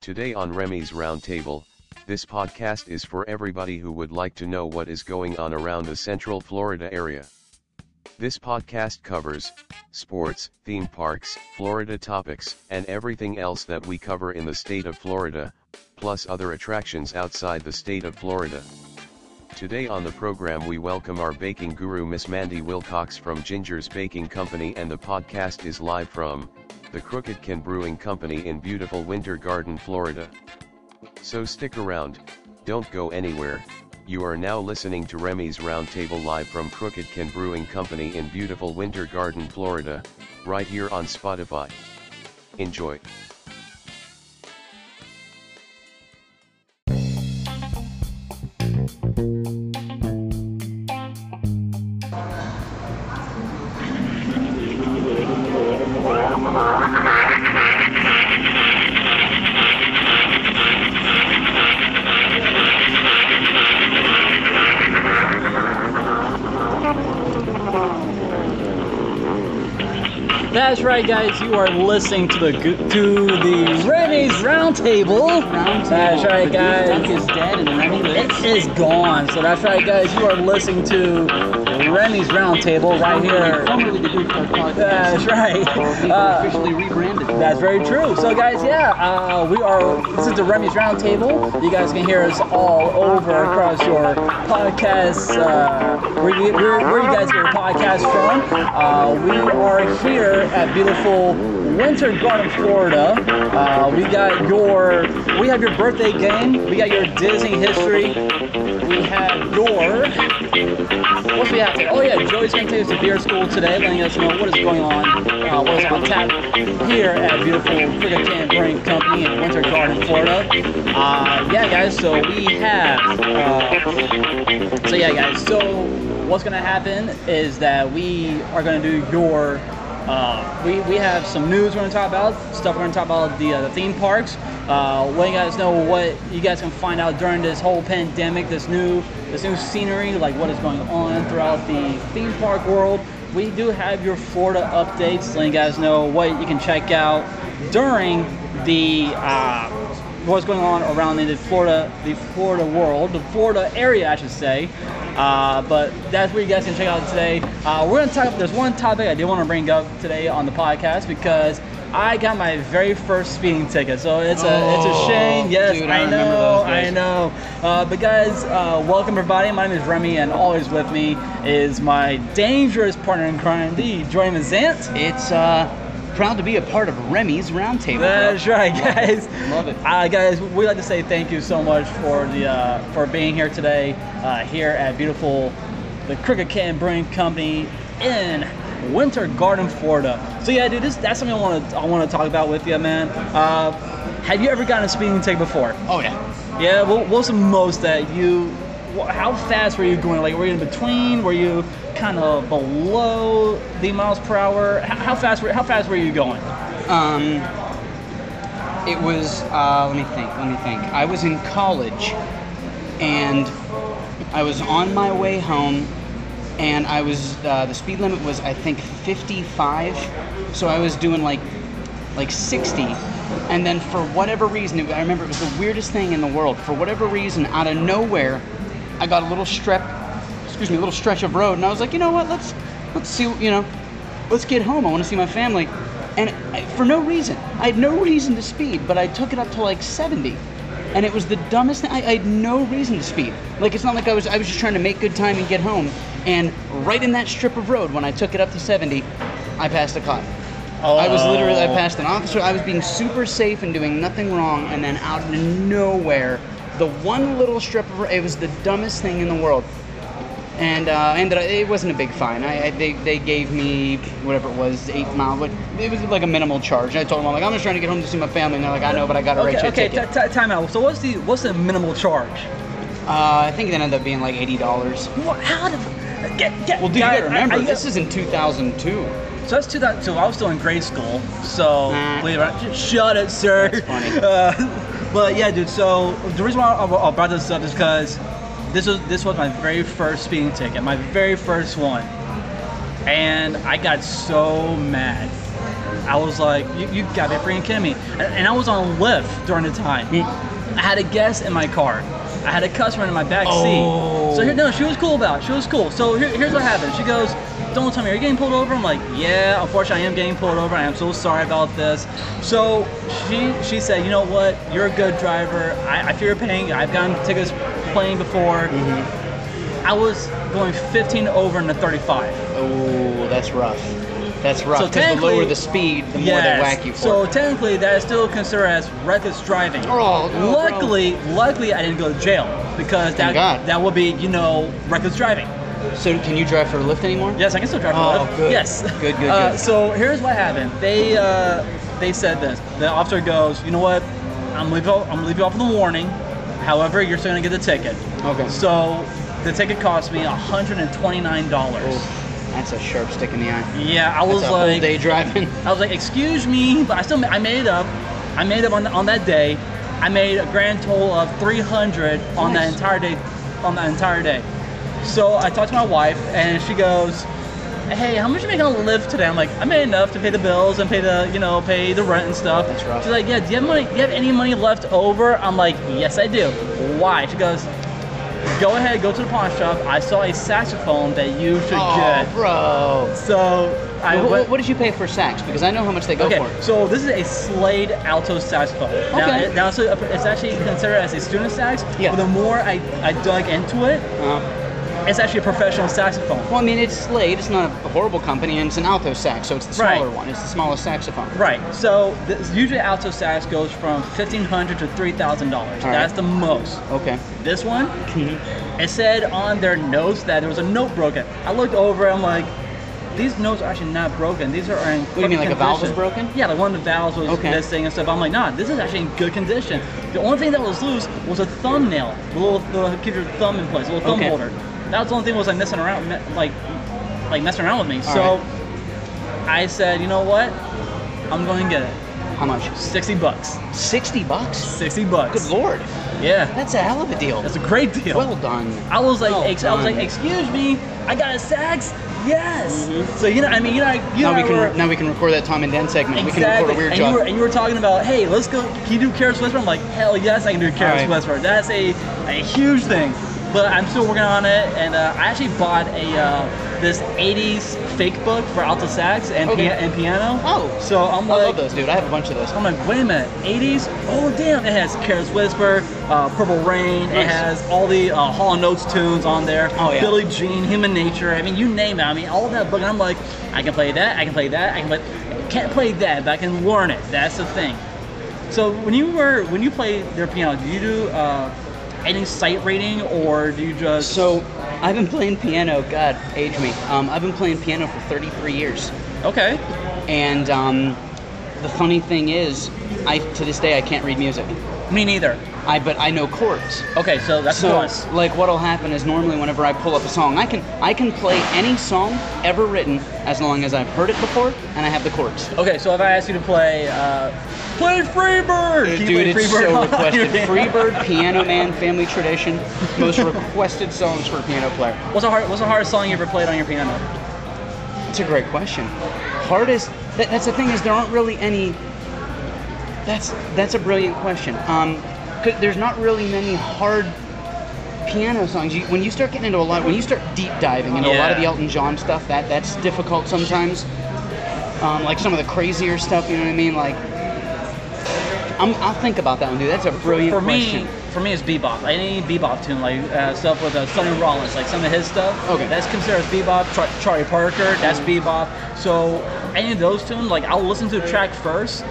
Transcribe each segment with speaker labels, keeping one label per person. Speaker 1: Today on Remy's Roundtable, this podcast is for everybody who would like to know what is going on around the Central Florida area. This podcast covers sports, theme parks, Florida topics, and everything else that we cover in the state of Florida, plus other attractions outside the state of Florida. Today on the program, we welcome our baking guru, Miss Mandy Wilcox from Ginger's Baking Company, and the podcast is live from the Crooked Can Brewing Company in beautiful Winter Garden, Florida. So stick around, don't go anywhere. You are now listening to Remy's Roundtable live from Crooked Can Brewing Company in beautiful Winter Garden, Florida, right here on Spotify. Enjoy.
Speaker 2: That's right, guys. You are listening to the to the Remy's Roundtable.
Speaker 3: Round two.
Speaker 2: That's right,
Speaker 3: The
Speaker 2: guys.
Speaker 3: Duke Duck is dead and Remy lives.
Speaker 2: It is gone. So that's right, guys. You are listening to Remy's Roundtable right here.
Speaker 3: Formerly the Duke Duck podcast.
Speaker 2: That's right.
Speaker 3: We've
Speaker 2: Uh,
Speaker 3: officially rebranded.
Speaker 2: that's very true. So, guys, yeah, uh, we are. This is the Remy's Roundtable. You guys can hear us all over across your podcasts. Uh, where, you, where, where you guys get your podcasts from? Uh, we are here at beautiful Winter Garden, Florida. Uh, we got your. We have your birthday game. We got your Disney history. We have your. What do we have? today? Oh yeah, Joey's going to take us to beer school today, letting us know what is going on, uh, what is on tap here at beautiful Frigga Can Brewing Company in Winter Garden, Florida. Uh, yeah, guys. So we have. Uh, so yeah, guys. So what's going to happen is that we are going to do your. Uh, we, we have some news we're going to talk about, stuff we're going to talk about the, uh, the theme parks, uh, letting you guys know what you guys can find out during this whole pandemic, this new this new scenery, like what is going on throughout the theme park world. We do have your Florida updates, letting you guys know what you can check out during the uh, what's going on around in the Florida the Florida world, the Florida area, I should say. Uh, but that's what you guys can check out today. Uh, we're gonna talk. There's one topic I did want to bring up today on the podcast because I got my very first speeding ticket, so it's a it's a
Speaker 3: Oh,
Speaker 2: shame. Yes,
Speaker 3: dude, I
Speaker 2: I,
Speaker 3: remember
Speaker 2: know,
Speaker 3: those
Speaker 2: I
Speaker 3: days.
Speaker 2: know. Uh, but guys, uh, welcome everybody. My name is Remy, and always with me is my dangerous partner in crime, the Joy Mazant.
Speaker 3: It's uh, proud to be a part of Remy's roundtable.
Speaker 2: That's right, guys.
Speaker 3: Love it.
Speaker 2: Uh, guys, we'd like to say thank you so much for the uh, for being here today uh, here at beautiful the Cricket Can Brewing Company in Winter Garden, Florida. So yeah, dude, this that's something I want to I want to talk about with you, man. Uh, have you ever gotten a speeding ticket before?
Speaker 3: Oh yeah.
Speaker 2: Yeah, what, what was the most that you? wh- How fast were you going? Like, were you in between? Were you kind of below the miles per hour. How, how fast were how fast were you going?
Speaker 3: Um, it was. Uh, let me think. Let me think. I was in college, and I was on my way home, and I was. Uh, the speed limit was I think 55, so I was doing like, like 60, and then for whatever reason, it, I remember it was the weirdest thing in the world. For whatever reason, out of nowhere, I got a little strep. Excuse me, a little stretch of road, and I was like, you know what? Let's let's see. You know, let's get home. I want to see my family. And I, for no reason, I had no reason to speed, but I took it up to like 70. And it was the dumbest thing. I, I had no reason to speed. Like it's not like I was. I was just trying to make good time and get home. And right in that strip of road, when I took it up to 70, I passed a cop. I was literally.
Speaker 2: Oh.
Speaker 3: I passed an officer. I was being super safe and doing nothing wrong. And then out of nowhere, the one little strip of. It was the dumbest thing in the world and uh, ended up, it wasn't a big fine. I, I they, they gave me whatever it was, eight mile, but it was like a minimal charge. And I told them I'm like I'm just trying to get home to see my family, and they're like I know, but I got to write
Speaker 2: Okay,
Speaker 3: you a
Speaker 2: okay,
Speaker 3: ticket.
Speaker 2: ti- ti- time out. So what's the what's the minimal charge?
Speaker 3: uh, I think it ended up being like eighty dollars.
Speaker 2: What? How did get get?
Speaker 3: Well, dude, you
Speaker 2: guy-
Speaker 3: gotta remember
Speaker 2: I- I-
Speaker 3: this is in 2002.
Speaker 2: So that's 2000. So I was still in grade school. So
Speaker 3: Nah.
Speaker 2: believe it or not, sh- shut it, sir.
Speaker 3: That's funny.
Speaker 2: Uh, but yeah, dude. So the reason why I, I brought this up is because this was this was my very first speeding ticket, my very first one, and I got so mad. I was like, you, you gotta be freaking kidding me. And, and I was on Lyft during the time. I had a guest in my car. I had a customer in my back seat. So here, no, she was cool about it. She was cool. So here, here's what happened. She goes, don't tell me, you're getting pulled over? I'm like, yeah, unfortunately I am getting pulled over. I am so sorry about this. So she she said, you know what? You're a good driver. I, I fear you're paying. I've gotten tickets playing before. I was going 15 over in the 35.
Speaker 3: Oh, that's rough. That's rough.
Speaker 2: So
Speaker 3: Because the lower
Speaker 2: technically-
Speaker 3: the speed, the more they whack you for.
Speaker 2: So technically, that is still considered as reckless driving.
Speaker 3: Oh, no, bro.
Speaker 2: luckily, luckily, I didn't go to jail because that
Speaker 3: Thank God.
Speaker 2: that would be you know reckless driving.
Speaker 3: So can you drive for Lyft anymore?
Speaker 2: Yes, I can still drive.
Speaker 3: Oh,
Speaker 2: a Lyft.
Speaker 3: good.
Speaker 2: Yes.
Speaker 3: Good, good,
Speaker 2: Uh,
Speaker 3: good.
Speaker 2: so here's what happened. They uh, they said this. The officer goes, you know what? I'm leave I'm gonna leave you off with a warning. However, you're still gonna get the ticket.
Speaker 3: Okay.
Speaker 2: So the ticket cost me 129 dollars.
Speaker 3: Oh, that's a sharp stick in the eye.
Speaker 2: Yeah, I
Speaker 3: That's
Speaker 2: was
Speaker 3: a whole
Speaker 2: like.
Speaker 3: day driving.
Speaker 2: I was like, excuse me, but I still I made it up. I made it up on, on that day. I made a grand total of 300 on that
Speaker 3: Nice.
Speaker 2: entire day, on that entire day. So I talked to my wife, and she goes, "Hey, how much you make on live today?" I'm like, "I made enough to pay the bills and pay the, you know, pay the rent and stuff."
Speaker 3: That's rough.
Speaker 2: She's like, "Yeah, do you have money? Do you have any money left over?" I'm like, "Yes, I do." Why? She goes, "Go ahead, go to the pawn shop. I saw a saxophone that you should
Speaker 3: Oh,
Speaker 2: get."
Speaker 3: bro.
Speaker 2: So I
Speaker 3: Wh- wh-
Speaker 2: went-
Speaker 3: what did you pay for sax? Because I know how much they go
Speaker 2: Okay,
Speaker 3: for.
Speaker 2: so this is a Slade alto saxophone. Now,
Speaker 3: Okay.
Speaker 2: it- now so uh, it's actually considered as a student sax.
Speaker 3: Yeah.
Speaker 2: But the more I, I dug into it,
Speaker 3: Uh,
Speaker 2: it's actually a professional saxophone.
Speaker 3: well, I mean, it's Slade. It's not a horrible company, and it's an alto sax, so it's the
Speaker 2: Right.
Speaker 3: smaller one. It's the smallest saxophone.
Speaker 2: Right. So this, usually alto sax goes from fifteen hundred to three thousand dollars.
Speaker 3: All right.
Speaker 2: That's the most.
Speaker 3: Okay.
Speaker 2: This one, it said on their notes that there was a note broken. I looked over. I'm like. These notes are actually not broken. These are in.
Speaker 3: do you mean, like a valve was
Speaker 2: condition."
Speaker 3: broken?
Speaker 2: Yeah, like one of the valves was
Speaker 3: Okay.
Speaker 2: missing and stuff. I'm like, nah, this is actually in good condition. The only thing that was loose was a thumbnail, the little the, keep your thumb in place, the little thumb
Speaker 3: Okay.
Speaker 2: holder. That was the only thing that was like messing around, me- like like messing around with me.
Speaker 3: All
Speaker 2: so I said, you know what? I'm going to get it.
Speaker 3: How much?
Speaker 2: Sixty bucks.
Speaker 3: Sixty bucks.
Speaker 2: Sixty bucks.
Speaker 3: Good lord,
Speaker 2: Yeah,
Speaker 3: that's a hell of a deal.
Speaker 2: that's a great deal.
Speaker 3: well done.
Speaker 2: I was like,
Speaker 3: Oh,
Speaker 2: ex- I was like,
Speaker 3: fine.
Speaker 2: excuse me, I got a sax. Yes. So you know, I mean, you know, I- you
Speaker 3: Mm-hmm. now
Speaker 2: know,
Speaker 3: we can
Speaker 2: were,
Speaker 3: now we can record that Tom and Dan segment.
Speaker 2: exactly.
Speaker 3: We can record a weird
Speaker 2: and
Speaker 3: job.
Speaker 2: you were and you were talking about, hey, let's go. Can you do Careless Whisper? I'm like, hell yes, I can do Careless
Speaker 3: right.
Speaker 2: Whisper. That's a, a huge thing. But I'm still working on it, and uh, I actually bought a uh, this '80s fake book for alto sax and,
Speaker 3: Okay.
Speaker 2: pia- and piano.
Speaker 3: Oh,
Speaker 2: so I'm
Speaker 3: I
Speaker 2: like,
Speaker 3: love those, dude. I have a bunch of those.
Speaker 2: I'm like, wait a minute, 80s? Oh, damn, it has Careless Whisper, uh, Purple Rain, it
Speaker 3: Nice.
Speaker 2: has all the uh, Hall & Oates tunes on there,
Speaker 3: Oh, yeah.
Speaker 2: Billie Jean, Human Nature, I mean, you name it. I mean, all that book, and I'm like, I can play that, I can play that, I can play, can't play that, but I can learn it. That's the thing. So when you were, when you play their piano, do you do uh, any sight reading, or do you just...
Speaker 3: So I've been playing piano. God, age me. Um, I've been playing piano for 33 years.
Speaker 2: Okay.
Speaker 3: And um, the funny thing is, I to this day I can't read music.
Speaker 2: Me neither.
Speaker 3: I but I know chords.
Speaker 2: Okay, so that's
Speaker 3: so
Speaker 2: plus.
Speaker 3: like what'll happen is normally whenever I pull up a song, I can I can play any song ever written as long as I've heard it before and I have the chords.
Speaker 2: Okay, so if I ask you to play, uh, play Freebird. Can you
Speaker 3: Dude,
Speaker 2: play
Speaker 3: it's
Speaker 2: Freebird
Speaker 3: so
Speaker 2: on your
Speaker 3: requested.
Speaker 2: hand?
Speaker 3: Freebird, Piano Man, Family Tradition, most requested songs for a piano player.
Speaker 2: What's the hard, what's the hardest song you ever played on your piano?
Speaker 3: That's a great question. Hardest. That, that's the thing is there aren't really any. That's that's a brilliant question. Um, 'cause there's not really many hard piano songs. You, when you start getting into a lot, when you start deep diving into a lot of
Speaker 2: Yeah.
Speaker 3: the Elton John stuff, that that's difficult sometimes. Um, like some of the crazier stuff, you know what I mean? Like, I'm, I'll think about that one, dude. That's a brilliant
Speaker 2: For
Speaker 3: question.
Speaker 2: me, for me, it's bebop. Any bebop tune, like uh, stuff with uh, Sonny Rollins, like some of his stuff.
Speaker 3: Okay.
Speaker 2: That's considered bebop. Char- Charlie Parker, that's bebop. So any of those tunes, like I'll listen to the track first,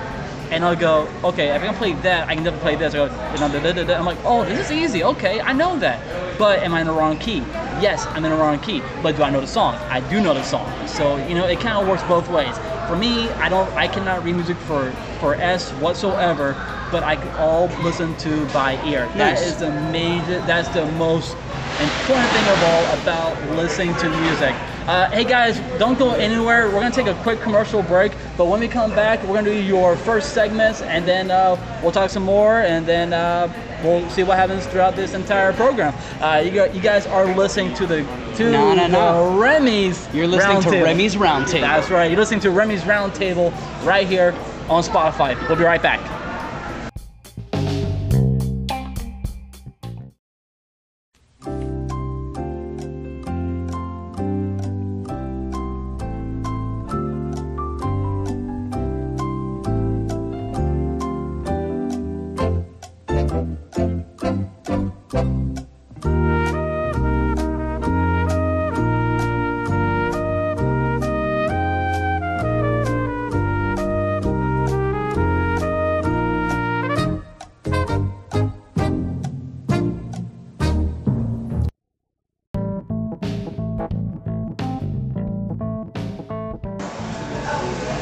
Speaker 2: and I'll go, okay, if I can play that, I can definitely play this. I go, da- da- da- da- da. I'm like, oh, this is easy. Okay, I know that. But am I in the wrong key? Yes, I'm in the wrong key. But do I know the song? I do know the song. So you know, it kind of works both ways. For me, I don't, I cannot read music for for S whatsoever. But I can all listen to by ear. That
Speaker 3: Nice.
Speaker 2: is the major. That's the most important thing of all about listening to music. Uh, hey guys, don't go anywhere. We're gonna take a quick commercial break, but when we come back, we're gonna do your first segments, and then uh, we'll talk some more, and then uh, we'll see what happens throughout this entire program. Uh, you, got, you guys are listening to the to
Speaker 3: No, no, no.
Speaker 2: the Remy's.
Speaker 3: You're listening to
Speaker 2: Roundtable.
Speaker 3: Remy's Roundtable.
Speaker 2: That's right. You're listening to Remy's Roundtable right here on Spotify. We'll be right back.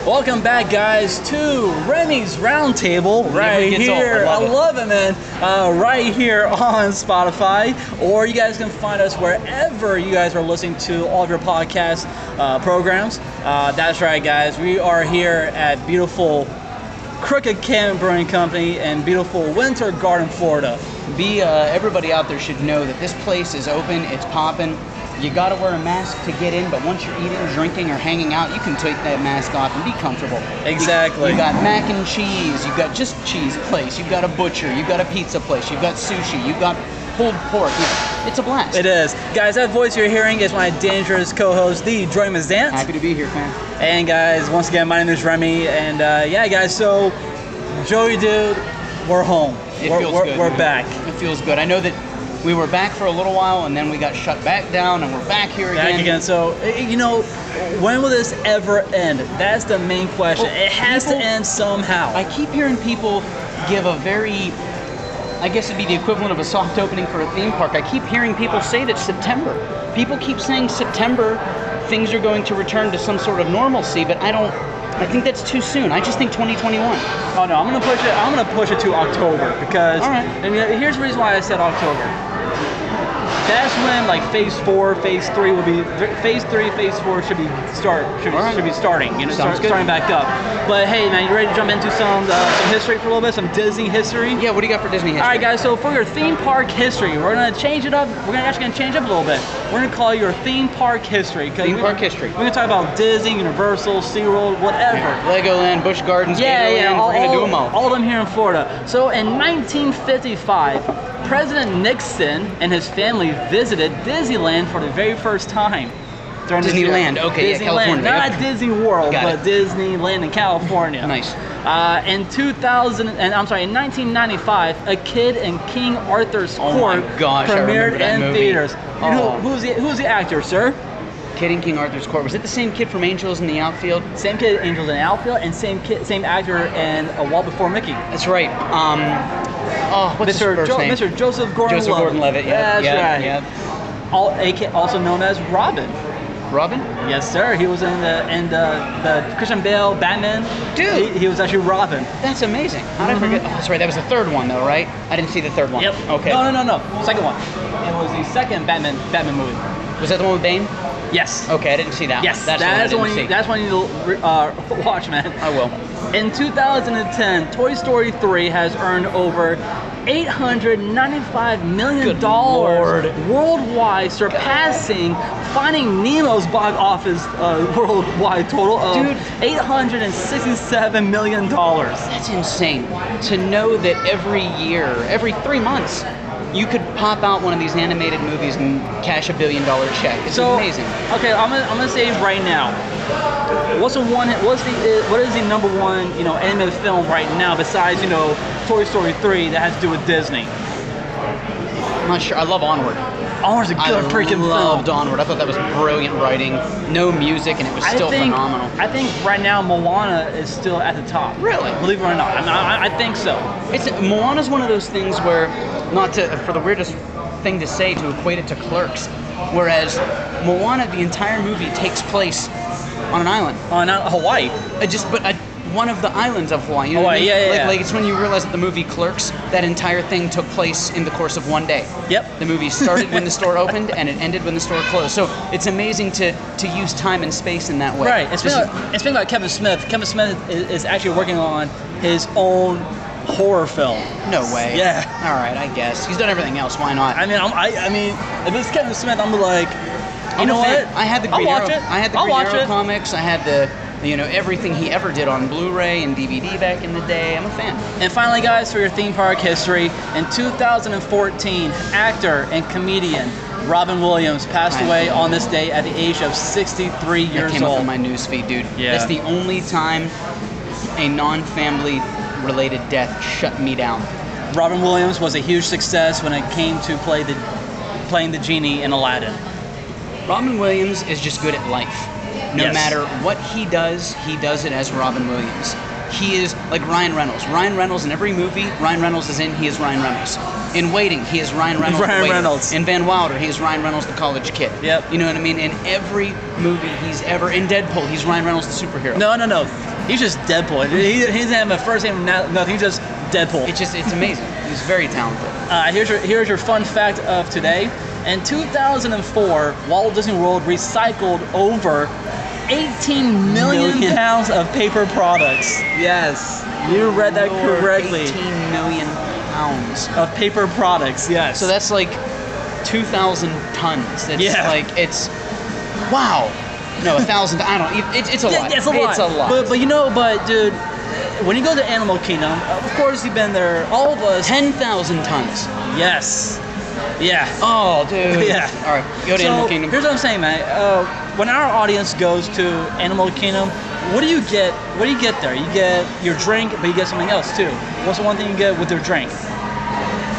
Speaker 2: Welcome back, guys, to Remy's Roundtable right
Speaker 3: gets old. I
Speaker 2: here.
Speaker 3: love it.
Speaker 2: it, man. Uh, right here on Spotify, or you guys can find us wherever you guys are listening to all of your podcast uh, programs. Uh, that's right, guys. We are here at beautiful Crooked Can Brewing Company in beautiful Winter Garden, Florida.
Speaker 3: Be uh, everybody out there should know that this place is open. It's popping. You gotta wear a mask to get in, but once you're eating, drinking, or hanging out, you can take that mask off and be comfortable.
Speaker 2: Exactly.
Speaker 3: You, you got mac and cheese. You got just cheese place. You got a butcher. You got a pizza place. You got sushi. You got pulled pork. You- It's a blast.
Speaker 2: It is, guys. That voice you're hearing is my dangerous co-host, the Dre Mazant.
Speaker 3: Happy to be here, fam.
Speaker 2: And guys, once again, my name is Remy, and uh, yeah, guys. So, Joey, dude, we're home.
Speaker 3: It
Speaker 2: we're
Speaker 3: feels
Speaker 2: we're,
Speaker 3: good.
Speaker 2: we're
Speaker 3: man.
Speaker 2: back.
Speaker 3: It feels good. I know that we were back for a little while, and then we got shut back down, and we're back here
Speaker 2: Back again. So, eh, you know, when will this ever end? That's the main question.
Speaker 3: Well,
Speaker 2: it has to
Speaker 3: people-
Speaker 2: end somehow.
Speaker 3: I keep hearing people give a very, I guess it'd be the equivalent of a soft opening for a theme park. I keep hearing people say that September. People keep saying September, things are going to return to some sort of normalcy, but I don't. I think that's too soon. I just think 2021.
Speaker 2: Oh no, I'm gonna push it. I'm gonna push it to October because
Speaker 3: All right.
Speaker 2: I mean, here's the reason why I said October. That's when like phase four, phase three will be th- phase three, phase four should be start should, be
Speaker 3: All right.
Speaker 2: should be starting. You know,
Speaker 3: Sounds
Speaker 2: start,
Speaker 3: good.
Speaker 2: starting back up. But hey, man, you ready to jump into some uh, some history for a little bit, some Disney history?
Speaker 3: Yeah, what do you got for Disney history?
Speaker 2: All right, guys. So for your theme park history, we're gonna change it up. We're gonna actually gonna change up a little bit. We're gonna call it your theme park history. 'cause
Speaker 3: Theme
Speaker 2: we're-
Speaker 3: park history.
Speaker 2: We're gonna talk about Disney, Universal, SeaWorld, whatever.
Speaker 3: Legoland, Busch Gardens,
Speaker 2: Yeah,
Speaker 3: Gatorland,
Speaker 2: yeah, all,
Speaker 3: we're gonna do them all.
Speaker 2: all of them here in Florida. So in 1955, President Nixon and his family visited Disneyland for the very first time. during this year.
Speaker 3: Disneyland, okay, yeah,
Speaker 2: Disneyland,
Speaker 3: California,
Speaker 2: not
Speaker 3: yep.
Speaker 2: Disney World,
Speaker 3: Got
Speaker 2: but
Speaker 3: it.
Speaker 2: Disneyland in California.
Speaker 3: Nice.
Speaker 2: Uh, in 2000, and I'm sorry, in 1995, A Kid in King Arthur's
Speaker 3: Oh my
Speaker 2: Court
Speaker 3: gosh, I remember
Speaker 2: premiered
Speaker 3: that
Speaker 2: in
Speaker 3: movie.
Speaker 2: theaters. You know,
Speaker 3: Oh.
Speaker 2: who's the who's the actor, sir?
Speaker 3: Kid in King Arthur's Court. Was it the same kid from Angels in the Outfield?
Speaker 2: Same kid, Angels in the Outfield, and same kid, same actor in A Wall Before Mickey.
Speaker 3: That's right. Um, oh, what's his
Speaker 2: Mr.
Speaker 3: first
Speaker 2: Jo-
Speaker 3: name?
Speaker 2: Mr. Joseph Gordon
Speaker 3: Joseph Gordon-Levitt. Yeah,
Speaker 2: That's
Speaker 3: yeah,
Speaker 2: right. All, AK, also known as Robin.
Speaker 3: yeah. Robin.
Speaker 2: Yes, sir. He was in the and uh, the Christian Bale Batman.
Speaker 3: Dude.
Speaker 2: he, he was actually Robin.
Speaker 3: That's amazing. How did I forget? Oh, that's right. That was the third one, though, right? I didn't see the third one. Okay.
Speaker 2: Mm-hmm. No, no, no, no. Second one. It was the second Batman Batman movie.
Speaker 3: Was that the one with Bane?
Speaker 2: Yes.
Speaker 3: Okay, I didn't see that.
Speaker 2: Yes.
Speaker 3: one. that's
Speaker 2: that is
Speaker 3: the one
Speaker 2: one.
Speaker 3: I
Speaker 2: You,
Speaker 3: didn't see.
Speaker 2: that's one you need to re- uh, watch, man.
Speaker 3: I will.
Speaker 2: In 2010, Toy Story 3 has earned over 895 million
Speaker 3: Good
Speaker 2: dollars
Speaker 3: lord.
Speaker 2: worldwide, surpassing Finding Nemo's box office uh, worldwide total of
Speaker 3: Dude.
Speaker 2: 867 million dollars.
Speaker 3: That's insane. To know that every year, every three months, you could pop out one of these animated movies and cash a billion dollar check. It's
Speaker 2: So
Speaker 3: amazing.
Speaker 2: Okay, I'm gonna, I'm gonna say right now. What's the one? What's the uh, what is the number one you know animated film right now besides you know Toy Story 3 that has to do with Disney?
Speaker 3: I'm not sure. I love Onward.
Speaker 2: Onward's a good
Speaker 3: I
Speaker 2: freaking
Speaker 3: loved
Speaker 2: film.
Speaker 3: Onward. I thought that was brilliant writing. No music, and it was still
Speaker 2: I think,
Speaker 3: phenomenal.
Speaker 2: I think right now Moana is still at the top.
Speaker 3: Really?
Speaker 2: Believe it or not, I'm- I, I, I think so.
Speaker 3: It's Moana's one of those things where, not to for the weirdest thing to say to equate it to Clerks, whereas Moana the entire movie takes place on an island.
Speaker 2: Oh, not Hawaii.
Speaker 3: I just but I, one of the islands of Hawaii. You know what
Speaker 2: Hawaii,
Speaker 3: I mean?
Speaker 2: yeah, yeah,
Speaker 3: like,
Speaker 2: yeah.
Speaker 3: like it's when you realize that the movie Clerks, that entire thing took place in the course of one day.
Speaker 2: Yep.
Speaker 3: The movie started when the store opened and it ended when the store closed. So it's amazing to to use time and space in that way.
Speaker 2: Right. And
Speaker 3: This
Speaker 2: speaking,
Speaker 3: is-
Speaker 2: and speaking about Kevin Smith, Kevin Smith is, is actually working on his own horror film.
Speaker 3: no way.
Speaker 2: Yeah.
Speaker 3: All right, I guess he's done everything else. Why not?
Speaker 2: I mean, I'm, I, I mean, if it's Kevin Smith, I'm like, you
Speaker 3: I'm
Speaker 2: know
Speaker 3: a fan.
Speaker 2: what?
Speaker 3: I had the
Speaker 2: I'll
Speaker 3: Green
Speaker 2: watch
Speaker 3: Arrow.
Speaker 2: it.
Speaker 3: I had the
Speaker 2: I'll
Speaker 3: Green
Speaker 2: watch
Speaker 3: Arrow
Speaker 2: it.
Speaker 3: comics. I had the you know everything he ever did on Blu-ray and DVD back in the day. I'm a fan.
Speaker 2: And finally, guys, for your theme park history, in 2014, actor and comedian Robin Williams passed
Speaker 3: I
Speaker 2: away
Speaker 3: know.
Speaker 2: on this day at the age of 63
Speaker 3: That
Speaker 2: years
Speaker 3: came up
Speaker 2: old.
Speaker 3: in my newsfeed, dude.
Speaker 2: Yeah.
Speaker 3: That's the only time a non-family related death shut me down.
Speaker 2: Robin Williams was a huge success when it came to play the playing the genie in Aladdin.
Speaker 3: Robin Williams is just good at life. No
Speaker 2: Yes.
Speaker 3: matter what he does, he does it as Robin Williams. He is like Ryan Reynolds. Ryan Reynolds in every movie Ryan Reynolds is in, he is Ryan Reynolds. In Waiting, he is Ryan Reynolds. the
Speaker 2: Ryan
Speaker 3: waiter.
Speaker 2: Reynolds.
Speaker 3: In Van Wilder, he is Ryan Reynolds, the college kid.
Speaker 2: Yep.
Speaker 3: You know what I mean? In every movie he's ever in Deadpool, he's Ryan Reynolds, the superhero.
Speaker 2: No, no, no. He's just Deadpool. He, he doesn't have a first name, no- nothing. He's just Deadpool.
Speaker 3: It's just it's amazing. He's very talented.
Speaker 2: Uh, here's your here's your fun fact of today. In 2004, Walt Disney World recycled over 18 million,
Speaker 3: Million.
Speaker 2: pounds of paper products. Yes, you read that
Speaker 3: Lord,
Speaker 2: correctly.
Speaker 3: 18 million pounds.
Speaker 2: Of paper products, yes.
Speaker 3: So that's like 2,000 tons. It's
Speaker 2: Yeah.
Speaker 3: like, it's, wow. No, a thousand, I don't, it, it's a
Speaker 2: Yeah,
Speaker 3: lot.
Speaker 2: yeah, it's a lot.
Speaker 3: It's a lot.
Speaker 2: But, but you know, but dude, when you go to Animal Kingdom, of course you've been there. All of us.
Speaker 3: 10,000 tons.
Speaker 2: Yes. Yeah.
Speaker 3: Oh, dude.
Speaker 2: Yeah.
Speaker 3: All right, go to
Speaker 2: so,
Speaker 3: Animal Kingdom.
Speaker 2: Here's what I'm saying, man. Uh, when our audience goes to Animal Kingdom, what do you get? What do you get there? You get your drink, but you get something else too. What's the one thing you get with your drink?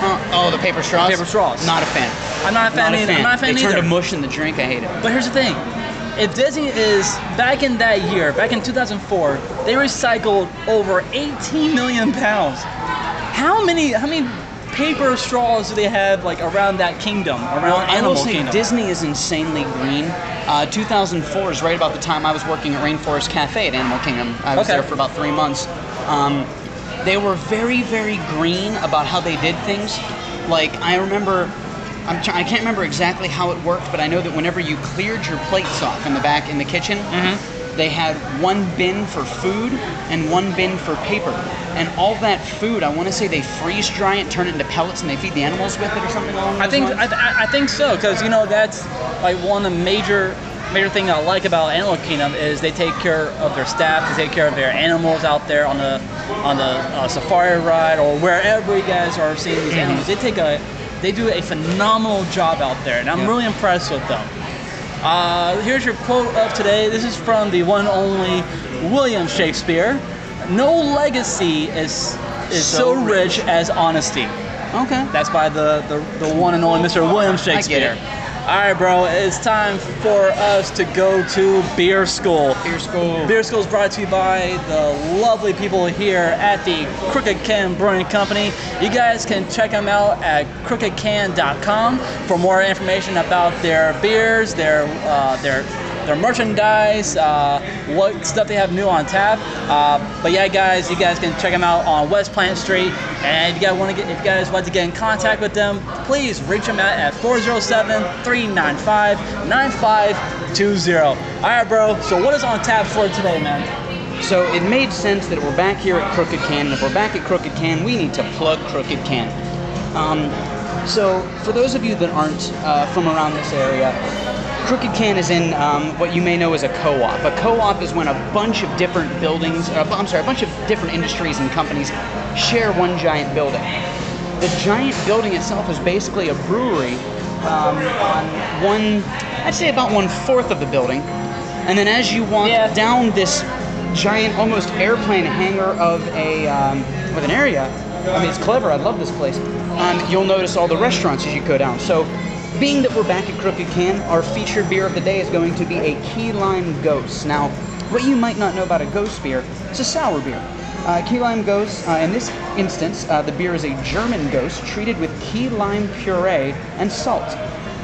Speaker 3: Uh, oh, the paper straws?
Speaker 2: Paper straws.
Speaker 3: Not a fan.
Speaker 2: I'm not a fan.
Speaker 3: not
Speaker 2: either.
Speaker 3: a fan.
Speaker 2: I'm not a fan
Speaker 3: they
Speaker 2: either.
Speaker 3: turned to mush in the drink. I hate it.
Speaker 2: But here's the thing. If Disney is back in that year, back in 2004, they recycled over 18 million pounds. How many? How many paper straws do they have like around that kingdom? Around
Speaker 3: Well, I
Speaker 2: Animal
Speaker 3: will say
Speaker 2: Kingdom?
Speaker 3: Disney is insanely green. Uh, 2004 is right about the time I was working at Rainforest Cafe at Animal Kingdom. I was
Speaker 2: Okay.
Speaker 3: there for about three months. Um, they were very, very green about how they did things. Like I remember, I'm try- I can't remember exactly how it worked, but I know that whenever you cleared your plates off in the back in the kitchen,
Speaker 2: Mm-hmm.
Speaker 3: they had one bin for food and one bin for paper. And all that food, I want to say they freeze dry it, turn it into pellets, and they feed the animals with it or something along
Speaker 2: I
Speaker 3: those
Speaker 2: think
Speaker 3: lines.
Speaker 2: I, I- I think so because you know that's like one of the major major thing I like about Animal Kingdom is they take care of their staff, they take care of their animals out there on the on the uh, safari ride or wherever you guys are seeing these animals. They take a they do a phenomenal job out there, and I'm
Speaker 3: Yeah.
Speaker 2: really impressed with them. Uh, here's your quote of today. This is from the one and only William Shakespeare. No legacy is is so,
Speaker 3: So
Speaker 2: rich as honesty.
Speaker 3: okay.
Speaker 2: That's by the, the, the one and only Mr. William Shakespeare.
Speaker 3: it.
Speaker 2: All right, bro, it's time for us to go to beer school.
Speaker 3: Beer school.
Speaker 2: Beer School is brought to you by the lovely people here at the Crooked Can Brewing Company. You guys can check them out at crookedcan.com for more information about their beers, their uh, their their merchandise, uh, what stuff they have new on tap. Uh, but yeah, guys, you guys can check them out on West Plant Street. And if you guys want to get, if you guys want to get in contact with them, please reach them out at 407-395-9520. All right, bro. So what is on tap for today, man?
Speaker 3: So it made sense that we're back here at Crooked Can, and if we're back at Crooked Can, we need to plug Crooked Can. Um, so for those of you that aren't uh, from around this area, Crooked Can is in um, what you may know as a co-op. A co-op is when a bunch of different buildings, or, I'm sorry, a bunch of different industries and companies share one giant building. The giant building itself is basically a brewery um, on one, I'd say about one fourth of the building, and then as you walk
Speaker 2: Yeah.
Speaker 3: down this giant, almost airplane hangar of a um, of an area. I mean, it's clever. I love this place. Um, you'll notice all the restaurants as you go down. So, being that we're back at Crooked Can, our featured beer of the day is going to be a key lime ghost. Now, what you might not know about a ghost beer, it's a sour beer. Uh, key lime ghost. Uh, in this instance, uh, the beer is a German ghost treated with key lime puree and salt.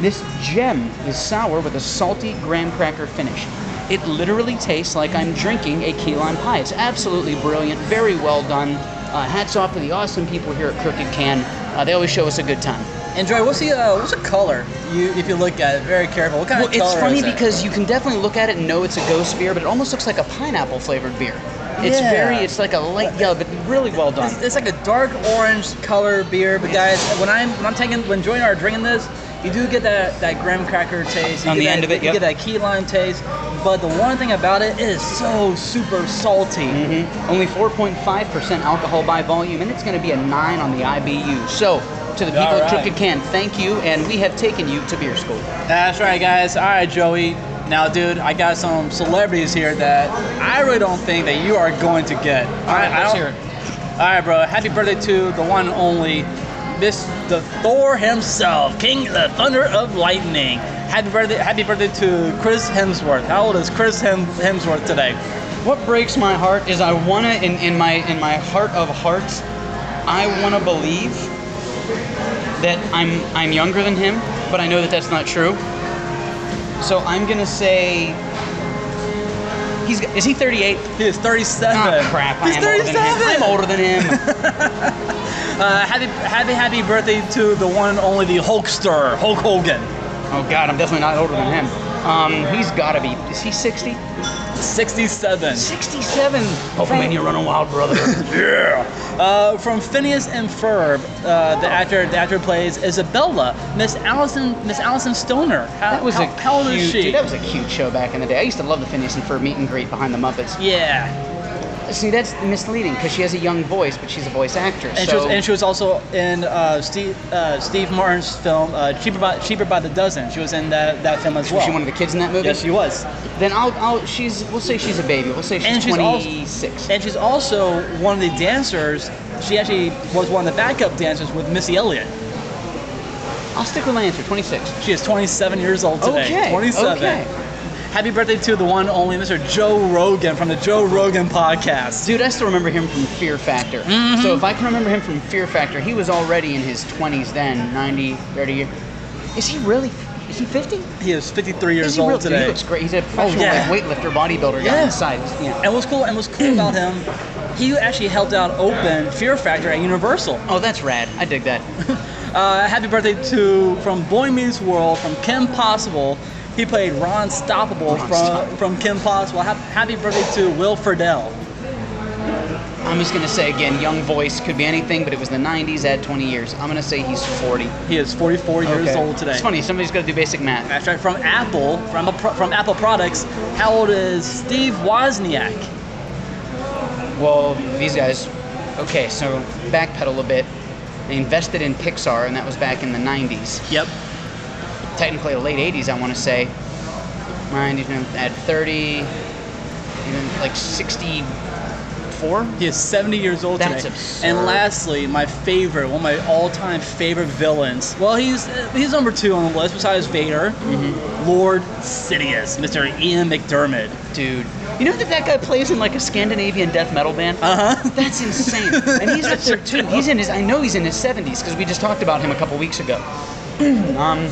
Speaker 3: This gem is sour with a salty graham cracker finish. It literally tastes like I'm drinking a key lime pie. It's absolutely brilliant, very well done. Uh, hats off to the awesome people here at Crooked Can. Uh, they always show us a good time.
Speaker 2: And Dre, what's the uh, what's the color? You if you look at it very careful, what kind
Speaker 3: Well,
Speaker 2: of
Speaker 3: it's
Speaker 2: color
Speaker 3: funny
Speaker 2: is it?
Speaker 3: because you can definitely look at it and know it's a ghost beer, but it almost looks like a pineapple flavored beer. It's
Speaker 2: Yeah.
Speaker 3: very, it's like a light yellow, but really well done.
Speaker 2: It's, it's like a dark orange color beer, but guys, when I'm when I'm taking when Joy and I are drinking this, you do get that that graham cracker taste. You
Speaker 3: On
Speaker 2: get
Speaker 3: the
Speaker 2: that-
Speaker 3: end of it,
Speaker 2: you
Speaker 3: yep.
Speaker 2: get that key lime taste. But the one thing about it, it is so super salty.
Speaker 3: Mhm. Only 4.5% alcohol by volume, and it's going to be a 9 on the IBU. So, to the people
Speaker 2: All
Speaker 3: at
Speaker 2: right.
Speaker 3: Crooked Can, thank you, and we have taken you to beer school.
Speaker 2: That's right, guys. All right, Joey. Now, dude, I got some celebrities here that I really don't think that you are going to get. All
Speaker 3: right,
Speaker 2: I
Speaker 3: let's
Speaker 2: don't-
Speaker 3: hear it.
Speaker 2: All right, bro. Happy birthday to the one and only Miss the Thor himself, King the Thunder of Lightning. Happy birthday! Happy birthday to Chris Hemsworth. How old is Chris Hem- Hemsworth today?
Speaker 3: What breaks my heart is I want to, in, in, my, in my heart of hearts, I want to believe that I'm, I'm younger than him, but I know that that's not true. So I'm going to say. He's, is he 38?
Speaker 2: He is 37.
Speaker 3: Ah, crap. I
Speaker 2: He's
Speaker 3: am older than
Speaker 2: 37.
Speaker 3: him. I'm older than him.
Speaker 2: Uh, happy, happy, happy birthday to the one and only the Hulkster, Hulk Hogan.
Speaker 3: Oh, God, I'm definitely not older than him. Um, he's got to be. Is he 60?
Speaker 2: 67.
Speaker 3: 67. Hulkamania running wild, brother.
Speaker 2: Uh, from Phineas and Ferb, uh, the
Speaker 3: Oh.
Speaker 2: actor the actor plays Isabella, Miss Allison Miss Allison Stoner. How,
Speaker 3: that was
Speaker 2: how,
Speaker 3: a
Speaker 2: how old
Speaker 3: cute,
Speaker 2: is she?
Speaker 3: Dude, that was a cute show back in the day. I used to love the Phineas and Ferb meet and greet behind the Muppets.
Speaker 2: yeah,
Speaker 3: See, that's misleading because she has a young voice, but she's a voice actress.
Speaker 2: and, she was,
Speaker 3: so
Speaker 2: and she was also in uh, Steve uh, Steve Martin's film uh, Cheaper by Cheaper by the Dozen. She was in that, that film as
Speaker 3: was
Speaker 2: well.
Speaker 3: she one of the kids in that movie?
Speaker 2: yes, she was.
Speaker 3: Then I'll, I'll, she's, we'll say she's a baby. We'll say she's,
Speaker 2: And she's also-
Speaker 3: 26.
Speaker 2: And she's also one of the dancers. She actually was one of the backup dancers with Missy Elliott.
Speaker 3: I'll stick with my answer, 26.
Speaker 2: She is 27 years old today.
Speaker 3: Okay,
Speaker 2: 27.
Speaker 3: okay.
Speaker 2: Happy birthday to the one and only Mr. Joe Rogan from the Joe Rogan podcast.
Speaker 3: Dude, I still remember him from Fear Factor.
Speaker 2: Mm-hmm.
Speaker 3: So if I can remember him from Fear Factor, he was already in his 20s then, 90, 30 year. Is he really, is he 50?
Speaker 2: He is 53 years
Speaker 3: Is he
Speaker 2: old
Speaker 3: real? Dude,
Speaker 2: today. Oh,
Speaker 3: He looks great. He's a professional
Speaker 2: yeah.
Speaker 3: like, weightlifter, bodybuilder
Speaker 2: Yeah.
Speaker 3: guy inside. You know.
Speaker 2: And what's cool and what's cool about him, he actually helped out open Fear Factor at Universal.
Speaker 3: Oh, that's rad. I dig that.
Speaker 2: Uh, happy birthday to from Boy Meets World from Kim Possible. He played Ron Stoppable
Speaker 3: Ron
Speaker 2: from from Kim Possible. Ha- Happy birthday to Will Friedle.
Speaker 3: I'm just gonna say again, young voice could be anything, but it was the 90s. Add 20 years. I'm gonna say he's 40
Speaker 2: He is 44 years old today.
Speaker 3: It's funny. Somebody's gotta do basic math.
Speaker 2: That's right, from Apple, from a pro- from Apple Products. How old is Steve Wozniak?
Speaker 3: Well, these guys. Okay, so backpedal a bit. They invested in Pixar, and that was back in the 90s.
Speaker 2: Yep.
Speaker 3: Technically, the late 80s, I want to say. Mind you, add 30, even like 64.
Speaker 2: He is 70 years old
Speaker 3: That's
Speaker 2: today.
Speaker 3: absurd.
Speaker 2: And lastly, my favorite, one of my all-time favorite villains. Well, he's he's number two on the list besides Vader. Lord Sidious, Mr. Ian McDermott.
Speaker 3: Dude, you know that that guy plays in like a Scandinavian death metal band?
Speaker 2: Uh huh.
Speaker 3: That's insane. And he's up there too. He's in his. I know he's in his 70s because we just talked about him a couple weeks ago. um,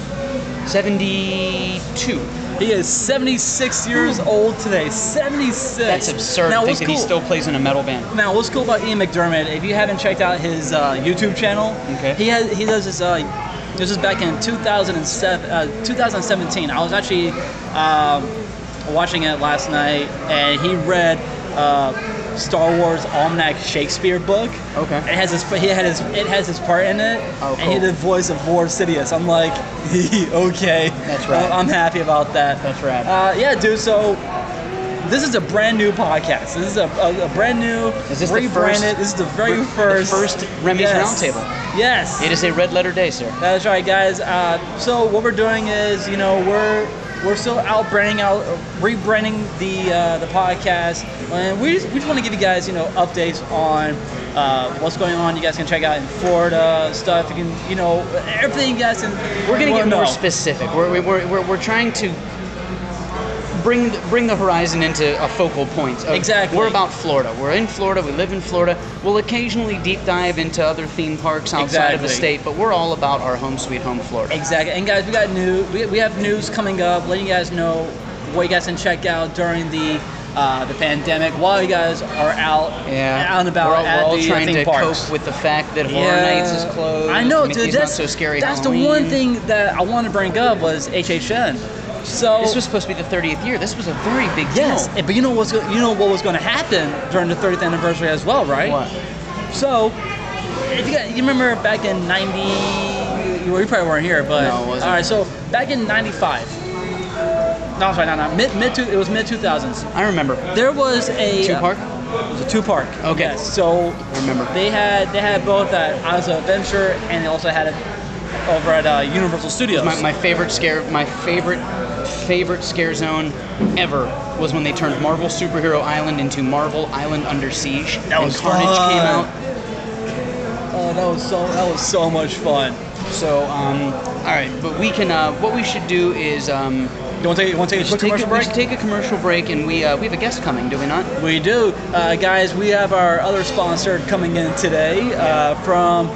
Speaker 3: 72.
Speaker 2: He is 76 years old today. 76.
Speaker 3: That's absurd.
Speaker 2: Now,
Speaker 3: to think
Speaker 2: what's
Speaker 3: that
Speaker 2: cool?
Speaker 3: he still plays in a metal band.
Speaker 2: Now, what's cool about Ian McDermott? If you haven't checked out his uh, YouTube channel,
Speaker 3: Okay.
Speaker 2: he has he does his uh, this is back in 2007, uh, 2017. I was actually um, watching it last night, and he read uh, Star Wars Almanac Shakespeare book.
Speaker 3: Okay.
Speaker 2: It has his he had his it has his part in it,
Speaker 3: Oh,
Speaker 2: and he
Speaker 3: cool.
Speaker 2: did voice of Lord Sidious. I'm like, okay,
Speaker 3: That's right.
Speaker 2: I'm happy about that.
Speaker 3: That's rad.
Speaker 2: Uh, yeah, dude. So this is a brand new podcast. This is a, a, a brand new
Speaker 3: Is this the
Speaker 2: rebranded.
Speaker 3: first-
Speaker 2: this is the very
Speaker 3: the
Speaker 2: first
Speaker 3: first Remy's Roundtable?
Speaker 2: Yes,
Speaker 3: It is a red letter day, sir.
Speaker 2: That's right, guys. Uh, so what we're doing is, you know, we're we're still out branding out, rebranding the uh, the podcast, and we just, we just want to give you guys, you know, updates on uh, what's going on. You guys can check out in Florida stuff. You can, you know, everything you guys can.
Speaker 3: We're gonna get
Speaker 2: wanna
Speaker 3: more
Speaker 2: know.
Speaker 3: specific. We're, we're, we're, we're, we're trying to bring th- bring the horizon into a focal point. of-
Speaker 2: Exactly.
Speaker 3: We're about Florida. We're in Florida. We live in Florida. We'll occasionally deep dive into other theme parks outside of the
Speaker 2: Exactly.
Speaker 3: state, but we're all about our home sweet home Florida.
Speaker 2: Exactly. And guys, we got new. We, we have news coming up, letting you guys know what you guys can check out during the uh, the pandemic while you guys are out
Speaker 3: Yeah.
Speaker 2: out and about
Speaker 3: We're all,
Speaker 2: at
Speaker 3: we're all
Speaker 2: the
Speaker 3: trying
Speaker 2: theme
Speaker 3: to
Speaker 2: parks.
Speaker 3: cope with the fact that Horror Nights is closed.
Speaker 2: I know,
Speaker 3: Mickey's
Speaker 2: dude. That's
Speaker 3: not so scary.
Speaker 2: That's the
Speaker 3: Halloween.
Speaker 2: one thing that I want to bring up was HHN. So
Speaker 3: This was supposed to be the 30th year. This was a very big deal.
Speaker 2: yes, but you know what's go- you know what was going to happen during the 30th anniversary as well, right?
Speaker 3: What?
Speaker 2: So, if you, got, you remember back in 90, well, you probably weren't here, but.
Speaker 3: No, I wasn't.
Speaker 2: All right, so back in 95. No, I'm sorry, no, no, mid, mid two, it was mid 2000s.
Speaker 3: I remember.
Speaker 2: There was a. uh,
Speaker 3: Two park.
Speaker 2: It was a two park.
Speaker 3: Okay.
Speaker 2: Yes, so.
Speaker 3: I remember.
Speaker 2: They had they had both uh, at Isla Adventure and they also had it over at uh, Universal Studios.
Speaker 3: My, my favorite scare, my favorite, favorite scare zone ever was when they turned Marvel Superhero Island into Marvel Island Under Siege.
Speaker 2: That was
Speaker 3: and Carnage came
Speaker 2: fun.
Speaker 3: out.
Speaker 2: oh, that was so that was so much fun.
Speaker 3: So, um, all right, but we can. Uh, what we should do is um,
Speaker 2: You want to take you want to take a
Speaker 3: we
Speaker 2: quick
Speaker 3: should take
Speaker 2: commercial
Speaker 3: a, we
Speaker 2: break?
Speaker 3: should take a commercial break, and we uh, we have a guest coming, do we not?
Speaker 2: We do. Uh, guys, we have our other sponsor coming in today uh, from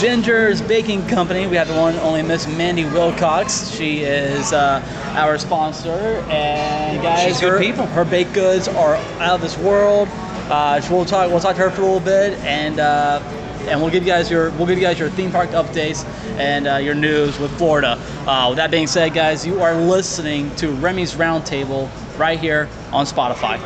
Speaker 2: Ginger's Baking Company. We have the one and only Miss Mandy Wilcox. She is uh, our sponsor. And guys,
Speaker 3: She's good
Speaker 2: her,
Speaker 3: people.
Speaker 2: her baked goods are out of this world. Uh, so we'll talk. We'll talk to her for a little bit, and uh, and we'll give you guys your we'll give you guys your theme park updates and uh, your news with Florida. Uh, with that being said, guys, you are listening to Remy's Roundtable right here on Spotify.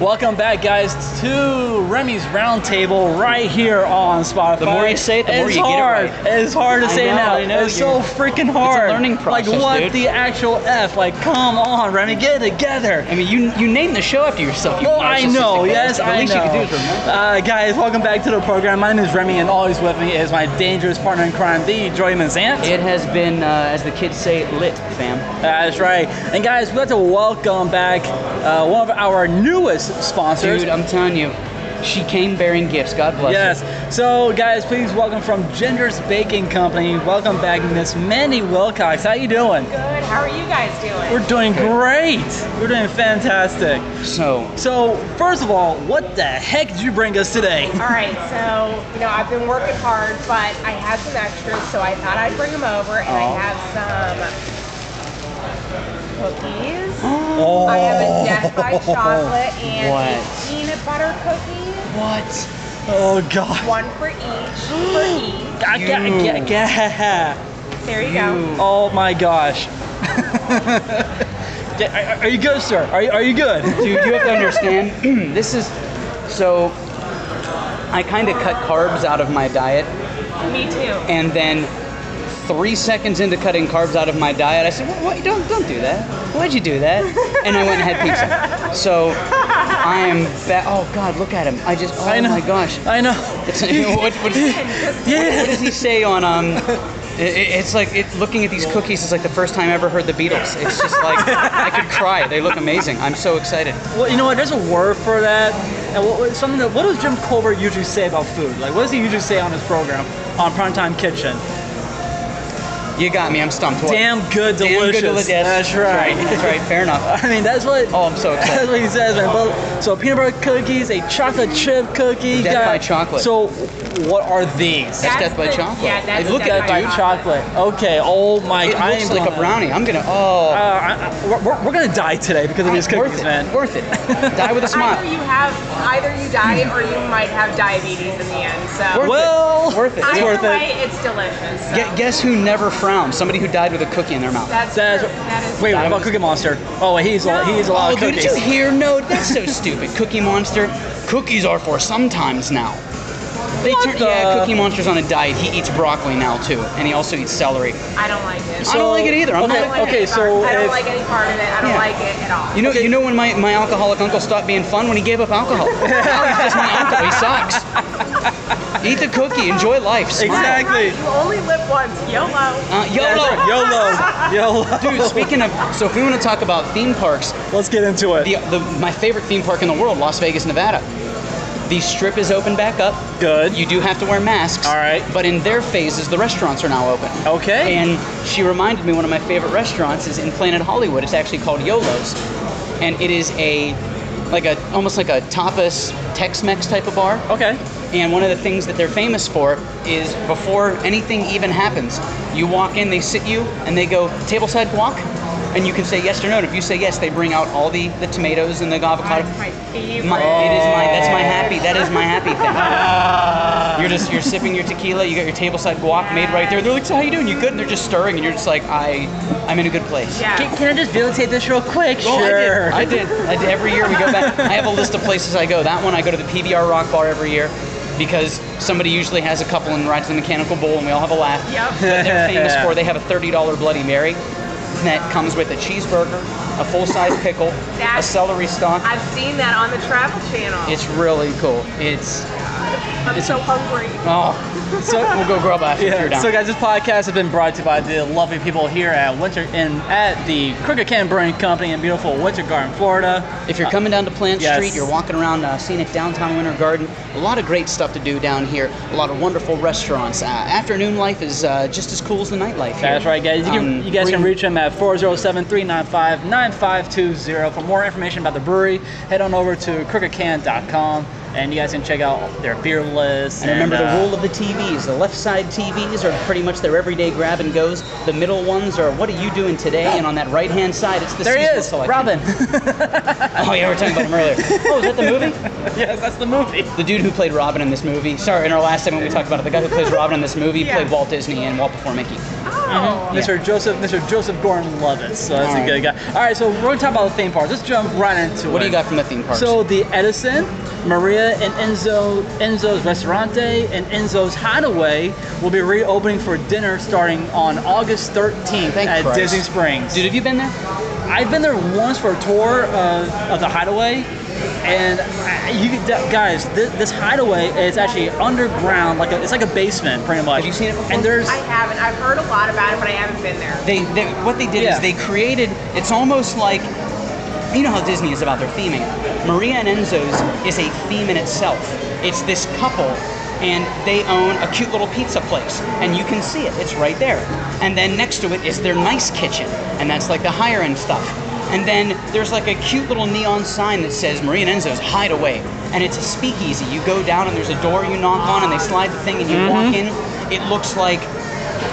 Speaker 2: Welcome back, guys, to Remy's Roundtable right here on Spotify.
Speaker 3: The more you say it, the more
Speaker 2: it's
Speaker 3: you get it
Speaker 2: hard.
Speaker 3: right.
Speaker 2: It's hard to
Speaker 3: I
Speaker 2: say
Speaker 3: know,
Speaker 2: now.
Speaker 3: I know,
Speaker 2: It's so
Speaker 3: you're-
Speaker 2: freaking hard.
Speaker 3: learning
Speaker 2: Like
Speaker 3: process,
Speaker 2: what
Speaker 3: dude.
Speaker 2: the actual f? Like come on, Remy, get it together.
Speaker 3: I mean, you you named the show after yourself. You
Speaker 2: Oh, I know.
Speaker 3: narcissistic
Speaker 2: Yes,
Speaker 3: bastard.
Speaker 2: I
Speaker 3: The least
Speaker 2: know.
Speaker 3: you could do is remember.
Speaker 2: Uh, guys, welcome back to the program. My name is Remy, and always with me is my dangerous partner in crime, the Joy Mazant.
Speaker 3: It has been, uh, as the kids say, lit, fam.
Speaker 2: That's right. And guys, we'd like to welcome back uh, one of our newest sponsors.
Speaker 3: Dude, I'm telling you, she came bearing gifts. God bless her.
Speaker 2: Yes. So, guys, please welcome from Genders Baking Company. Welcome back, Miss Mandy Wilcox. How you doing?
Speaker 4: Good. How are you guys doing?
Speaker 2: We're doing great. We're doing fantastic.
Speaker 3: So,
Speaker 2: So, first of all, what the heck did you bring us today?
Speaker 4: All right. So, you know, I've been working hard, but I had some extras, so I thought I'd bring them over, and
Speaker 3: Aw.
Speaker 4: I have some cookies.
Speaker 2: Oh.
Speaker 4: I have a death by chocolate and
Speaker 3: What?
Speaker 4: peanut butter cookie,
Speaker 3: what?
Speaker 2: Oh God.
Speaker 4: one for each. For each.
Speaker 2: I ga-
Speaker 3: You.
Speaker 2: ga- ga-
Speaker 4: There you, go.
Speaker 3: You.
Speaker 2: Oh my gosh. Are- are- Are you good, sir? Are you, are you good?
Speaker 3: Dude, you have to understand. this is so. I kind of cut carbs out of my diet,
Speaker 4: Me too.
Speaker 3: and then three seconds into cutting carbs out of my diet, I said, "What? what don't don't do that. Why'd you do that?" And I went and had pizza. So I am back. Oh God, look at him! I just. Oh
Speaker 5: I know.
Speaker 3: my gosh.
Speaker 5: I know.
Speaker 3: It's, what, what, what
Speaker 5: Yeah.
Speaker 3: does he say on um? i- i- It's like it, looking at these cookies is like the first time I ever heard the Beatles. It's just like I could cry. They look amazing. I'm so excited.
Speaker 2: Well, you know what? There's a word for that. And what, what- something that, what does Jim Colbert usually say about food? Like, what does he usually say on his program on Primetime Kitchen?
Speaker 3: You got me. I'm stumped. What?
Speaker 2: Damn good,
Speaker 3: Damn
Speaker 2: delicious.
Speaker 3: good deli- yes,
Speaker 2: That's right.
Speaker 3: That's right. Fair enough.
Speaker 2: I mean, that's what.
Speaker 3: Oh, I'm so
Speaker 2: That's
Speaker 3: excited.
Speaker 2: what he says, man. But, so peanut butter cookies, a chocolate chip cookie. you
Speaker 3: Death
Speaker 2: got-
Speaker 3: by chocolate.
Speaker 2: So, what are these?
Speaker 3: That's Death by
Speaker 4: the-
Speaker 3: Chocolate.
Speaker 4: Yeah, that's
Speaker 3: Look
Speaker 2: Death
Speaker 4: Death
Speaker 2: by chocolate. Okay. Oh my.
Speaker 3: It
Speaker 2: I am
Speaker 3: looks like a
Speaker 2: gonna-
Speaker 3: brownie. I'm gonna.
Speaker 2: Uh,
Speaker 3: Oh,
Speaker 2: I, I, we're, we're- we're gonna die today because of these
Speaker 3: worth
Speaker 2: cookies,
Speaker 3: it.
Speaker 2: man.
Speaker 3: Worth it. Die with a
Speaker 4: Either
Speaker 3: smile.
Speaker 4: you have, either you die, or you might have diabetes in the end. So
Speaker 3: Worth
Speaker 2: Well,
Speaker 3: it. Worth it. It's
Speaker 4: either
Speaker 3: worth it.
Speaker 4: way, it's delicious. So.
Speaker 3: Gu- Guess who never frowned? Somebody who died with a cookie in their mouth.
Speaker 4: that's,
Speaker 2: That's-
Speaker 4: true. that is.
Speaker 2: Wait,
Speaker 4: true.
Speaker 2: what about Cookie Monster? Oh, wait, he's a,
Speaker 4: No.
Speaker 2: he's a lot
Speaker 3: Oh,
Speaker 2: of
Speaker 3: dude,
Speaker 2: cookies.
Speaker 3: did you hear? No, that's so stupid. Cookie Monster. Cookies are for sometimes now. They
Speaker 2: What
Speaker 3: turn,
Speaker 2: the-
Speaker 3: Yeah, Cookie Monster's on a diet. He eats broccoli now too, and he also eats celery.
Speaker 4: I don't like it.
Speaker 3: I don't like it either. I'm
Speaker 2: okay,
Speaker 4: I don't like
Speaker 2: okay,
Speaker 4: any part.
Speaker 2: so
Speaker 4: I don't
Speaker 2: if-
Speaker 4: like any part of it. I don't
Speaker 3: Yeah.
Speaker 4: like it at all.
Speaker 3: You know, you know when my, my alcoholic uncle stopped being fun when he gave up alcohol. now he's just my uncle. He sucks. Eat the cookie. Enjoy life. Uh, Smile.
Speaker 2: Exact- exactly.
Speaker 4: You only live once. YOLO.
Speaker 3: Uh, YOLO.
Speaker 2: YOLO. YOLO.
Speaker 3: Dude, speaking of, so if we want to talk about theme parks,
Speaker 2: Let's get into it.
Speaker 3: the, the my favorite theme park in the world, Las Vegas, Nevada. The strip is open back up.
Speaker 2: Good.
Speaker 3: You do have to wear masks.
Speaker 2: All right.
Speaker 3: But in their phases, the restaurants are now open.
Speaker 2: okay.
Speaker 3: And she reminded me one of my favorite restaurants is in Planet Hollywood. It's actually called Yolo's, and it is a like a almost like a tapas Tex-Mex type of bar.
Speaker 2: okay.
Speaker 3: And one of the things that they're famous for is before anything even happens, you walk in, they sit you, and they go tableside guac, and you can say yes or no. And if you say yes, they bring out all the, the tomatoes and the avocado.
Speaker 4: That's my favorite.
Speaker 3: Uh, My, it is my that's my happy that is my happy thing. you're just you're sipping your tequila. You got your tableside guac made right there. They're like, so how you doing? You good? And they're just stirring, and you're just like, I I'm in a good place.
Speaker 4: Yeah.
Speaker 2: Can, can I just videotape this real quick?
Speaker 3: Oh,
Speaker 2: sure.
Speaker 3: I did. I did. I did. Every year we go back. I have a list of places I go. That one I go to the PBR Rock Bar every year because somebody usually has a couple and rides the mechanical bull and we all have a laugh.
Speaker 4: Yep.
Speaker 3: They're famous for they have a thirty dollar Bloody Mary that comes with a cheeseburger, a full size pickle, a
Speaker 4: That's-
Speaker 3: celery stalk.
Speaker 4: I've seen that on the Travel Channel.
Speaker 3: It's really cool. It's
Speaker 4: I'm so hungry.
Speaker 3: oh,
Speaker 2: So,
Speaker 3: we'll go grub after you're
Speaker 2: Yeah.
Speaker 3: down.
Speaker 2: So guys, this podcast has been brought to you by the lovely people here at Winter in at the Crooked Can Brewing Company in beautiful Winter Garden, Florida.
Speaker 3: If you're coming down to Plant
Speaker 2: yes.
Speaker 3: Street, you're walking around uh, scenic downtown Winter Garden. A lot of great stuff to do down here. A lot of wonderful restaurants. Uh, afternoon life is uh, just as cool as the nightlife. Here.
Speaker 2: That's right, guys. You, can,
Speaker 3: Um,
Speaker 2: you guys can
Speaker 3: we-
Speaker 2: reach them at 407-395-9520. For more information about the brewery, head on over to crookedcan.com and you guys can check out their beer list.
Speaker 3: And remember
Speaker 2: uh,
Speaker 3: the rule of the TVs. The left side TVs are pretty much their everyday grab and goes. The middle ones are what are you doing today? And on that right hand side, it's the
Speaker 2: There he
Speaker 3: seasonal
Speaker 2: is,
Speaker 3: selection.
Speaker 2: Robin.
Speaker 3: Oh yeah, we were talking about him earlier. Oh, is that the movie?
Speaker 2: yes, that's the movie.
Speaker 3: The dude who played Robin in this movie. Sorry, in our last segment we talked about it. The guy who plays Robin in this movie
Speaker 4: Yeah.
Speaker 3: played Walt Disney and Walt Before Mickey.
Speaker 4: Oh.
Speaker 2: Mr. Joseph, Mr. Joseph Gordon-Levitt. So that's a
Speaker 3: Alright.
Speaker 2: good guy. All right, so we're gonna talk about the theme parks. Let's jump right into it.
Speaker 3: What do you got from the theme park?
Speaker 2: So the Edison, Maria, and Enzo Enzo's Restaurante and Enzo's Hideaway will be reopening for dinner starting on August 13th
Speaker 3: Thank
Speaker 2: at
Speaker 3: Christ.
Speaker 2: Disney Springs.
Speaker 3: dude, have you been there?
Speaker 2: I've been there once for a tour of, of the Hideaway, and I, you could- guys, this, this Hideaway is actually underground, like a, it's like a basement, pretty much.
Speaker 3: Have you seen it before?
Speaker 2: And there's
Speaker 4: I haven't. I've heard a lot about it, but I haven't been there.
Speaker 3: They, they what they did
Speaker 2: Yeah.
Speaker 3: is they created. It's almost like you know how Disney is about their theming. Maria and Enzo's is a theme in itself. It's this couple, and they own a cute little pizza place, and you can see it. It's right there. And then next to it is their nice kitchen, and that's like the higher end stuff. And then there's like a cute little neon sign that says Maria and Enzo's Hideaway, and it's a speakeasy. You go down and there's a door you knock on, and they slide the thing, and you walk in. It looks like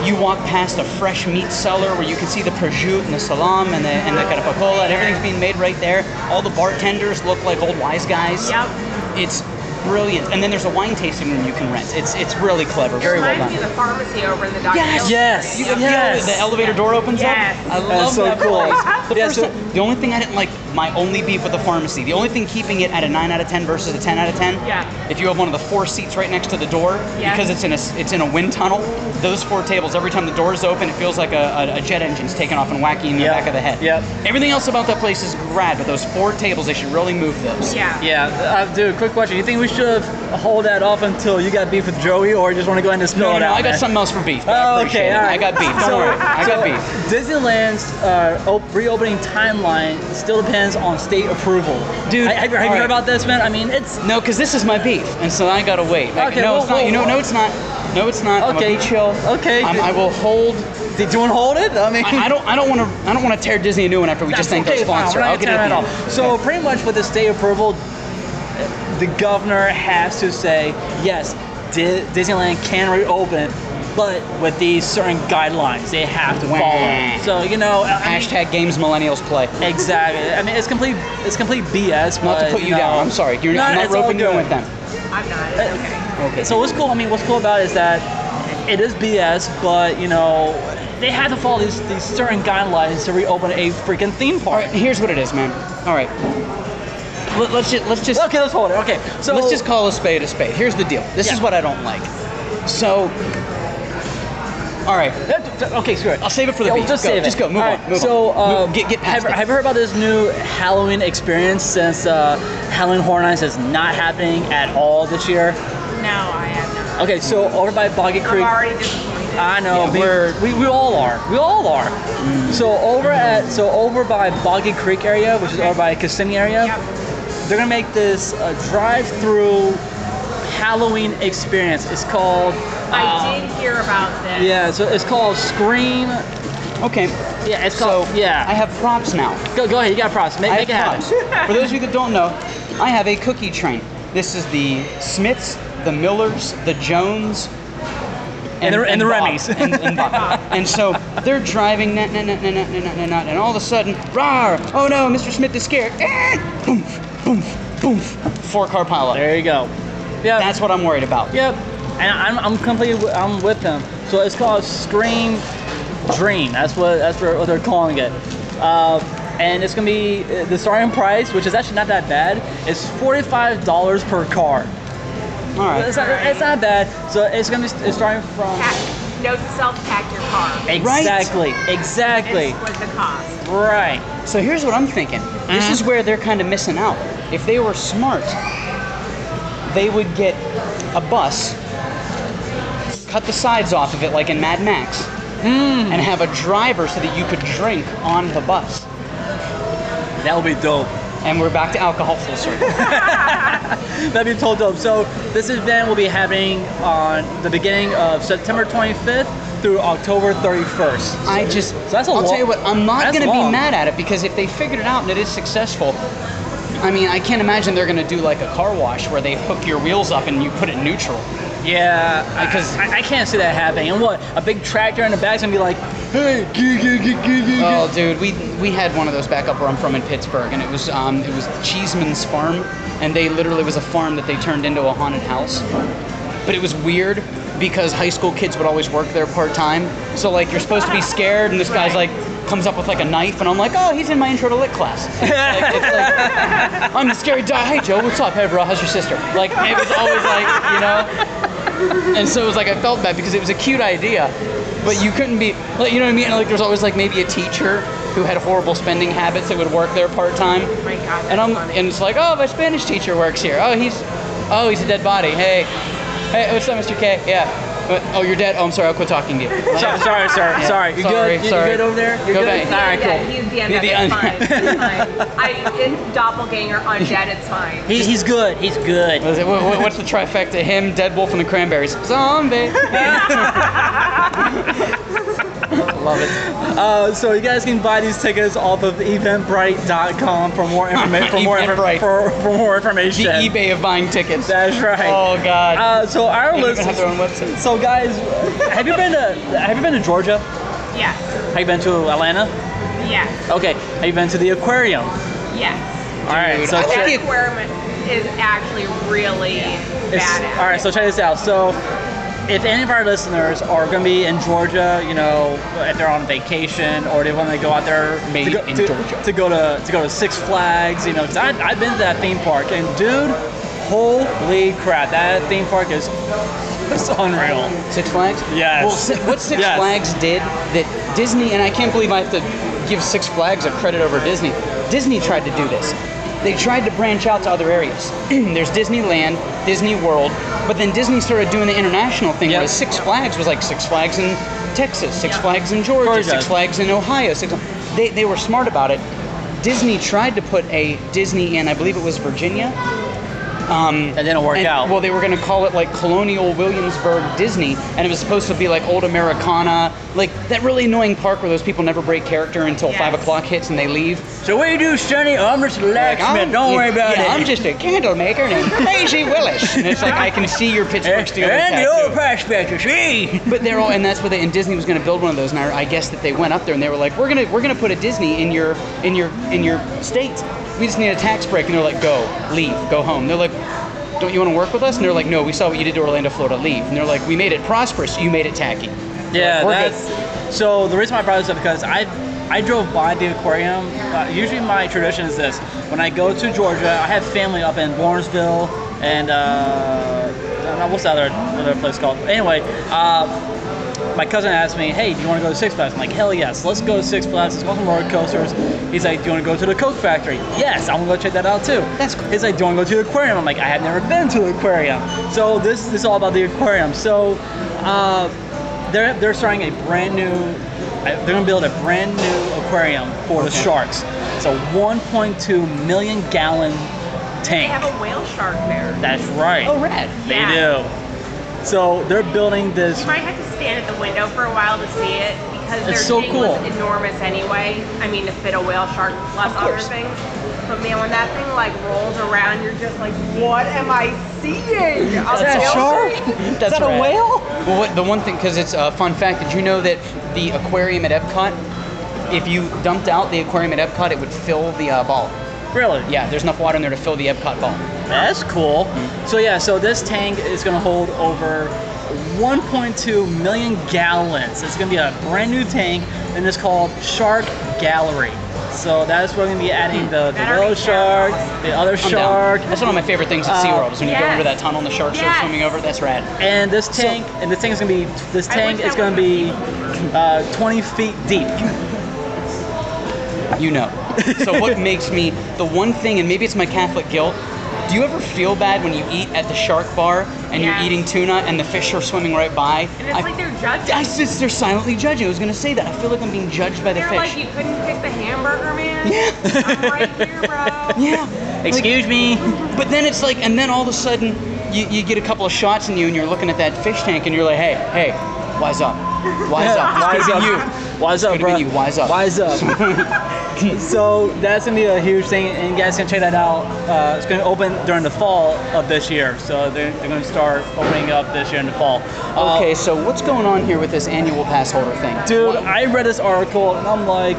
Speaker 3: you walk past a fresh meat cellar where you can see the prosciutto and the salam and the and the carapacola and everything's being made right there. All the bartenders look like old wise guys.
Speaker 4: Yep.
Speaker 3: It's brilliant. And then there's a wine tasting room you can rent. It's it's really clever. Very well
Speaker 4: Reminds
Speaker 3: done.
Speaker 4: me of the pharmacy over in the Dr.
Speaker 3: Yes.
Speaker 4: Hill
Speaker 2: Yes.
Speaker 4: Street.
Speaker 3: You-
Speaker 4: Yeah.
Speaker 2: Yes.
Speaker 3: The elevator door opens
Speaker 4: Yes.
Speaker 3: up. I love
Speaker 2: so
Speaker 3: that
Speaker 2: cool.
Speaker 3: place. The,
Speaker 2: Yeah,
Speaker 3: first
Speaker 2: so-
Speaker 3: time- the only thing I didn't like, my only beef with the pharmacy, the only thing keeping it at a 9 out of 10 versus a 10 out of 10
Speaker 4: Yeah.
Speaker 3: If you have one of the four seats right next to the door,
Speaker 4: Yeah.
Speaker 3: because it's in a s- it's in a wind tunnel, those four tables. Every time the doors open, it feels like a, a, a jet engine's taking off and whacking you in the
Speaker 2: Yep.
Speaker 3: back of the head.
Speaker 2: Yep.
Speaker 3: Everything else about that place is rad, but those four tables, they should really move those.
Speaker 4: Yeah.
Speaker 2: Yeah, uh, dude. Quick question. You think we should hold that off until you got beef with Joey, or you just want to go ahead and spill
Speaker 3: No, no,
Speaker 2: it
Speaker 3: no,
Speaker 2: out?
Speaker 3: I got
Speaker 2: man?
Speaker 3: something else for beef. but I
Speaker 2: Oh,
Speaker 3: appreciate
Speaker 2: okay,
Speaker 3: it.
Speaker 2: all right.
Speaker 3: I got beef. Don't
Speaker 2: So-
Speaker 3: worry. I
Speaker 2: so
Speaker 3: got beef.
Speaker 2: Disneyland's uh, op- reopening timeline still depends on state approval.
Speaker 3: Dude,
Speaker 2: I, have you have
Speaker 3: all
Speaker 2: you
Speaker 3: right.
Speaker 2: heard about this, man? I mean, it's
Speaker 3: No, because this is my beef, and so I gotta wait. Like,
Speaker 2: Okay,
Speaker 3: no,
Speaker 2: well,
Speaker 3: it's not.
Speaker 2: well,
Speaker 3: you know,
Speaker 2: well.
Speaker 3: no, it's not. No, it's not. I'm
Speaker 2: Okay.
Speaker 3: gonna be chill.
Speaker 2: Okay.
Speaker 3: I'm, I will hold.
Speaker 2: did you want to hold it? I mean,
Speaker 3: I, I don't. I don't want to. I don't want to tear Disney a new one after we just
Speaker 2: That's
Speaker 3: thanked our
Speaker 2: okay, fine,
Speaker 3: sponsor.
Speaker 2: we're not
Speaker 3: I'll get it
Speaker 2: gonna
Speaker 3: at
Speaker 2: tear
Speaker 3: the
Speaker 2: it
Speaker 3: end.
Speaker 2: off. So pretty much with the state approval, the governor has to say yes, Di- Disneyland can reopen, but with these certain guidelines they have to
Speaker 3: Wah.
Speaker 2: follow. So you know, I mean,
Speaker 3: Hashtag games millennials play.
Speaker 2: Exactly. I mean, it's complete. It's complete BS.
Speaker 3: Not to
Speaker 2: but,
Speaker 3: put you down.
Speaker 2: know,
Speaker 3: I'm sorry. You're
Speaker 2: Uh, No,
Speaker 3: I'm not
Speaker 2: it's all
Speaker 3: roping you in
Speaker 2: good.
Speaker 3: with them.
Speaker 4: I'm not. It's okay.
Speaker 3: Okay.
Speaker 2: So what's cool? I mean, what's cool about it is that it is BS, but you know, they had to follow these these certain guidelines to reopen a freaking theme
Speaker 3: all
Speaker 2: park.
Speaker 3: right. Here's what it is, man. All right. Let, let's just. Let's just.
Speaker 2: Okay, let's hold it. Okay, so
Speaker 3: let's just call a spade a spade. Here's the deal. This is
Speaker 2: Yeah.
Speaker 3: what I don't like. So. All right.
Speaker 2: Okay, screw it.
Speaker 3: I'll save it for the
Speaker 2: Yeah,
Speaker 3: beef.
Speaker 2: well, just
Speaker 3: Go,
Speaker 2: save it.
Speaker 3: just go, move
Speaker 2: All right,
Speaker 3: on, move
Speaker 2: so,
Speaker 3: on. Move-
Speaker 2: um,
Speaker 3: get- get past
Speaker 2: have,
Speaker 3: it.
Speaker 2: have you heard about this new Halloween experience since uh, Halloween Horror Nights is not happening at all this year?
Speaker 4: No, I am not.
Speaker 2: Okay, so over by Boggy
Speaker 4: I'm
Speaker 2: Creek.
Speaker 4: already disappointed.
Speaker 2: I know.
Speaker 3: Yeah,
Speaker 2: we-
Speaker 3: we're- Mm.
Speaker 2: we, we all are. We all are. So over at so over by Boggy Creek area, which is over by Kissimmee area,
Speaker 4: Yep.
Speaker 2: they're gonna make this uh, drive-through Halloween experience. It's called.
Speaker 4: I
Speaker 2: uh,
Speaker 4: did hear about this.
Speaker 2: Yeah. So it's called Scream.
Speaker 3: Okay.
Speaker 2: Yeah. It's
Speaker 3: So
Speaker 2: called. yeah.
Speaker 3: I have props now.
Speaker 2: go, go ahead. You got props. Make,
Speaker 3: I
Speaker 2: make it
Speaker 3: have
Speaker 2: happen.
Speaker 3: props. For those of you that don't know, I have a cookie train. This is the Smiths, the Millers, the Jones,
Speaker 2: And the- and the
Speaker 3: Bob.
Speaker 2: Remy's.
Speaker 3: and, and Bob. And so they're driving, na, na, na, na, na, na, na, na, na, and all of a sudden, rawr! Oh no, Mr. Smith is scared. Eh, boomf, boomf, boomf. Four car pileup.
Speaker 2: There you go. Yeah.
Speaker 3: That's what I'm worried about.
Speaker 2: Yep. And I'm, I'm completely wi- I'm with them. So it's called Scream Dream. That's what that's what what they're calling it. Uh, and it's gonna be uh, the starting price, which is actually not that bad. It's forty five dollars per car.
Speaker 3: All right.
Speaker 2: It's not, it's not bad. So it's gonna be it's starting from
Speaker 4: Pack, note to self, pack your car.
Speaker 3: Right.
Speaker 2: exactly exactly
Speaker 4: And split the cost.
Speaker 2: right.
Speaker 3: So here's what I'm thinking. This
Speaker 2: Uh-huh.
Speaker 3: is where they're kind of missing out. If they were smart, they would get a bus, cut the sides off of it like in Mad Max,
Speaker 2: Hmm.
Speaker 3: and have a driver so that you could drink on the bus.
Speaker 2: That would be dope.
Speaker 3: And we're back to alcohol full circle.
Speaker 2: That'd be total dope. So this event will be happening on the beginning of September 25th through October 31st.
Speaker 3: I just,
Speaker 2: that's a
Speaker 3: I'll
Speaker 2: lo-
Speaker 3: tell you what, I'm not
Speaker 2: that's
Speaker 3: going to be
Speaker 2: long.
Speaker 3: mad at it because if they figured it out and it is successful, I mean, I can't imagine they're going to do like a car wash where they hook your wheels up and you put it neutral.
Speaker 2: Yeah,
Speaker 3: Because-
Speaker 2: because I, I can't see that happening. And what? A big tractor in the back's gonna be like, hey, gee, gee, gee, gee, gee,
Speaker 3: Oh,
Speaker 2: gee."
Speaker 3: dude, we we had one of those back up where I'm from in Pittsburgh, and it was um, it was Cheeseman's farm, and they literally it was a farm that they turned into a haunted house. But it was weird because high school kids would always work there part time, so like you're supposed to be scared, and this guy's like comes up with like a knife, and I'm like, oh, he's in my intro to lit class. It's like, it's like, I'm the scary guy. Hey, Joe, what's up? Hey, bro, how's your sister? Like it was always like you know. And so it was like I felt bad because it was a cute idea, but you couldn't be like you know what I mean. Like there's always like maybe a teacher who had horrible spending habits that would work there part time.
Speaker 4: Oh my God,
Speaker 3: And I'm
Speaker 4: that's funny.
Speaker 3: and it's like oh my Spanish teacher works here. Oh he's oh he's a dead body. Hey hey what's up Mr. K? Yeah. But, oh you're dead. Oh I'm sorry. I'll quit talking to you. Like,
Speaker 2: So- sorry, sorry,
Speaker 3: Yeah,
Speaker 2: sorry. You
Speaker 3: sorry,
Speaker 2: good? You-
Speaker 3: sorry.
Speaker 2: You good over there? You
Speaker 3: Go
Speaker 2: good?
Speaker 3: back.
Speaker 2: All right,
Speaker 4: yeah,
Speaker 2: cool.
Speaker 4: he's the undead.
Speaker 3: Yeah, the
Speaker 4: it's
Speaker 3: un-
Speaker 4: fine. It's fine. I, it, doppelganger, undead, it's fine.
Speaker 2: He, he's good. He's good.
Speaker 3: what is it? What- what- what's the trifecta? Him, Dead Wolf, and the Cranberries. Zombie. Love it.
Speaker 2: Uh, so you guys can buy these tickets off of Eventbrite.com for more information. For more,
Speaker 3: Eventbrite.
Speaker 2: infor- for, for more
Speaker 3: The
Speaker 2: information.
Speaker 3: eBay of buying tickets.
Speaker 2: That's right.
Speaker 3: Oh God.
Speaker 2: Uh, so our
Speaker 3: They don't even
Speaker 2: list.
Speaker 3: have their own website.
Speaker 2: So guys, have you been to Have you been to Georgia?
Speaker 4: yes,
Speaker 2: Have you been to Atlanta?
Speaker 4: yes,
Speaker 2: Okay. Have you been to the aquarium?
Speaker 4: yes.
Speaker 2: All right.
Speaker 3: Dude,
Speaker 2: So
Speaker 3: I like
Speaker 2: check-
Speaker 4: That
Speaker 3: the-
Speaker 4: aquarium is actually really
Speaker 2: It's-
Speaker 4: badass.
Speaker 2: all right, so check this out. So, if any of our listeners are going to be in Georgia, you know, if they're on vacation or they want to go out there,
Speaker 3: Made
Speaker 2: to go,
Speaker 3: in
Speaker 2: to,
Speaker 3: Georgia.
Speaker 2: to go to to go to Six Flags, you know, 'cause I, I've been to that theme park, and dude, Holy crap! That theme park is it's unreal.
Speaker 3: Six Flags?
Speaker 2: Yes.
Speaker 3: Well, si- what Six
Speaker 2: Yes.
Speaker 3: Flags did that Disney, and I can't believe I have to give Six Flags a credit over Disney. Disney tried to do this. They tried to branch out to other areas. There's Disneyland, Disney World, but then Disney started doing the international thing.
Speaker 2: Yep.
Speaker 3: Whereas Six Flags was like Six Flags in Texas, Six Flags in Georgia,
Speaker 2: Georgia.
Speaker 3: Six Flags in Ohio. Six, they, they were smart about it. Disney tried to put a Disney in, I believe it was Virginia,
Speaker 2: That didn't work
Speaker 3: and-
Speaker 2: out.
Speaker 3: Well, they were going to call it like Colonial Williamsburg Disney, and it was supposed to be like old Americana, like that really annoying park where those people never break character until five
Speaker 4: Yes.
Speaker 3: o'clock hits and they leave.
Speaker 2: so what do you do, Sonny? I'm just
Speaker 3: Like,
Speaker 2: relaxing.
Speaker 3: I'm-
Speaker 2: Don't worry
Speaker 3: yeah,
Speaker 2: about
Speaker 3: yeah,
Speaker 2: it.
Speaker 3: I'm just a candle maker named Daisy Willis, and it's like I can see your Pittsburgh
Speaker 2: and,
Speaker 3: Steelers
Speaker 2: and the
Speaker 3: tattoo.
Speaker 2: old prospector, see?
Speaker 3: But they're all, and that's what they, and Disney was going to build one of those, and I, I guess that they went up there and they were like, we're gonna, we're gonna put a Disney in your, in your, in your state. We just need a tax break, and they're like, go, leave, go home. They're like, don't you want to work with us? And they're like, no, we saw what you did to Orlando, Florida, leave. And they're like, we made it prosperous, you made it tacky.
Speaker 2: Yeah,
Speaker 3: We're good.
Speaker 2: that's. So the reason why I brought this up because I I drove by the aquarium. Uh, usually my tradition is this: when I go to Georgia, I have family up in Lawrenceville and uh, I don't know, what's the other other place called? Anyway, uh, my cousin asked me, "Hey, do you want to go to Six Flags?" I'm like, "Hell yes! Let's go to Six Flags. Let's go on some roller coasters." He's like, "Do you want to go to the Coke Factory?" Yes, I'm gonna go check that out too.
Speaker 3: That's cool.
Speaker 2: He's like, "Do you want to go to the aquarium?" I'm like, "I have never been to the aquarium." So this, this is all about the aquarium. So. Uh, they're they're starting a brand new. uh, They're gonna build a brand new aquarium for the sharks. It's a 1.2 million gallon
Speaker 4: They have
Speaker 2: tank.
Speaker 4: a whale shark there.
Speaker 2: That's right.
Speaker 3: Oh, red.
Speaker 2: they
Speaker 4: Yeah.
Speaker 2: do. So they're building this.
Speaker 4: You might have to stand at the window for a while to see it because their
Speaker 2: It's so
Speaker 4: thing
Speaker 2: cool.
Speaker 4: was enormous anyway. I mean, to fit a whale shark plus
Speaker 3: Of
Speaker 4: other
Speaker 3: course.
Speaker 4: things. But man, when that thing like rolls around, you're just like, what am I seeing? Is
Speaker 2: that a shark?
Speaker 3: That's
Speaker 2: that a
Speaker 3: rad.
Speaker 2: whale?
Speaker 3: Well, what, the one thing, because it's a fun fact, did you know that the aquarium at Epcot, if you dumped out the aquarium at Epcot, it would fill the uh, ball.
Speaker 2: Really?
Speaker 3: Yeah, there's enough water in there to fill the Epcot ball.
Speaker 2: That's cool. So yeah, so this tank is gonna hold over 1.2 million gallons. It's gonna be a brand new tank, and it's called Shark Gallery. So that's where we're gonna be adding the, the
Speaker 4: That already
Speaker 2: whale shark, the other
Speaker 3: I'm down.
Speaker 2: shark,
Speaker 3: That's one of my favorite things at
Speaker 2: Uh,
Speaker 3: SeaWorld is when you go
Speaker 4: yes.
Speaker 3: over that tunnel and the sharks
Speaker 4: Yes.
Speaker 3: are swimming over. That's rad.
Speaker 2: and this tank and this tank is gonna be this
Speaker 4: I
Speaker 2: tank
Speaker 4: wish
Speaker 2: is
Speaker 4: I
Speaker 2: gonna
Speaker 4: would've
Speaker 2: be uh, 20 feet deep.
Speaker 3: You know. So what makes me the one thing, and maybe it's my Catholic guilt. Do you ever feel bad when you eat at the shark bar and
Speaker 4: Yes.
Speaker 3: you're eating tuna and the fish are swimming right by?
Speaker 4: And it's
Speaker 3: I-
Speaker 4: like they're judging.
Speaker 3: I just, they're silently judging. I was gonna say that. I feel like I'm being judged by the
Speaker 4: they're like,
Speaker 3: fish.
Speaker 4: you couldn't pick the hamburger, man. Yeah. I'm right here, bro.
Speaker 3: yeah.
Speaker 2: Excuse me.
Speaker 3: Like, but then it's like, and then all of a sudden, you, you get a couple of shots in you, and you're looking at that fish tank, and you're like, hey, hey, wise up, wise up. It's
Speaker 2: Wise
Speaker 3: gonna
Speaker 2: up.
Speaker 3: be you.
Speaker 2: Wise up,
Speaker 3: Could've been
Speaker 2: bro.
Speaker 3: you. Wise up.
Speaker 2: Wise up. so that's gonna be a huge thing, and you guys can check that out. Uh, it's gonna open during the fall of this year, so they're, they're gonna start opening up this year in the fall. Uh,
Speaker 3: Okay, so what's going on here with this annual pass holder thing?
Speaker 2: dude,
Speaker 3: What-
Speaker 2: I read this article and I'm like,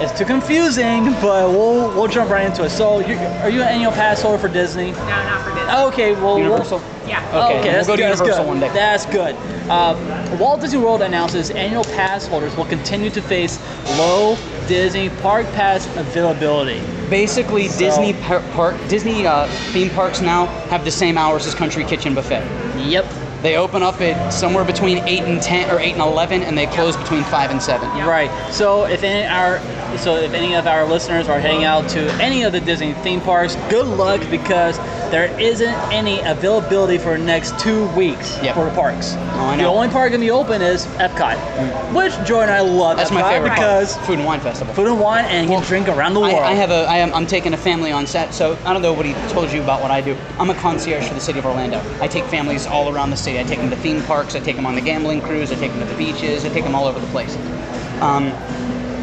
Speaker 2: it's too confusing, but we'll we'll jump right into it. So, you, are you an annual pass holder for Disney?
Speaker 4: No, not for this.
Speaker 2: Okay, well,
Speaker 3: Universal?
Speaker 4: Yeah.
Speaker 3: Oh. Okay.
Speaker 2: Okay,
Speaker 3: we'll
Speaker 2: that's
Speaker 3: go to
Speaker 2: good, that's
Speaker 3: Universal
Speaker 2: good.
Speaker 3: one day.
Speaker 2: That's good. Uh, Walt Disney World announces annual pass holders will continue to face low Disney park pass availability.
Speaker 3: Basically,
Speaker 2: So-
Speaker 3: Disney par- park, Disney uh, theme parks now have the same hours as Country Kitchen Buffet.
Speaker 2: Yep.
Speaker 3: They open up at somewhere between eight and ten, or eight and eleven, and they close between five and seven.
Speaker 2: Right. So if any our so if any of our listeners are heading out to any of the Disney theme parks, good luck because there isn't any availability for the next two weeks
Speaker 3: Yep. Oh,
Speaker 2: for the parks.
Speaker 3: I
Speaker 2: The
Speaker 3: know. Mm.
Speaker 2: only park gonna be open is Epcot, which Joy and I love.
Speaker 3: That's
Speaker 2: Epcot
Speaker 3: my favorite part,
Speaker 2: because
Speaker 3: Food and Wine Festival.
Speaker 2: food and wine and you can drink around the world.
Speaker 3: I, I have a, I am, I'm taking a family on set, so I don't know what he told you about what I do. I'm a concierge for the city of Orlando. I take families all around the city. I take them to theme parks. I take them on the gambling cruise. I take them to the beaches. I take them all over the place. Um,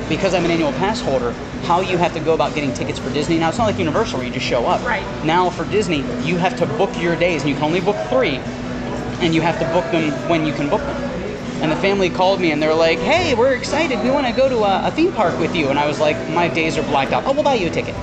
Speaker 3: because I'm an annual pass holder, how you have to go about getting tickets for Disney now? It's not like Universal where you just show up.
Speaker 4: Right.
Speaker 3: Now for Disney, you have to book your days, and you can only book three, and you have to book them when you can book them. And the family called me and they're like, "Hey, we're excited. We want to go to a, a theme park with you." And I was like, "My days are blacked out. Oh, we'll buy you a ticket."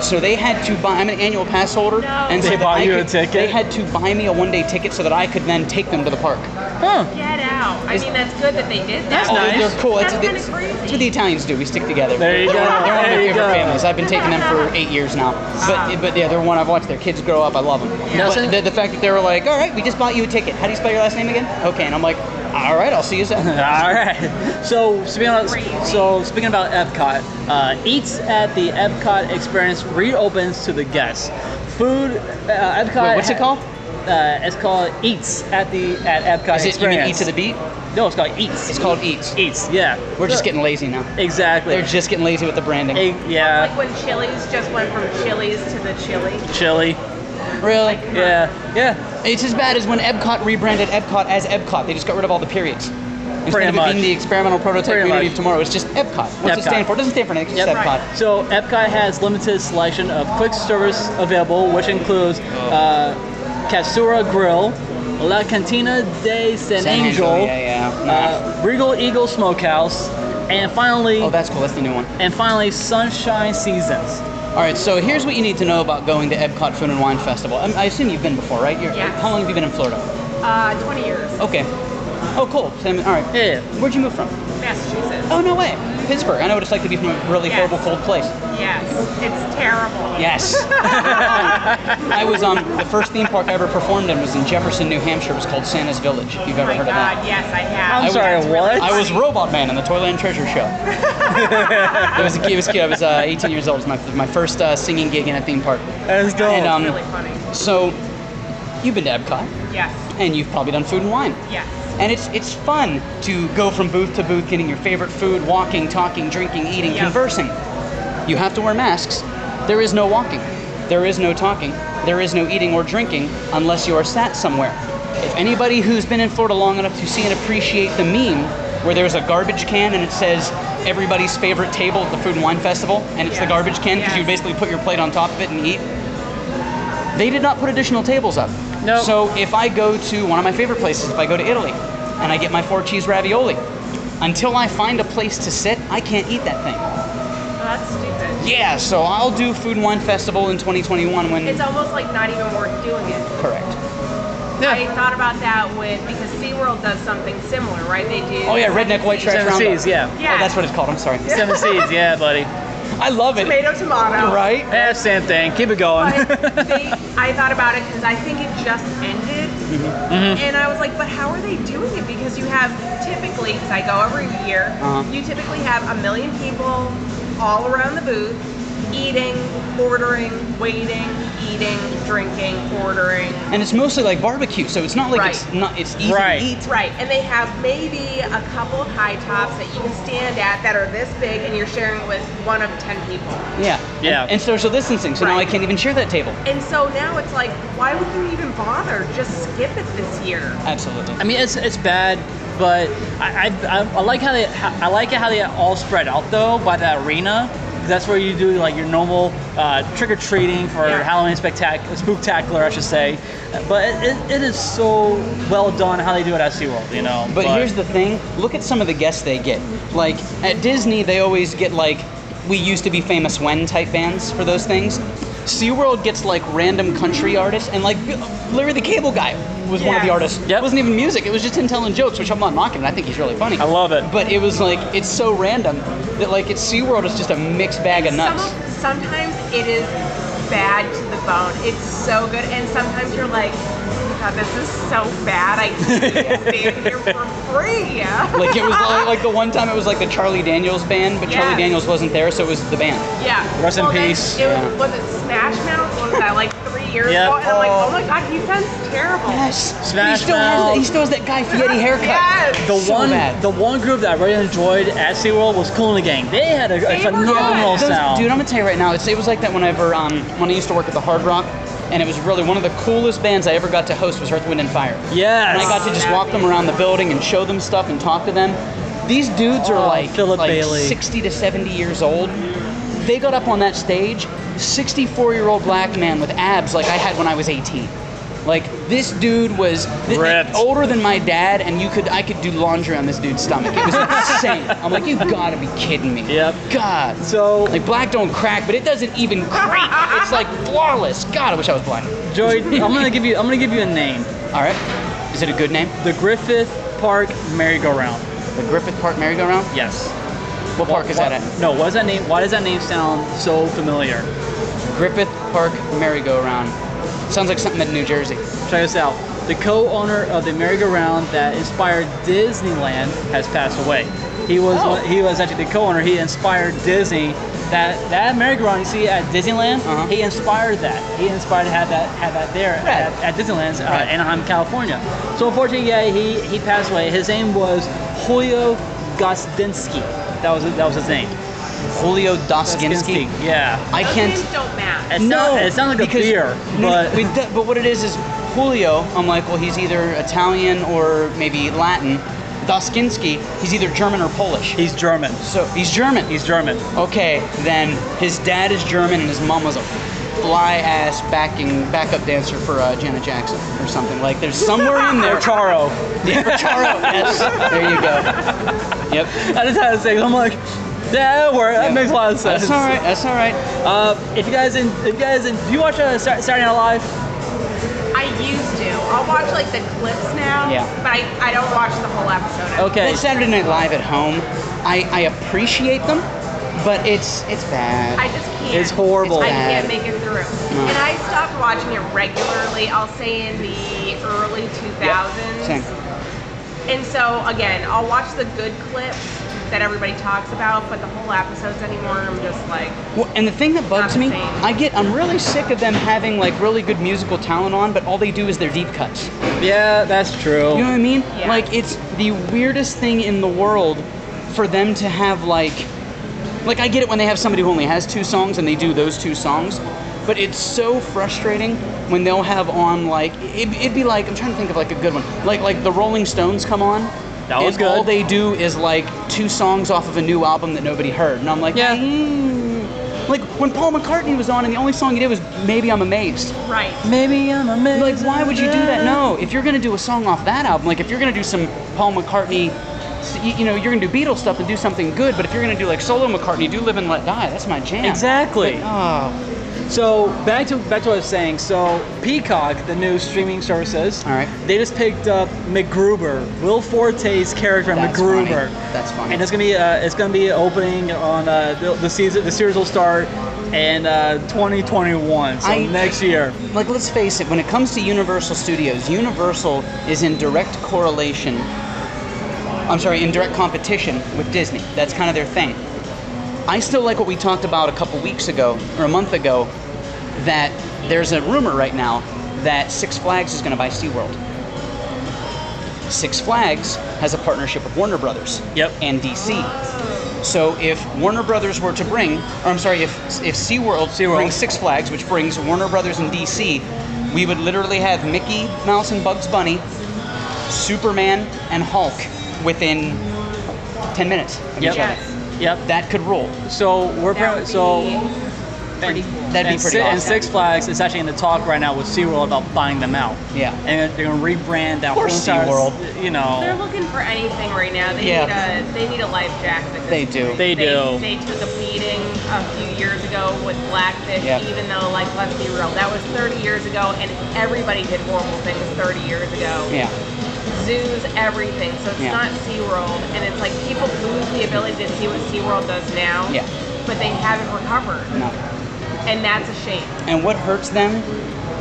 Speaker 3: So they had to buy. I'm an annual pass holder,
Speaker 4: No.
Speaker 3: and so
Speaker 2: They
Speaker 3: that
Speaker 2: bought
Speaker 3: I
Speaker 2: you a
Speaker 3: could-
Speaker 2: ticket?
Speaker 3: They had to buy me a one-day ticket so that I could then take them to the park.
Speaker 2: Huh.
Speaker 4: Oh, Get out. I mean, that's good that they did that.
Speaker 2: That's
Speaker 3: Oh,
Speaker 2: nice.
Speaker 3: they're cool. It's,
Speaker 4: That's
Speaker 3: it's,
Speaker 4: kinda crazy.
Speaker 3: it's what the Italians do. We stick together.
Speaker 2: There you go.
Speaker 3: They're one of my
Speaker 2: There you
Speaker 3: favorite
Speaker 2: go.
Speaker 3: families. I've been taking them for eight years now. But but yeah, they're one I've watched their kids grow up. I love them.
Speaker 2: Now,
Speaker 3: But
Speaker 2: since-
Speaker 3: the, the fact that they were like, all right, we just bought you a ticket. How do you spell your last name again? Okay, and I'm like, all right, I'll see you soon.
Speaker 2: All right. So speaking about so speaking about Epcot, uh, Eats at the Epcot Experience reopens to the guests. Food, uh, Epcot.
Speaker 3: Wait, what's it called?
Speaker 2: Uh, it's called Eats at the at Epcot
Speaker 3: Is it you
Speaker 2: Experience.
Speaker 3: mean eat to the beat?
Speaker 2: No, it's called Eats.
Speaker 3: It's called Eats.
Speaker 2: Eats. Yeah.
Speaker 3: We're just getting lazy now.
Speaker 2: Exactly.
Speaker 3: They're just getting lazy with the branding.
Speaker 2: Eh,
Speaker 4: Like
Speaker 2: yeah.
Speaker 4: when Chili's just went from Chili's to the Chili.
Speaker 2: Chili.
Speaker 3: Really?
Speaker 2: Yeah. Yeah.
Speaker 3: It's as bad as when Epcot rebranded Epcot as Epcot. They just got rid of all the periods. Instead
Speaker 2: Pretty
Speaker 3: of it
Speaker 2: much.
Speaker 3: being the experimental prototype
Speaker 2: Pretty
Speaker 3: community
Speaker 2: much.
Speaker 3: of tomorrow, it's just Epcot. What's
Speaker 2: Epcot.
Speaker 3: it stand for? It doesn't stand for anything. It's just
Speaker 2: Yep.
Speaker 3: Epcot.
Speaker 4: Right.
Speaker 2: So Epcot has limited selection of quick service available, which includes
Speaker 3: Oh.
Speaker 2: uh, Katsura Grill, La Cantina de San,
Speaker 3: San Angel,
Speaker 2: Angel,
Speaker 3: yeah, yeah.
Speaker 2: uh, Regal Eagle Smokehouse, and finally,
Speaker 3: Oh, that's cool. That's the new one.
Speaker 2: and finally Sunshine Seasons.
Speaker 3: All right, so here's what you need to know about going to Epcot Food and Wine Festival. Um, I assume you've been before, right? You're,
Speaker 4: Yes.
Speaker 3: How long have you been in Florida?
Speaker 4: Uh, 20 years.
Speaker 3: Okay. Oh, cool. Same, all right.
Speaker 2: Yeah.
Speaker 3: Where'd you move from?
Speaker 4: Massachusetts.
Speaker 3: Oh, no way. Pittsburgh. I know what it's like to be from a really
Speaker 4: Yes.
Speaker 3: horrible, cold place.
Speaker 4: Yes. It's terrible.
Speaker 3: Yes. I was on the first theme park I ever performed in was in Jefferson, New Hampshire. It was called Santa's Village. If you've
Speaker 4: Oh
Speaker 3: ever
Speaker 4: my
Speaker 3: heard of
Speaker 4: God.
Speaker 3: that.
Speaker 4: Yes, I have.
Speaker 2: I'm
Speaker 4: That's
Speaker 2: sorry, what?
Speaker 3: I was Robot Man in the Toyland Treasure Show. it was it was cute. I was uh, 18 years old. It was my, my first uh, singing gig in a theme park.
Speaker 2: Let's go.
Speaker 3: And um,
Speaker 4: really funny.
Speaker 3: so you've been to Epcot
Speaker 4: Yes.
Speaker 3: and you've probably done food and wine.
Speaker 4: Yes.
Speaker 3: And it's it's fun to go from booth to booth, getting your favorite food, walking, talking, drinking, eating,
Speaker 4: Yeah.
Speaker 3: conversing. You have to wear masks. There is no walking. There is no talking. There is no eating or drinking unless you are sat somewhere. If anybody who's been in Florida long enough to see and appreciate the meme where there's a garbage can and it says everybody's favorite table at the Food and Wine Festival, and it's the
Speaker 4: Yes.
Speaker 3: garbage can because you
Speaker 4: Yes.
Speaker 3: basically put your plate on top of it and eat. They did not put additional tables up.
Speaker 2: No.
Speaker 3: So if I go to one of my favorite places, if I go to Italy and I get my four cheese ravioli, until I find a place to sit, I can't eat that thing.
Speaker 4: Oh, that's stupid.
Speaker 3: Yeah, so I'll do Food and Wine Festival in 2021 when.
Speaker 4: It's almost like not even worth doing it.
Speaker 3: correct.
Speaker 4: I thought about that with because SeaWorld does something similar, right? They do.
Speaker 3: Oh, yeah, redneck white trash
Speaker 2: Seven
Speaker 3: roundup.
Speaker 2: Seas, yeah.
Speaker 4: Yeah.
Speaker 3: Oh, that's what it's called. I'm sorry.
Speaker 2: Seven Seas, yeah, buddy.
Speaker 3: I love it.
Speaker 4: Tomato, tomato.
Speaker 3: Right?
Speaker 2: Yeah, same thing. Keep it going.
Speaker 4: But they, I thought about it because I think it just ended, and I was like, "But how are they doing it?" Because you have typically, because I go every year,
Speaker 3: Uh-huh.
Speaker 4: you typically have a million people all around the booth, eating, ordering, waiting, eating, drinking, ordering.
Speaker 3: And it's mostly like barbecue, so it's not like
Speaker 4: Right.
Speaker 3: it's not. It's easy
Speaker 2: Right.
Speaker 3: to eat.
Speaker 4: Right, and they have maybe a couple of high tops that you can stand at that are this big, and you're sharing it with one of ten people.
Speaker 3: Yeah.
Speaker 2: Yeah.
Speaker 3: And, and social distancing, so now I
Speaker 4: Right.
Speaker 3: can't even share that table.
Speaker 4: And so now it's like, why would you even bother? Just skip it this year.
Speaker 3: Absolutely.
Speaker 2: I mean, it's it's bad, but I I, I, I like how they how, I like it how they all spread out though by the arena. 'Cause That's where you do like your normal uh, trick or treating for
Speaker 4: Yeah.
Speaker 2: Halloween spectac- spooktacular, I should say. But it, it, it is so well done how they do it at SeaWorld, you know.
Speaker 3: But here's the thing: look at some of the guests they get. Like at Disney, they always get like "We used to be famous when" type bands for those things. SeaWorld gets like random country artists, and like Larry the Cable Guy was one of the
Speaker 4: Yes.
Speaker 3: artists.
Speaker 2: Yep.
Speaker 3: It wasn't even music; it was just him telling jokes, which I'm not mocking. I think he's really funny.
Speaker 2: I love it.
Speaker 3: But it was like it's so random that like at SeaWorld it's just a mixed bag of
Speaker 4: Some
Speaker 3: nuts.
Speaker 4: of- sometimes it is bad to the bone. It's so good, and sometimes you're like, God, this is so bad. I can't stand here for free.
Speaker 3: like it was like, like the one time it was like the Charlie Daniels band, but Charlie
Speaker 4: Yes.
Speaker 3: Daniels wasn't there, so it was the band.
Speaker 4: yeah.
Speaker 2: Rest in
Speaker 4: then
Speaker 2: peace.
Speaker 4: It
Speaker 3: Yeah.
Speaker 4: was, was it Smash Mouth? What Was that like three years
Speaker 2: Yeah.
Speaker 4: ago? And I'm like, oh my God, he sounds terrible.
Speaker 3: Yes.
Speaker 2: Smash
Speaker 3: he still has
Speaker 2: Mouth.
Speaker 3: that, he still has that Guy Fieri haircut.
Speaker 4: Yes.
Speaker 2: the
Speaker 3: so
Speaker 2: one
Speaker 3: bad.
Speaker 2: the one group that I really enjoyed at SeaWorld was Cool and the Gang. They had a, a
Speaker 4: They were
Speaker 2: phenomenal
Speaker 4: good.
Speaker 3: Those-
Speaker 2: sound.
Speaker 3: Dude, I'm gonna tell you right now, it's, it was like that whenever um, when I used to work at the Hard Rock, and it was really one of the coolest bands I ever got to host was Earth, Wind, and Fire.
Speaker 2: yes.
Speaker 3: And I got to just walk them around the building and show them stuff and talk to them. These dudes
Speaker 2: Oh,
Speaker 3: are like,
Speaker 2: Philip
Speaker 3: like
Speaker 2: Bailey.
Speaker 3: 60 to 70 years old. They got up on that stage, 64 year old black man with abs like I had when I was 18. Like this dude was th-
Speaker 2: Ripped.
Speaker 3: older than my dad, and you could I could do laundry on this dude's stomach. It was insane. I'm like, you gotta be kidding me.
Speaker 2: Yep.
Speaker 3: God.
Speaker 2: so
Speaker 3: Like black don't crack, but it doesn't even crack. It's like flawless. God, I wish I was blind.
Speaker 2: Joy, I'm gonna give you I'm gonna give you a name.
Speaker 3: All right. Is it a good name?
Speaker 2: The Griffith Park merry-go-round.
Speaker 3: The Griffith Park merry-go-round?
Speaker 2: Yes.
Speaker 3: What park is that at?
Speaker 2: No, what does that name? Why does that name sound so familiar?
Speaker 3: Griffith Park merry-go-round. Sounds like something in New Jersey.
Speaker 2: Check this out. The co-owner of the merry-go-round that inspired Disneyland has passed away. He was
Speaker 3: Oh.
Speaker 2: one- he was actually the co-owner. He inspired Disney. That that merry-go-round you see at Disneyland,
Speaker 3: Uh-huh.
Speaker 2: he inspired that. He inspired to have that have that there at,
Speaker 3: Right.
Speaker 2: at Disneyland, uh,
Speaker 3: Right.
Speaker 2: Anaheim, California. So unfortunately, yeah, he he passed away. His name was Julio Gostinsky. That was that was his name.
Speaker 3: Julio Doskinski.
Speaker 2: Yeah.
Speaker 3: I
Speaker 4: Those
Speaker 3: can't.
Speaker 4: names don't match.
Speaker 2: It sound- it sounds like a beer,
Speaker 3: no,
Speaker 2: but
Speaker 3: we- that- but what it is is Julio. I'm like, well, he's either Italian or maybe Latin. Doskinski, he's either German or Polish.
Speaker 2: he's German.
Speaker 3: so he's German.
Speaker 2: He's German.
Speaker 3: okay. Then his dad is German and his mom was a fly ass backing backup dancer for uh, Janet Jackson or something. Like there's somewhere in there.
Speaker 2: Or Charo.
Speaker 3: Yeah, for Charo. Yes. There you go. Yep.
Speaker 2: I just had to say, 'cause I'm like, that word, that makes a lot of sense.
Speaker 3: That's all right. That's all right.
Speaker 2: Uh, if you guys, in, if you guys, in, do you watch uh, Sat- Saturday Night Live?
Speaker 4: I used to. I'll watch like the clips now.
Speaker 3: Yeah.
Speaker 4: But I, I don't watch the whole episode. I-
Speaker 2: Okay.
Speaker 3: Like Saturday Night Live at home, I, I appreciate them, but it's it's bad.
Speaker 4: I just can't.
Speaker 2: It's horrible.
Speaker 4: I
Speaker 3: It's bad.
Speaker 4: can't make it through.
Speaker 3: No.
Speaker 4: And I stopped watching it regularly, I'll say in the early 2000s.
Speaker 3: Same.
Speaker 4: And so, again, I'll watch the good clips that everybody talks about, but the whole episodes anymore, I'm just like,
Speaker 3: Well, and the thing that bugs
Speaker 4: Not
Speaker 3: me,
Speaker 4: the same.
Speaker 3: I get I'm really sick of them having like really good musical talent on, but all they do is their deep cuts.
Speaker 2: Yeah, that's true.
Speaker 3: You know what I mean?
Speaker 4: Yeah.
Speaker 3: Like it's the weirdest thing in the world for them to have like like I get it when they have somebody who only has two songs and they do those two songs, but it's so frustrating when they'll have on like it, it'd be like I'm trying to think of like a good one. Like like the Rolling Stones come on.
Speaker 2: That was
Speaker 3: and All
Speaker 2: good.
Speaker 3: they do is like two songs off of a new album that nobody heard, and I'm like,
Speaker 2: Yeah.
Speaker 3: "Mm." Like when Paul McCartney was on, and the only song he did was "Maybe I'm Amazed."
Speaker 4: right.
Speaker 2: Maybe I'm amazing.
Speaker 3: Like, why would you do that? No, if you're gonna do a song off that album, like if you're gonna do some Paul McCartney, s- you- you know, you're gonna do Beatles stuff and do something good. But if you're gonna do like solo McCartney, do "Live and Let Die." That's my jam.
Speaker 2: Exactly.
Speaker 3: Oh,
Speaker 2: So back to back to what I was saying. So Peacock, the new streaming services,
Speaker 3: All right.
Speaker 2: They just picked up McGruber, Will Forte's character
Speaker 3: That's
Speaker 2: McGruber.
Speaker 3: funny. That's funny.
Speaker 2: And it's gonna be uh, it's gonna be opening on uh, the, the season. The series will start in uh, 2021, so
Speaker 3: I-
Speaker 2: next year.
Speaker 3: like let's face it. When it comes to Universal Studios, Universal is in direct correlation. I'm sorry, in direct competition with Disney. That's kind of their thing. I still like what we talked about a couple weeks ago or a month ago that there's a rumor right now that Six Flags is going to buy SeaWorld. Six Flags has a partnership with Warner Brothers
Speaker 2: Yep.
Speaker 3: and DC. So if Warner Brothers were to bring, or I'm sorry, if if SeaWorld,
Speaker 2: SeaWorld.
Speaker 3: brings Six Flags, which brings Warner Brothers and DC, we would literally have Mickey Mouse and Bugs Bunny, Superman and Hulk within 10 minutes of
Speaker 2: Yep.
Speaker 3: each other.
Speaker 4: Yes.
Speaker 2: Yep.
Speaker 3: That could rule.
Speaker 2: So we're
Speaker 4: That
Speaker 2: pretty,
Speaker 4: would
Speaker 2: so
Speaker 4: be pretty
Speaker 2: and-
Speaker 4: cool.
Speaker 3: That'd be
Speaker 2: and
Speaker 3: pretty
Speaker 2: Si-
Speaker 3: awesome.
Speaker 2: And Six Flags is actually in the talk right now with SeaWorld about buying them out.
Speaker 3: Yeah.
Speaker 2: And they're gonna rebrand that
Speaker 3: Poor
Speaker 2: whole entire,
Speaker 3: SeaWorld.
Speaker 2: You
Speaker 4: They're
Speaker 2: know.
Speaker 4: looking for anything right now. They
Speaker 3: Yeah.
Speaker 4: need a they need a life jacket.
Speaker 3: They do.
Speaker 2: They do.
Speaker 4: They took a beating a few years ago with Blackfish,
Speaker 3: Yep.
Speaker 4: even though like let's be real, that was 30 years ago, and everybody did horrible things 30 years ago.
Speaker 3: Yeah.
Speaker 4: Zoos, everything. So it's
Speaker 3: Yeah.
Speaker 4: not SeaWorld, and it's like people lose the ability to see what SeaWorld does now.
Speaker 3: Yeah.
Speaker 4: But they haven't recovered,
Speaker 3: No.
Speaker 4: and that's a shame.
Speaker 3: And what hurts them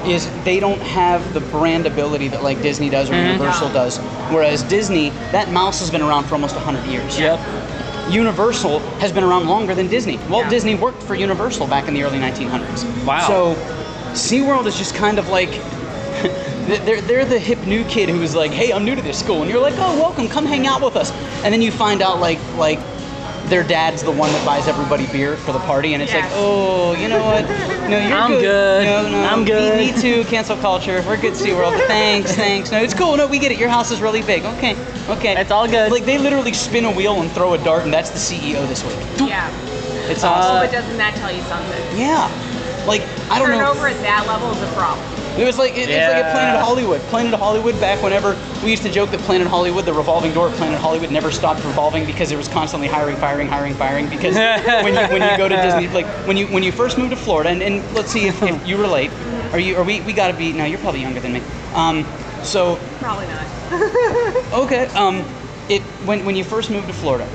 Speaker 3: is they don't have the brand ability that like Disney does or
Speaker 2: Mm-hmm.
Speaker 3: Universal
Speaker 4: Yeah.
Speaker 3: does. Whereas Disney, that mouse has been around for almost 100 years.
Speaker 2: Yep.
Speaker 3: Universal has been around longer than Disney. Walt
Speaker 4: Yeah.
Speaker 3: Disney worked for Universal back in the early 1900s.
Speaker 2: Wow.
Speaker 3: So SeaWorld is just kind of like they're, they're the hip new kid who is like, hey, I'm new to this school. And you're like, oh, welcome, come hang out with us. And then you find out like, like, their dad's the one that buys everybody beer for the party, and it's
Speaker 4: Yes.
Speaker 3: like, oh, you know what? No, you're
Speaker 2: I'm good.
Speaker 3: No, no,
Speaker 2: I'm
Speaker 3: me-
Speaker 2: good."
Speaker 3: Me, too. Cancel culture. We're good, SeaWorld. Thanks, thanks. No, it's cool. No, we get it. Your house is really big. Okay, okay.
Speaker 2: It's all good.
Speaker 3: Like they literally spin a wheel and throw a dart, and that's the CEO this week.
Speaker 4: Yeah.
Speaker 3: It's
Speaker 4: Oh,
Speaker 3: awesome.
Speaker 4: but doesn't that tell you something?
Speaker 3: yeah. Like I don't know.
Speaker 4: Turnover at that level is a problem.
Speaker 3: It was like it, it's like at
Speaker 2: Yeah.
Speaker 3: Planet Hollywood. Planet Hollywood back whenever we used to joke that Planet Hollywood, the revolving door of Planet Hollywood, never stopped revolving because it was constantly hiring, firing, hiring, firing. Because when you when you go to Disney, like when you when you first moved to Florida, and, and let's see if, if you relate. Are you? Are we? We gotta be. No, you're probably younger than me. Um, So
Speaker 4: Probably not.
Speaker 3: Okay. Um, it when when you first moved to Florida,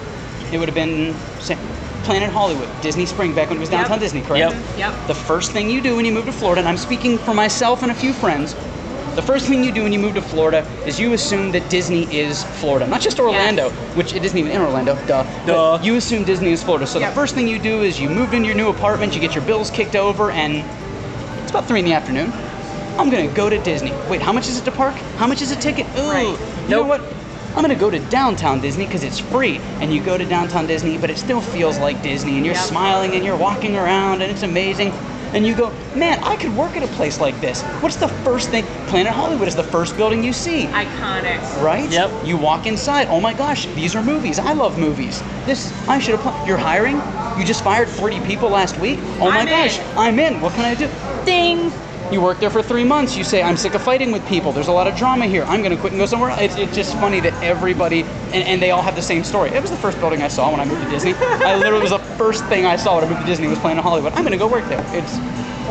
Speaker 3: it would have been Sa- Planet Hollywood, Disney Spring, back when it was downtown
Speaker 4: Yep.
Speaker 3: Disney, correct?
Speaker 2: Yep.
Speaker 4: yep.
Speaker 3: The first thing you do when you move to Florida, and I'm speaking for myself and a few friends, the first thing you do when you move to Florida is you assume that Disney is Florida, not just Orlando, which it isn't even in Orlando, duh.
Speaker 2: Duh.
Speaker 3: But you assume Disney is Florida. So
Speaker 4: Yep.
Speaker 3: the first thing you do is you move into your new apartment, you get your bills kicked over, and it's about three in the afternoon. I'm gonna go to Disney. Wait, how much is it to park? How much is a ticket? Ooh,
Speaker 4: Right.
Speaker 3: you know
Speaker 2: Nope.
Speaker 3: what? I'm gonna go to downtown Disney because it's free, and you go to downtown Disney, but it still feels like Disney, and you're
Speaker 4: Yep.
Speaker 3: smiling and you're walking around, and it's amazing. And you go, man, I could work at a place like this. What's the first thing? Planet Hollywood is the first building you see
Speaker 4: Iconic.
Speaker 3: right?
Speaker 2: Yep.
Speaker 3: You walk inside. Oh my gosh, these are movies. I love movies. This I should apply. You're hiring? You just fired 40 people last week. Oh my
Speaker 4: I'm in.
Speaker 3: gosh, I'm in. What can I do? Ding. You work there for three months. You say, I'm sick of fighting with people. There's a lot of drama here. I'm going to quit and go somewhere. else." It's, it's just funny that everybody, and, and they all have the same story. It was the first building I saw when I moved to Disney. I literally it was the first thing I saw when I moved to Disney was Planet Hollywood. I'm going to go work there. It's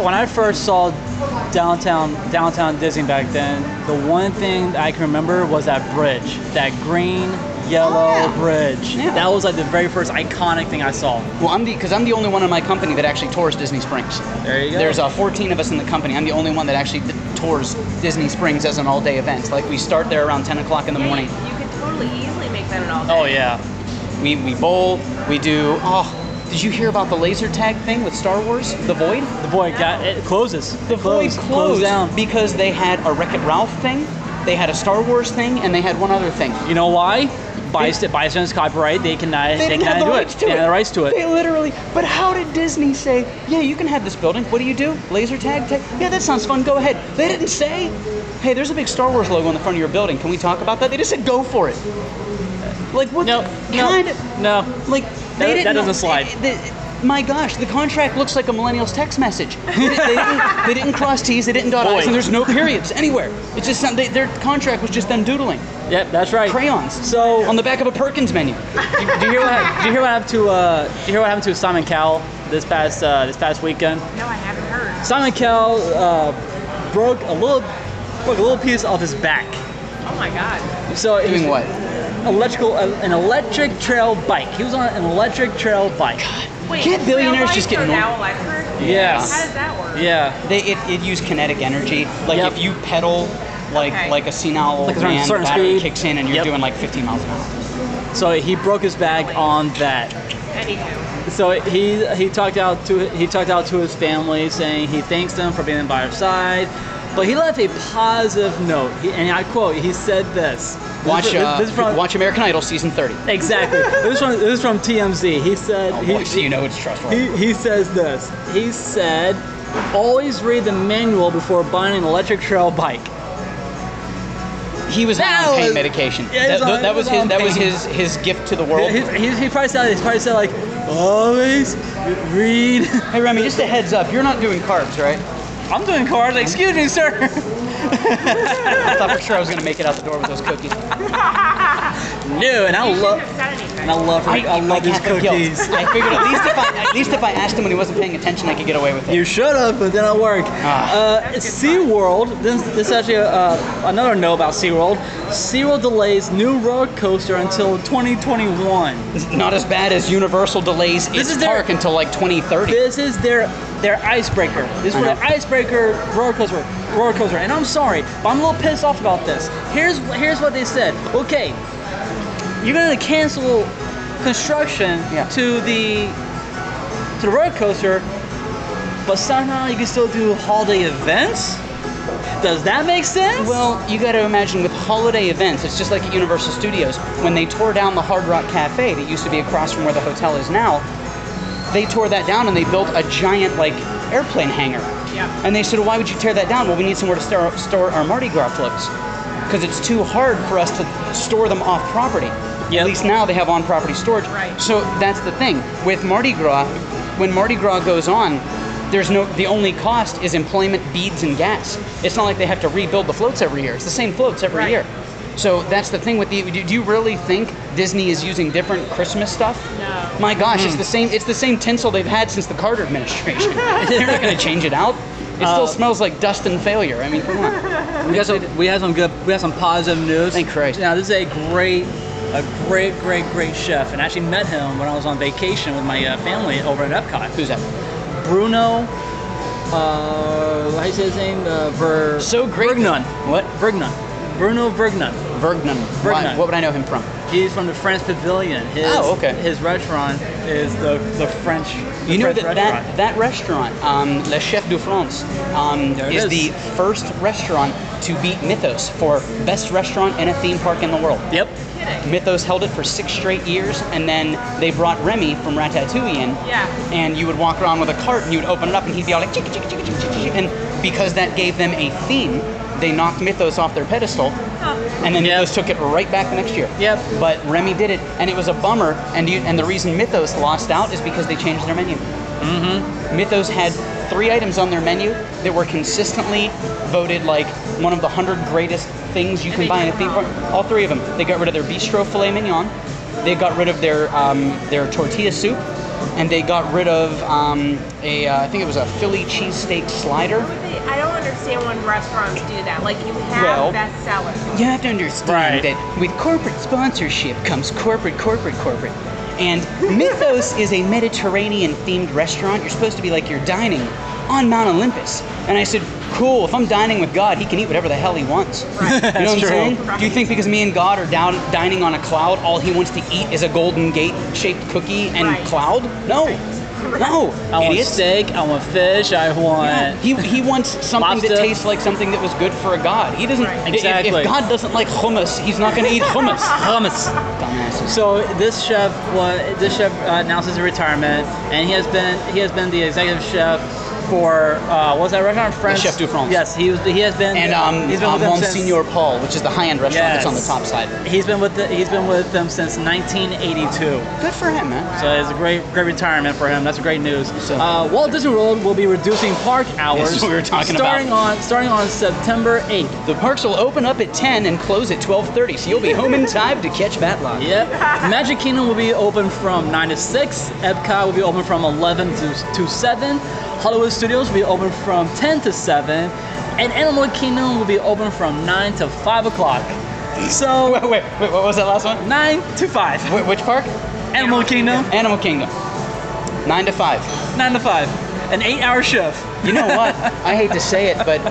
Speaker 2: when I first saw downtown downtown Disney back then, the one thing that I can remember was that bridge, that green yellow
Speaker 3: Oh, yeah.
Speaker 2: bridge.
Speaker 3: Yeah.
Speaker 2: That was like the very first iconic thing I saw.
Speaker 3: well, I'm the because I'm the only one in my company that actually tours Disney Springs.
Speaker 2: There you go.
Speaker 3: There's uh, 14 of us in the company. I'm the only one that actually th- tours Disney Springs as an all-day event. Like we start there around 10 o'clock in the
Speaker 4: Yeah,
Speaker 3: morning.
Speaker 4: You, you could totally easily make that an all day.
Speaker 2: oh yeah.
Speaker 3: We we bowl. We do. Oh, did you hear about the laser tag thing with Star Wars? The Void.
Speaker 2: The boy got it closes.
Speaker 3: The
Speaker 2: Close-
Speaker 3: Void
Speaker 2: closed
Speaker 3: closed
Speaker 2: down.
Speaker 3: because they had a Wreck-It Ralph thing. They had a Star Wars thing, and they had one other thing.
Speaker 2: You know why? Byst- Bystanders copyright. They cannot.
Speaker 3: They, didn't
Speaker 2: cannot
Speaker 3: have the
Speaker 2: do
Speaker 3: rights
Speaker 2: it.
Speaker 3: to
Speaker 2: They
Speaker 3: it.
Speaker 2: have the rights to it.
Speaker 3: They literally. But how did Disney say, "Yeah, you can have this building"? What do you do? Laser tag? tag? Yeah, that sounds fun. Go ahead. They didn't say, "Hey, there's a big Star Wars logo on the front of your building. Can we talk about that?" They just said, "Go for it." Like what?
Speaker 2: no. No.
Speaker 3: Kind of.
Speaker 2: No.
Speaker 3: Like
Speaker 2: That-
Speaker 3: they didn't.
Speaker 2: that doesn't slide.
Speaker 3: the- my gosh, the contract looks like a millennial's text message. They, didn't- they didn't, they didn't cross T's, they didn't dot
Speaker 2: Boy.
Speaker 3: I's, and there's no periods anywhere. It's just some, they, their contract was just them doodling
Speaker 2: Yep, that's right.
Speaker 3: crayons.
Speaker 2: So-
Speaker 3: on the back of a Perkins menu.
Speaker 2: do, you- do you hear what hap- do you hear what happened to uh, do you hear what happened to Simon Cowell this past uh, this past weekend?
Speaker 4: No, I haven't heard.
Speaker 2: Simon Cowell uh, broke a little broke a little piece off his back.
Speaker 4: Oh my god.
Speaker 2: So it
Speaker 3: Doing
Speaker 2: was
Speaker 3: what?
Speaker 2: Electrical uh, an electric trail bike. He was on an electric trail bike.
Speaker 4: Wait,
Speaker 3: Can't billionaires just get
Speaker 4: real life or
Speaker 3: normal-
Speaker 4: now electric?
Speaker 2: Yes.
Speaker 4: How does that work?
Speaker 2: Yeah.
Speaker 3: They it, it used kinetic energy. Like
Speaker 2: Yep.
Speaker 3: if you pedal like
Speaker 4: Okay.
Speaker 3: like a senile old
Speaker 2: Like a certain-
Speaker 3: man, the
Speaker 2: certain
Speaker 3: battery
Speaker 2: speed.
Speaker 3: kicks in and you're
Speaker 2: Yep.
Speaker 3: doing like 15 miles an hour.
Speaker 2: So he broke his back on that.
Speaker 4: Anywho.
Speaker 2: So he he talked out to he talked out to his family saying he thanks them for being by our side. But he left a positive note, He- and I quote: "He said this. This
Speaker 3: Watch
Speaker 2: is-
Speaker 3: uh,
Speaker 2: this is from-
Speaker 3: watch American Idol season 30.
Speaker 2: Exactly. this is from this is from TMZ. He said
Speaker 3: Oh
Speaker 2: he-
Speaker 3: boy, so you know it's trustworthy.
Speaker 2: He, he says this. He said, always read the manual before buying an electric trail bike.
Speaker 3: He was high on
Speaker 2: That
Speaker 3: pain
Speaker 2: was-
Speaker 3: medication.
Speaker 2: Yeah, he was
Speaker 3: that,
Speaker 2: on-
Speaker 3: that
Speaker 2: he
Speaker 3: was
Speaker 2: was
Speaker 3: his
Speaker 2: on
Speaker 3: that was
Speaker 2: pain.
Speaker 3: his his gift to the world.
Speaker 2: He, he, he probably said he probably said like, always read.
Speaker 3: Hey Remy, just a heads up, you're not doing carbs, right?
Speaker 2: I'm doing cars. Excuse me, sir.
Speaker 3: I thought for sure I was gonna make it out the door with those cookies.
Speaker 2: No, and I
Speaker 4: You shouldn't
Speaker 2: love
Speaker 4: have said anything.
Speaker 2: and I love I, I love these
Speaker 3: can't the guilt.
Speaker 2: cookies.
Speaker 3: I figured at least if I at least if I asked him when he wasn't paying attention, I could get away with it.
Speaker 2: You should have, but didn't work.
Speaker 3: Ah.
Speaker 2: Uh, SeaWorld, this, this is actually uh, another note about SeaWorld. SeaWorld delays new roller coaster until 2021.
Speaker 3: It's not as bad as Universal delays
Speaker 2: This
Speaker 3: its
Speaker 2: is their-
Speaker 3: park until like 2030.
Speaker 2: This is their their icebreaker. This is
Speaker 3: I
Speaker 2: for
Speaker 3: know.
Speaker 2: the icebreaker roller coaster roller coaster. And I'm sorry, but I'm a little pissed off about this. Here's here's what they said. Okay, you're gonna cancel construction
Speaker 3: Yeah.
Speaker 2: to the to the roller coaster, but somehow you can still do holiday events. Does that make sense?
Speaker 3: Well, you got to imagine with holiday events, it's just like at Universal Studios. When they tore down the Hard Rock Cafe that used to be across from where the hotel is now, they tore that down and they built a giant, like, airplane hangar.
Speaker 4: Yeah.
Speaker 3: And they said, why would you tear that down? Well, we need somewhere to store, store our Mardi Gras floats because it's too hard for us to store them off property.
Speaker 2: Yep.
Speaker 3: At least now they have on property storage.
Speaker 4: Right.
Speaker 3: So that's the thing. With Mardi Gras, when Mardi Gras goes on, there's no the only cost is employment, beads, and gas. It's not like they have to rebuild the floats every year. It's the same floats every
Speaker 4: Right.
Speaker 3: year. So that's the thing with the do do you really think Disney is using different Christmas stuff?
Speaker 4: No.
Speaker 3: My gosh, it's the same it's the same tinsel they've had since the Carter administration. They're not gonna change it out. It still smells like dust and failure. I mean, come on.
Speaker 2: We got some, we have some good, we have some positive news.
Speaker 3: Thank Christ.
Speaker 2: Now this is a great, a great, great, great chef, and I actually met him when I was on vacation with my uh, family over at Epcot.
Speaker 3: Who's that?
Speaker 2: Bruno, uh, how do you say his name? Uh, Ver.
Speaker 3: So great.
Speaker 2: Vergnon.
Speaker 3: What?
Speaker 2: Vergnon. Bruno Vergnon.
Speaker 3: Bergman.
Speaker 2: Bergman.
Speaker 3: What would I know him from?
Speaker 2: He's from the French Pavilion. His,
Speaker 3: Oh, okay.
Speaker 2: His restaurant is the, the French. the
Speaker 3: You know
Speaker 2: French restaurant.
Speaker 3: that that, that restaurant, um, Le Chef du France, um,
Speaker 2: There it
Speaker 3: is,
Speaker 2: is.
Speaker 3: the first restaurant to beat Mythos for best restaurant in a theme park in the world.
Speaker 2: Yep.
Speaker 3: Mythos held it for six straight years, and then they brought Remy from Ratatouille in.
Speaker 4: Yeah.
Speaker 3: And you would walk around with a cart, and you would open it up, and he'd be all like, "Chicka, chicka, chicka, chicka, chicka," and because that gave them a theme, they knocked Mythos off their pedestal, and then
Speaker 2: Yeah.
Speaker 3: Mythos took it right back the next year.
Speaker 2: Yep.
Speaker 3: But Remy did it, and it was a bummer. And you, and the reason Mythos lost out is because they changed their menu. Mythos had three items on their menu that were consistently voted like one of the hundred greatest things you can buy in a theme park. All three of them. They got rid of their bistro filet mignon, they got rid of their um, their tortilla soup, and they got rid of um, a uh, I think it was a Philly cheesesteak slider.
Speaker 4: I don't understand when restaurants do that. Like you have
Speaker 3: Well-
Speaker 4: bestsellers.
Speaker 3: You have to understand
Speaker 2: Right.
Speaker 3: that with corporate sponsorship comes corporate, corporate, corporate. And Mythos is a Mediterranean themed restaurant. You're supposed to be like you're dining on Mount Olympus. And I said, cool, if I'm dining with God, he can eat whatever the hell he wants. You know
Speaker 4: Right.
Speaker 3: what I'm
Speaker 2: That's true.
Speaker 3: saying? Do you think because me and God are down dining on a cloud, all he wants to eat is a Golden Gate shaped cookie and
Speaker 4: Right.
Speaker 3: cloud? No. No.
Speaker 2: I want
Speaker 3: idiots.
Speaker 2: steak. I want fish. I want.
Speaker 3: Yeah, He, he wants something that
Speaker 2: Lobster.
Speaker 3: tastes like something that was good for a god. He doesn't.
Speaker 4: Right.
Speaker 3: i- i-
Speaker 2: Exactly.
Speaker 3: If God doesn't like hummus, he's not going to eat hummus.
Speaker 2: hummus.
Speaker 3: Dumbasses.
Speaker 2: So this chef, wa this chef uh, announces his retirement, and he has been he has been the executive chef for uh, what was that restaurant France?
Speaker 3: Chef du France.
Speaker 2: Yes, he was. He has been.
Speaker 3: And um,
Speaker 2: he's been
Speaker 3: uh,
Speaker 2: with them since-
Speaker 3: Monsignor Paul, which is the high-end restaurant that's on the
Speaker 2: Yes.
Speaker 3: top side.
Speaker 2: He's been with the, he's been with them since 1982.
Speaker 3: Good for him, man.
Speaker 2: So it's a great great retirement for him. That's great news.
Speaker 3: So-
Speaker 2: uh, Walt Disney World will be reducing park hours.
Speaker 3: what we were talking about.
Speaker 2: starting on starting on September 8th.
Speaker 3: The parks will open up at 10 and close at 12:30, so you'll be home in time to catch that lot.
Speaker 2: Yep. Magic Kingdom will be open from 9 to 6. Epcot will be open from 11 to, to 7. Hollywood Studios will be open from 10 to 7. And Animal Kingdom will be open from 9 to 5 o'clock.
Speaker 3: Wait,
Speaker 2: So,
Speaker 3: wait, wait, what was that last one?
Speaker 2: 9 to 5.
Speaker 3: Wh- which park?
Speaker 2: Animal Kingdom,
Speaker 3: Animal Kingdom. Nine to five.
Speaker 2: 9 to 5. An 8 hour shift.
Speaker 3: You know what? I hate to say it, but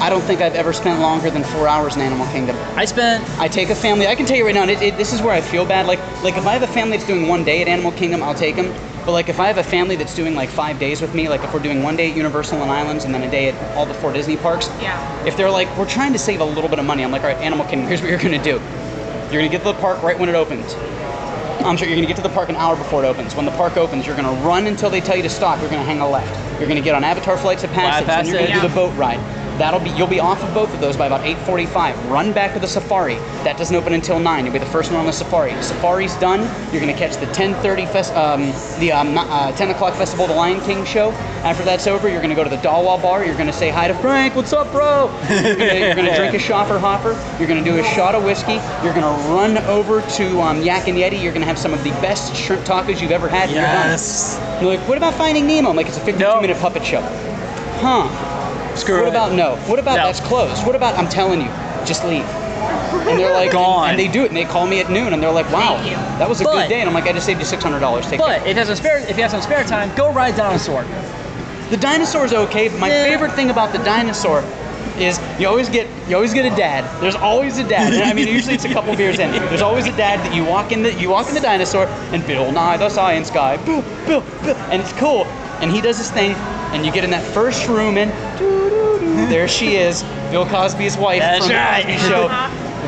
Speaker 3: I don't think I've ever spent longer than four hours in Animal Kingdom.
Speaker 2: I spent.
Speaker 3: I take a family. I can tell you right now, and it, it, this is where I feel bad. Like, like if I have a family that's doing one day at Animal Kingdom, I'll take them. But like, if I have a family that's doing like five days with me, like if we're doing one day at Universal and Islands and then a day at all the four Disney parks,
Speaker 4: Yeah.
Speaker 3: If they're like, we're trying to save a little bit of money, I'm like, all right, Animal Kingdom, here's what you're gonna do. You're gonna get to the park right when it opens. I'm sorry, you're gonna get to the park an hour before it opens. When the park opens, you're gonna run until they tell you to stop. You're gonna hang a left. You're gonna get on Avatar flights at Passage, and
Speaker 2: past
Speaker 3: you're gonna
Speaker 2: it.
Speaker 3: do the
Speaker 4: Yeah.
Speaker 3: boat ride. That'll be you'll be off of both of those by about 8:45. Run back to the safari. That doesn't open until nine. You'll be the first one on the safari. Safari's done. You're gonna catch the 10:30 fest, um, the um, not- uh, 10 o'clock festival, the Lion King show. After that's over, you're gonna go to the Dawa bar. You're gonna say hi to Frank. What's up, bro? You're gonna, you're gonna drink a shoffer hopper. You're gonna do a shot of whiskey. You're gonna run over to um, Yak and Yeti. You're gonna have some of the best shrimp tacos you've ever had. and you're done. And They're like, what about Finding Nemo? I'm like, it's a 52
Speaker 2: No.
Speaker 3: minute puppet show. Huh.
Speaker 2: Screw
Speaker 3: What
Speaker 2: it.
Speaker 3: about no? What about
Speaker 2: No.
Speaker 3: that's closed? What about I'm telling you, just leave? And they're like,
Speaker 2: Gone.
Speaker 3: And, they do it, and they call me at noon, and they're like, wow,
Speaker 4: Thank you.
Speaker 3: that was a
Speaker 2: But-
Speaker 3: good day. And I'm like, I just saved you $600. Take
Speaker 2: But if you have some spare, if you have some spare time, go ride dinosaur.
Speaker 3: it. The dinosaur's okay, but my
Speaker 2: Yeah.
Speaker 3: favorite thing about the dinosaur is you always get you always get a dad. There's always a dad. And I mean, usually it's a couple beers in. There's always a dad that you walk in the you walk in the dinosaur, and Bill Nye the Science Guy, Bill, Bill, Bill, and it's cool. And he does his thing, and you get in that first room, and doo-doo-doo, there she is, Bill Cosby's wife
Speaker 2: That's
Speaker 3: from the
Speaker 2: right.
Speaker 3: Cosby Show.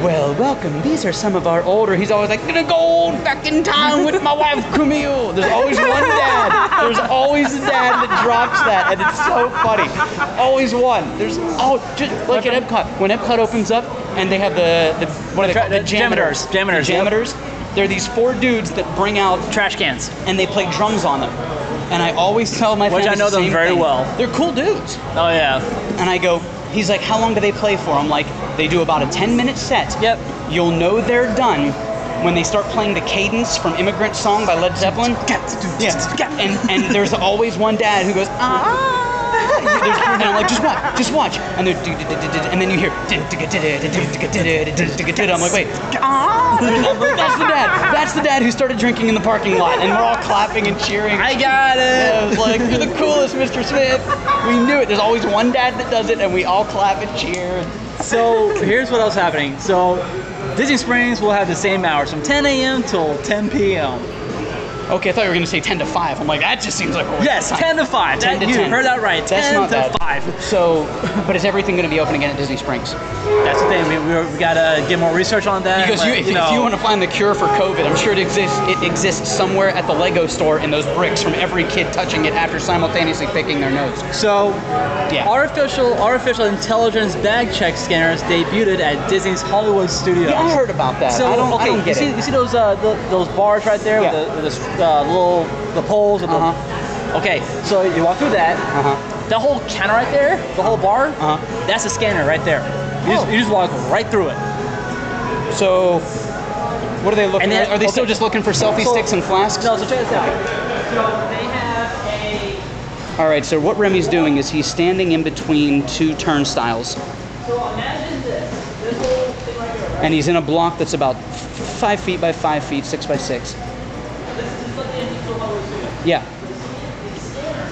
Speaker 3: Well, welcome. These are some of our older. He's always like, gonna go back in time with my wife Camille. There's always one dad. There's always a dad that drops that, and it's so funny. Always one. There's oh, just like at Epcot. When Epcot opens up, and they have the the what are they
Speaker 2: Tra-
Speaker 3: called? The
Speaker 2: the jameters. Jameters,
Speaker 3: The
Speaker 2: yep.
Speaker 3: jameters. They're these four dudes that bring out
Speaker 2: Trash cans.
Speaker 3: and they play drums on them. And I always tell my
Speaker 2: Which I
Speaker 3: friends
Speaker 2: know
Speaker 3: the
Speaker 2: them
Speaker 3: same
Speaker 2: very
Speaker 3: thing.
Speaker 2: well.
Speaker 3: They're cool dudes.
Speaker 2: Oh yeah.
Speaker 3: And I go, he's like, how long do they play for? I'm like, they do about a 10 minute set.
Speaker 2: Yep.
Speaker 3: You'll know they're done when they start playing the cadence from Immigrant Song by Led Zeppelin. Yeah. And, and there's always one dad who goes, ah. and I'm like, just watch, just watch. And they're, and then you hear, I'm like, wait, I'm like, that's the dad. That's the dad who started drinking in the parking lot, and we're all clapping and cheering.
Speaker 2: I got
Speaker 3: Yeah, I
Speaker 2: it.
Speaker 3: was like, you're the coolest, Mr. Smith. We knew it. There's always one dad that does it, and we all clap and cheer.
Speaker 2: So here's what else happening. So Disney Springs will have the same hours from 10 a.m. till 10 p.m.
Speaker 3: Okay, I thought you were gonna say 10 to 5. I'm like, that just seems like a waste of
Speaker 2: Yes,
Speaker 3: time.
Speaker 2: 10 to 5.
Speaker 3: 10
Speaker 2: That-
Speaker 3: to
Speaker 2: you
Speaker 3: 10.
Speaker 2: heard that right.
Speaker 3: That's
Speaker 2: 10
Speaker 3: not
Speaker 2: to
Speaker 3: bad.
Speaker 2: 5.
Speaker 3: So, but is everything gonna be open again at Disney Springs?
Speaker 2: That's the thing. We, we, we gotta get more research on that.
Speaker 3: Because
Speaker 2: but,
Speaker 3: you, if, if you want to find the cure for COVID, I'm sure it exists. It exists somewhere at the Lego store in those bricks from every kid touching it after simultaneously picking their nose.
Speaker 2: So,
Speaker 3: Yeah.
Speaker 2: artificial artificial intelligence bag check scanners debuted at Disney's Hollywood Studios.
Speaker 3: Yeah, I heard about that.
Speaker 2: So
Speaker 3: I don't,
Speaker 2: okay,
Speaker 3: I don't get
Speaker 2: you see
Speaker 3: it.
Speaker 2: you see those uh, the, those bars right there
Speaker 3: Yeah.
Speaker 2: with the, with the uh, little the poles. With the,
Speaker 3: Uh-huh.
Speaker 2: okay, so you walk through that.
Speaker 3: Uh-huh.
Speaker 2: That whole counter right there, the whole bar.
Speaker 3: Uh-huh.
Speaker 2: That's a scanner right there. You, just,
Speaker 3: Oh.
Speaker 2: you just walk right through it.
Speaker 3: So, what are they looking?
Speaker 2: And then-
Speaker 3: at? Are they still
Speaker 2: okay.
Speaker 3: just looking for selfie
Speaker 2: So-
Speaker 3: sticks and flasks?
Speaker 2: No, so check this out.
Speaker 3: All right, so what Remy's doing is he's standing in between two turnstiles. And he's in a block that's about f- five feet by five feet, six by six. Yeah.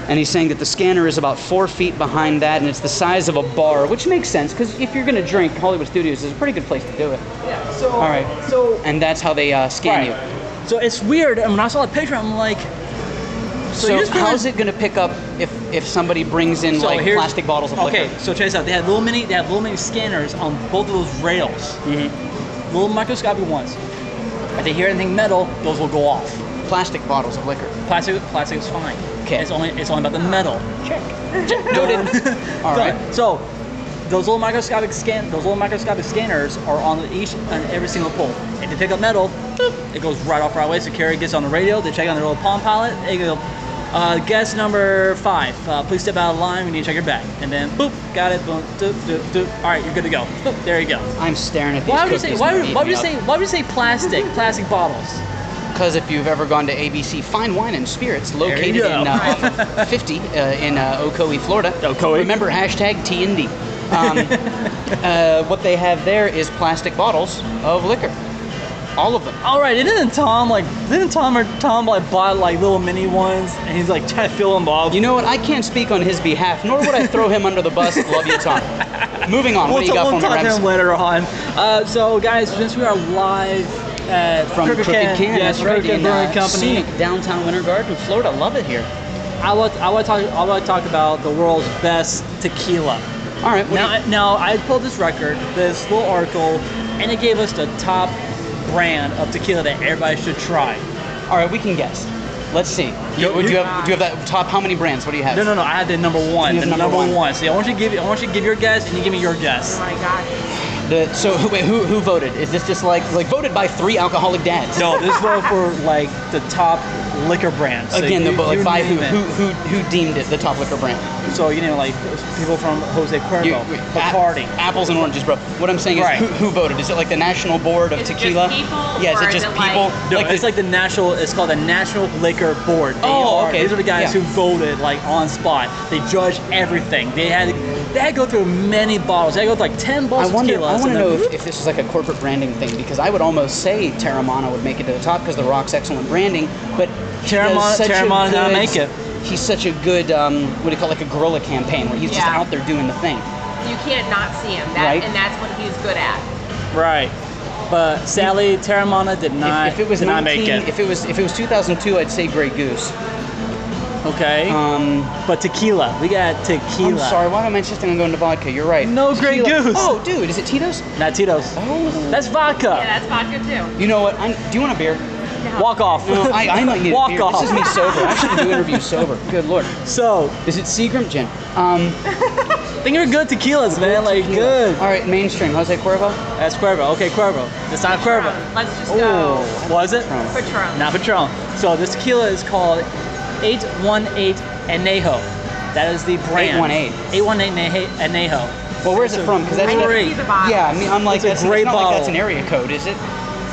Speaker 3: And he's saying that the scanner is about four feet behind that, and it's the size of a bar, which makes sense because if you're going to drink, Hollywood Studios is a pretty good place to do it.
Speaker 2: Yeah. So
Speaker 3: All right.
Speaker 2: So
Speaker 3: And that's how they uh, scan you.
Speaker 2: right. So it's weird. And when I saw the picture, I'm like,
Speaker 3: So,
Speaker 2: you just bring
Speaker 3: how's
Speaker 2: in-
Speaker 3: it going to pick up if if somebody brings in like
Speaker 2: here's-
Speaker 3: plastic bottles of
Speaker 2: okay,
Speaker 3: liquor?
Speaker 2: so check this out. They had little mini, they had little mini scanners on both of those rails. Mm-hmm. Little microscopic ones. If they hear anything metal, those will go off.
Speaker 3: plastic bottles of liquor.
Speaker 2: Plastic, plastic is fine.
Speaker 3: Okay.
Speaker 2: It's only, it's only about the metal.
Speaker 3: All
Speaker 2: So-
Speaker 3: right.
Speaker 2: So, those little microscopic scan, those little microscopic scanners are on each and every single pole. If they pick up metal, it goes right off right away. So Carrie gets on the radio. They check on their little palm pilot. They go, uh, guest number five. Uh, please step out of line. We need to check your bag. And then boop, got it. Boom, doop, doop, doop. All right, you're good to go. Boop, there you go.
Speaker 3: I'm staring at these
Speaker 2: Why would you
Speaker 3: cookies.
Speaker 2: say? Why would, why would you say? Why would you say plastic? plastic bottles.
Speaker 3: Because if you've ever gone to ABC Fine Wine and Spirits,
Speaker 2: you
Speaker 3: located in
Speaker 2: go.
Speaker 3: uh, 50 uh, in uh, Ocoee, Florida.
Speaker 2: Ocoee.
Speaker 3: Remember hashtag TND. Um, uh, what they have there is plastic bottles of liquor, all of them.
Speaker 2: All right, and didn't Tom like? Didn't Tom or Tom like buy like little mini ones? And he's like, try to fill them up.
Speaker 3: You know what? I can't speak on his behalf, nor would I throw him under the bus. Love you, Tom. Moving on.
Speaker 2: We'll,
Speaker 3: what do you got
Speaker 2: we'll
Speaker 3: for me,
Speaker 2: talk to
Speaker 3: Rems?
Speaker 2: him later on. Uh, so, guys, since we are live at
Speaker 3: From Crooked Can,
Speaker 2: yes,
Speaker 3: that's right,
Speaker 2: Crooked Can
Speaker 3: in, uh,
Speaker 2: Brewing Company,
Speaker 3: scenic downtown Winter Garden, Florida. Love it here.
Speaker 2: I want I want to talk I want to talk about the world's best tequila.
Speaker 3: All right. what do you-
Speaker 2: Now, now I pulled this record, this little article, and it gave us the top brand of tequila that everybody should try.
Speaker 3: All right, we can guess. Let's see.
Speaker 2: You-
Speaker 3: do, you
Speaker 2: you-
Speaker 3: have, do you have that top? How many brands? What do you have?
Speaker 2: No, no, no. I had the number one.
Speaker 3: You
Speaker 2: The
Speaker 3: have
Speaker 2: number,
Speaker 3: number
Speaker 2: one.
Speaker 3: one.
Speaker 2: So I want you to give I want you to give your guess, and you give me your guess.
Speaker 4: Oh my God.
Speaker 3: The, so who- wait, who who voted? Is this just like like voted by three alcoholic dads?
Speaker 2: No, this was for like the top liquor brands. So
Speaker 3: Again,
Speaker 2: you-
Speaker 3: the, like
Speaker 2: you
Speaker 3: by who,
Speaker 2: name it.
Speaker 3: who who who deemed it the top liquor brand?
Speaker 2: So you know, like people from Jose Cuervo,
Speaker 3: wait,
Speaker 2: Bacardi.
Speaker 3: a- apples and oranges, bro. What I'm saying is
Speaker 2: Right.
Speaker 3: who, who voted? Is it like the national board of
Speaker 4: Is it just
Speaker 3: tequila?
Speaker 4: people,
Speaker 3: yeah, is
Speaker 4: or
Speaker 3: it
Speaker 4: is
Speaker 3: just
Speaker 4: it like-
Speaker 3: people?
Speaker 2: No,
Speaker 3: like
Speaker 2: it's
Speaker 3: the-
Speaker 2: like the national. It's called the National Liquor Board. They
Speaker 3: Oh,
Speaker 2: are-
Speaker 3: okay.
Speaker 2: These are the guys
Speaker 3: Yeah.
Speaker 2: who voted like on spot. They judge everything. They had they had to go through many bottles. They had to go through like ten
Speaker 3: I
Speaker 2: bottles
Speaker 3: wonder.
Speaker 2: of tequila.
Speaker 3: I want
Speaker 2: and
Speaker 3: to know
Speaker 2: then-
Speaker 3: if, if this is like a corporate branding thing because I would almost say Terramana would make it to the top because The Rock's excellent branding, but he does
Speaker 2: Terramana-
Speaker 3: such a
Speaker 2: Terramana did not
Speaker 3: good-
Speaker 2: make it.
Speaker 3: He's such a good um, what do you call it, like a guerrilla campaign where he's just
Speaker 4: Yeah.
Speaker 3: out there doing the thing.
Speaker 4: You can't not see him. That
Speaker 3: Right.
Speaker 4: and that's what he's good at.
Speaker 2: right. But sadly, Terramana did not.
Speaker 3: if, if it was
Speaker 2: did
Speaker 3: 19,
Speaker 2: not make it.
Speaker 3: if it was if it was 2002, I'd say Grey Goose.
Speaker 2: okay.
Speaker 3: Um,
Speaker 2: Uh, but tequila, we got tequila.
Speaker 3: I'm sorry. Why am I insisting on going to vodka? You're right.
Speaker 2: No Grey
Speaker 3: Tequila-
Speaker 2: Goose.
Speaker 3: Oh, dude, is it Tito's?
Speaker 2: Not Tito's.
Speaker 3: Oh.
Speaker 2: That's vodka.
Speaker 4: Yeah, that's vodka too.
Speaker 3: You know what? I'm, do you want a beer?
Speaker 4: No.
Speaker 2: Walk off.
Speaker 3: No, I, I might need
Speaker 2: Walk
Speaker 3: a beer.
Speaker 2: off.
Speaker 3: This is me sober. I should do interviews sober. Good lord.
Speaker 2: so,
Speaker 3: Is it Seagram gin? Um,
Speaker 2: think you're good tequilas, man. Like
Speaker 3: tequila.
Speaker 2: good.
Speaker 3: All right, mainstream. Jose Cuervo.
Speaker 2: That's Cuervo. Okay, Cuervo. It's not Cuervo.
Speaker 4: Uh, Let's just go.
Speaker 2: Oh, was it?
Speaker 3: Patron.
Speaker 4: Patron.
Speaker 2: Not Patron. So this tequila is called 818 Anejo. That is the brand.
Speaker 3: 818.
Speaker 2: 818 Anejo- Anejo.
Speaker 3: Well, where's it from? Because that's
Speaker 4: I
Speaker 3: not-
Speaker 4: can
Speaker 2: great.
Speaker 4: see the box.
Speaker 3: Yeah, I mean, I'm like,
Speaker 2: It's a
Speaker 3: that's,
Speaker 2: great
Speaker 3: it's not like
Speaker 2: bottle.
Speaker 3: that's an area code, is it?